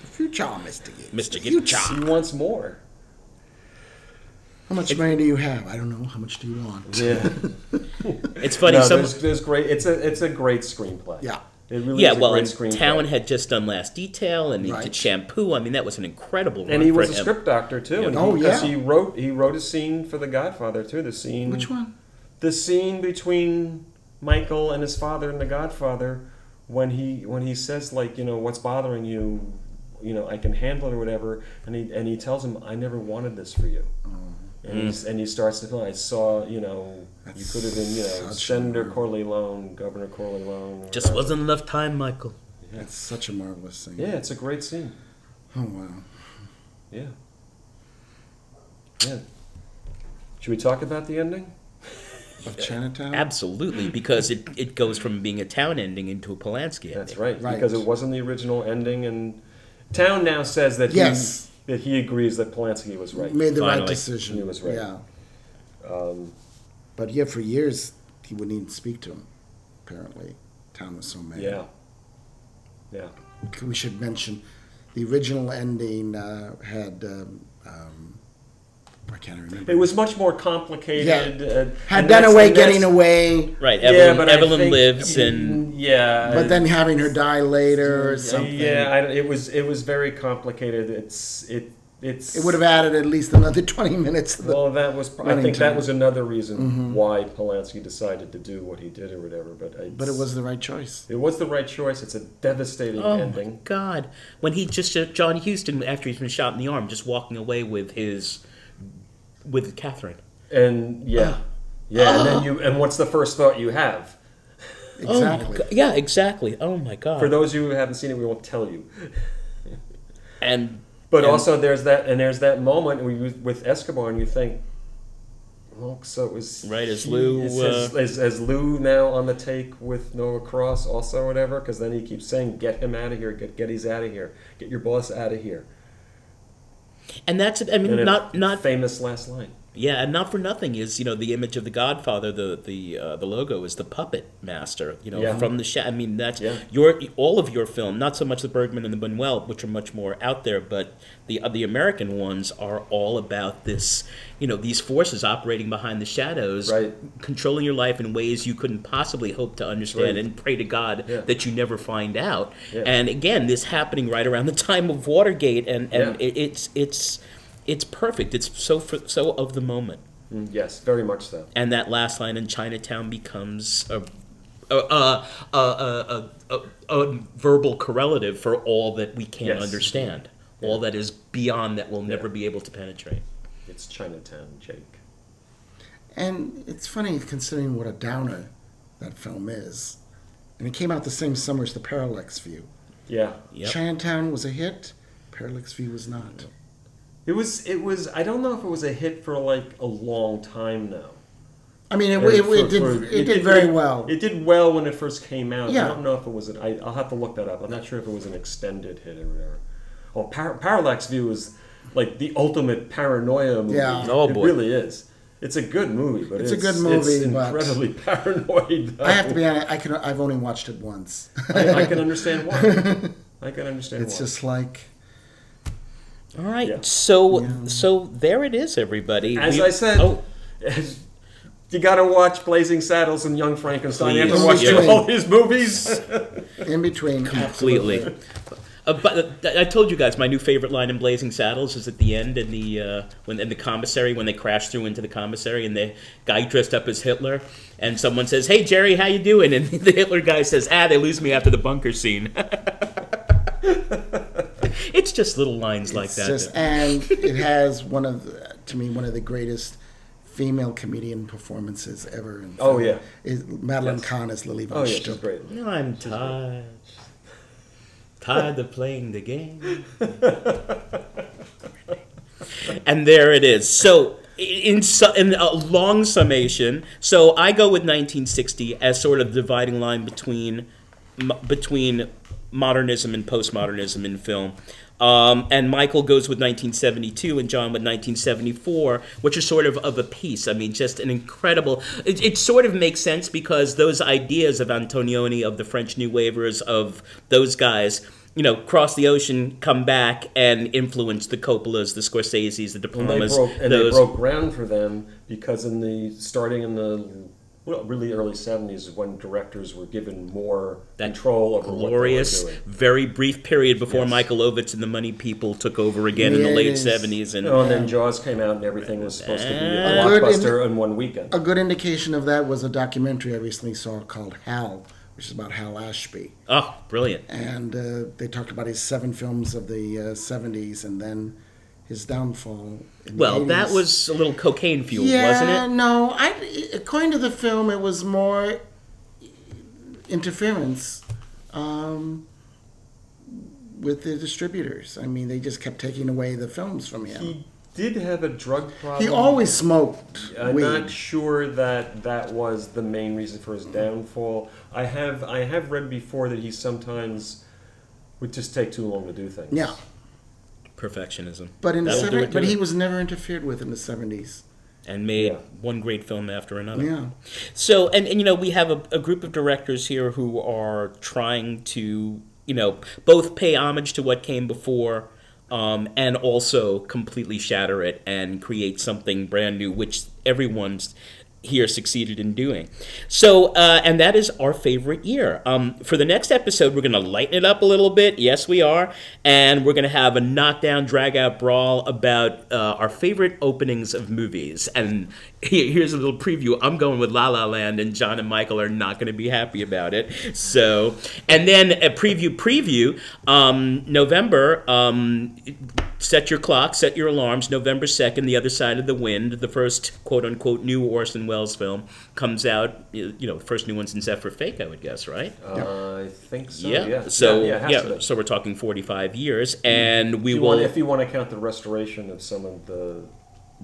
S4: Future, Mr. Gates.
S2: Mr.
S4: Future.
S2: Gates.
S3: He wants more.
S4: How much money do you have? I don't know. How much do you want?
S3: Yeah,
S2: It's funny. some
S3: there's, there's great. It's a it's a great screenplay.
S4: Yeah.
S3: It really
S2: Yeah,
S3: is a
S2: well,
S3: great
S2: and
S3: screenplay.
S2: Town had just done Last Detail, and he
S4: Right.
S2: did Shampoo. I mean, that was an incredible run
S3: and he
S2: for
S3: was a
S2: him.
S3: script doctor too. And
S4: Oh,
S3: he, 'cause
S4: yeah.
S3: he wrote he wrote a scene for The Godfather too. The scene
S4: Which one?
S3: the scene between Michael and his father in The Godfather when he when he says like you know what's bothering you you know I can handle it or whatever and he and he tells him I never wanted this for you
S4: Oh.
S3: and, he's, and he starts to feel I saw you know you could have been you know
S4: Such a-
S3: Senator Corleone Governor Corleone or
S2: Just
S3: whatever."
S2: wasn't enough time, Michael.
S4: That's such a marvelous thing.
S3: yeah it's a great scene
S4: Oh wow.
S3: yeah yeah should we talk about the ending
S4: Of Chinatown.
S2: Absolutely, because it, it goes from being a town ending into a Polanski ending.
S3: That's right,
S4: Right.
S3: because it wasn't the original ending, and Town now says that
S4: Yes.
S3: he that he agrees that Polanski was right.
S4: Made the right
S2: Finally.
S4: decision.
S3: He was right. Um,
S4: Yeah. but yeah, for years he wouldn't even speak to him. Apparently, town was so mad.
S3: Yeah, yeah,
S4: We should mention the original ending uh, had. Um, um, I can't remember.
S3: it was much more complicated. and-
S4: had
S3: and that's-
S4: Dunaway
S3: and that's-
S4: getting away,
S2: Right,
S3: Yeah,
S2: Evelyn,
S3: but I
S2: Evelyn
S3: think-
S2: lives, and
S3: yeah,
S4: but then having her die later or something.
S3: yeah, I, it was it was very complicated. It's it it's
S4: It would have added at least another 20 minutes to the.
S3: Well, that was. pr- I
S4: running
S3: think that
S4: time.
S3: was another reason
S4: Mm-hmm.
S3: why Polanski decided to do what he did or whatever. But it's,
S4: but it was the right choice.
S3: it was the right choice. It's a devastating
S2: oh my
S3: ending.
S2: god, when he just uh, John Houston after he's been shot in the arm, just walking away with his with Catherine.
S3: And yeah, yeah. And then you and what's the first thought you have?
S2: Oh my
S4: Exactly.
S2: god. Yeah, exactly. Oh my god.
S3: For those of you who haven't seen it, we won't tell you.
S2: and
S3: But
S2: And-
S3: also, there's that and there's that moment where you, with Escobar, and you think, well, so it was
S2: Right, as
S3: he-
S2: Lou, uh,
S3: it's his- as, as Lou now on the take with Noah Cross, also whatever, because then he keeps saying, "Get him out of here! Get Getty's out of here! Get your boss out of here!"
S2: and that's I mean
S3: And it-
S2: not not
S3: famous last line.
S2: yeah and not for nothing is you know the image of the Godfather the the uh, the logo is the puppet master you know
S3: Yeah.
S2: from the sha- I mean that's
S3: Yeah.
S2: your all of your film not so much the Bergman and the Buñuel which are much more out there but the uh, the American ones are all about this you know these forces operating behind the shadows
S3: Right.
S2: controlling your life in ways you couldn't possibly hope to understand
S3: Right.
S2: and pray to God
S3: Yeah.
S2: that you never find out
S3: Yeah.
S2: and again this happening right around the time of Watergate and and
S3: Yeah.
S2: it, it's it's it's perfect. It's so fr- so of the moment,
S3: Mm, Yes, very much so.
S2: and that last line in Chinatown becomes a a a a, a, a, a, a verbal correlative for all that we can't
S3: Yes.
S2: understand, all that is beyond that we'll never
S3: Yeah.
S2: be able to penetrate.
S3: It's Chinatown, Jake.
S4: And it's funny considering what a downer that film is. And it came out the same summer as The Parallax View.
S3: Yeah,
S2: Yep.
S4: Chinatown was a hit, Parallax View was not.
S3: it was. It was. I don't know if it was a hit for like a long time now.
S4: I mean, it,
S3: And
S4: it, it
S3: for-
S4: did,
S3: for-
S4: it, did very well.
S3: It did well when it first came out.
S4: Yeah.
S3: I don't know if it was an. I, I'll have to look that up. I'm not sure if it was an extended hit or whatever. Well, Par- Parallax View is like the ultimate paranoia movie.
S4: Yeah.
S2: Oh, boy.
S3: It really is. It's a good movie, but
S4: It's
S3: it's,
S4: a good movie,
S3: It's
S4: but-
S3: incredibly paranoid. though.
S4: I have to be honest, I can, I've only watched it once.
S3: I, I can understand why. I can understand
S4: it's
S3: why.
S4: just like,
S2: All right,
S3: Yeah.
S2: so so there it is, everybody.
S3: As
S2: We-
S3: I said,
S2: oh,
S3: you got to watch Blazing Saddles and Young Frankenstein. You have
S2: Please.
S3: to watch
S4: Yeah.
S3: all these movies.
S4: in between.
S2: completely.
S4: absolutely.
S2: Uh, but uh, I told you guys my new favorite line in Blazing Saddles is at the end in the uh, when in the commissary when they crash through into the commissary and the guy dressed up as Hitler and someone says, "Hey Jerry, how you doing?" and the Hitler guy says, "Ah, they lose me after the bunker scene." it's just little lines like
S4: It's
S2: that.
S4: just-
S2: that-
S4: and it has one of, the, to me, one of the greatest female comedian performances ever. In
S3: Oh,
S4: film.
S3: yeah.
S4: Is Madeline
S3: Yes.
S4: Kahn is Lily von
S3: Oh yeah,
S4: Stupp.
S3: she's great.
S2: I'm tired, tired of playing the game. and there it is. So in su- in a long summation, so I go with 1960 as sort of dividing line between m- between modernism and postmodernism in film. Um, and Michael goes with 1972, and John with 1974, which is sort of of a piece. I mean, just an incredible. It, it sort of makes sense because those ideas of Antonioni, of the French New Wavers, of those guys, you know, cross the ocean, come back, and influence the Coppolas, the Scorseses, the
S3: And they
S2: Diplomas.
S3: broke and they
S2: those,
S3: broke ground for them because in the starting in the well, really early 70s is when directors were given more
S2: That
S3: control over
S2: glorious,
S3: what they were doing.
S2: very brief period before
S3: Yes.
S2: Michael Ovitz and the Money People took over again in the
S4: Yeah, it
S2: late
S4: is.
S2: seventies. And
S3: Oh, and then Jaws came out and everything was supposed to be a
S4: A good
S3: blockbuster in one weekend.
S4: A good indication of that was a documentary I recently saw called Hal, which is about Hal Ashby.
S2: oh, brilliant!
S4: And uh, they talked about his seven films of the uh, 70s and then his downfall. In the
S2: Well, that
S4: 80s.
S2: was a little cocaine fuel,
S4: yeah,
S2: wasn't it?
S4: No, I, according to the film, it was more interference um, with the distributors. I mean, they just kept taking away the films from him. He,
S3: He did have a drug problem.
S4: always smoked
S3: I'm
S4: weed.
S3: Uh, not sure that that was the main reason for his downfall. I have I have read before that he sometimes would just take too long to do things.
S4: yeah,
S2: Perfectionism.
S4: but in the
S2: That'll do it
S4: 70s,
S2: to
S4: but
S2: it.
S4: he was never interfered with in the 70s.
S2: and made
S3: Yeah.
S2: one great film after another.
S4: Yeah.
S2: So, and, and you know, we have a, a group of directors here who are trying to, you know, both pay homage to what came before um, and also completely shatter it and create something brand new, which everyone's here succeeded in doing. So, uh, and that is our favorite year. Um, for the next episode, we're going to lighten it up a little bit. Yes, we are. And we're going to have a knockdown, drag out brawl about uh, our favorite openings of movies. And he- here's a little preview I'm going with La La Land, and John and Michael are not going to be happy about it. So, and then a preview, preview, um, November. Um, set your clock, set your alarms. November 2nd, The Other Side of the Wind, the first quote unquote new Orson Welles film, comes out. You you know, the first new one since Zephyr Fake, I would guess, right?
S3: Uh, I think so.
S2: yeah.
S3: Yeah. yeah.
S2: So,
S3: yeah, it
S2: yeah,
S3: has to be.
S2: so we're talking 45 years, and we
S3: If you,
S2: will.
S3: want, if you want to count the restoration of some of the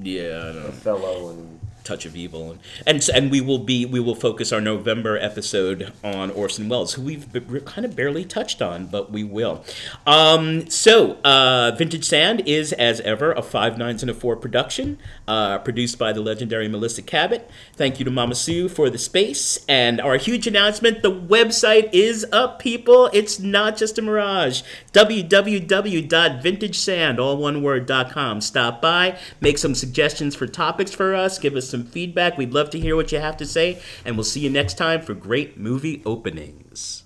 S2: yeah, I know.
S3: Othello and
S2: touch of evil and, and and we will be we will focus our november episode on orson welles who we've b- we're kind of barely touched on but we will um, so uh, vintage sand is as ever a five nines and a four production uh, produced by the legendary melissa cabot thank you to mama sue for the space and our huge announcement the website is up people it's not just a mirage www.vintagesand all one word dot com. stop by make some suggestions for topics for us give us some feedback we'd love to hear what you have to say and we'll see you next time for great movie openings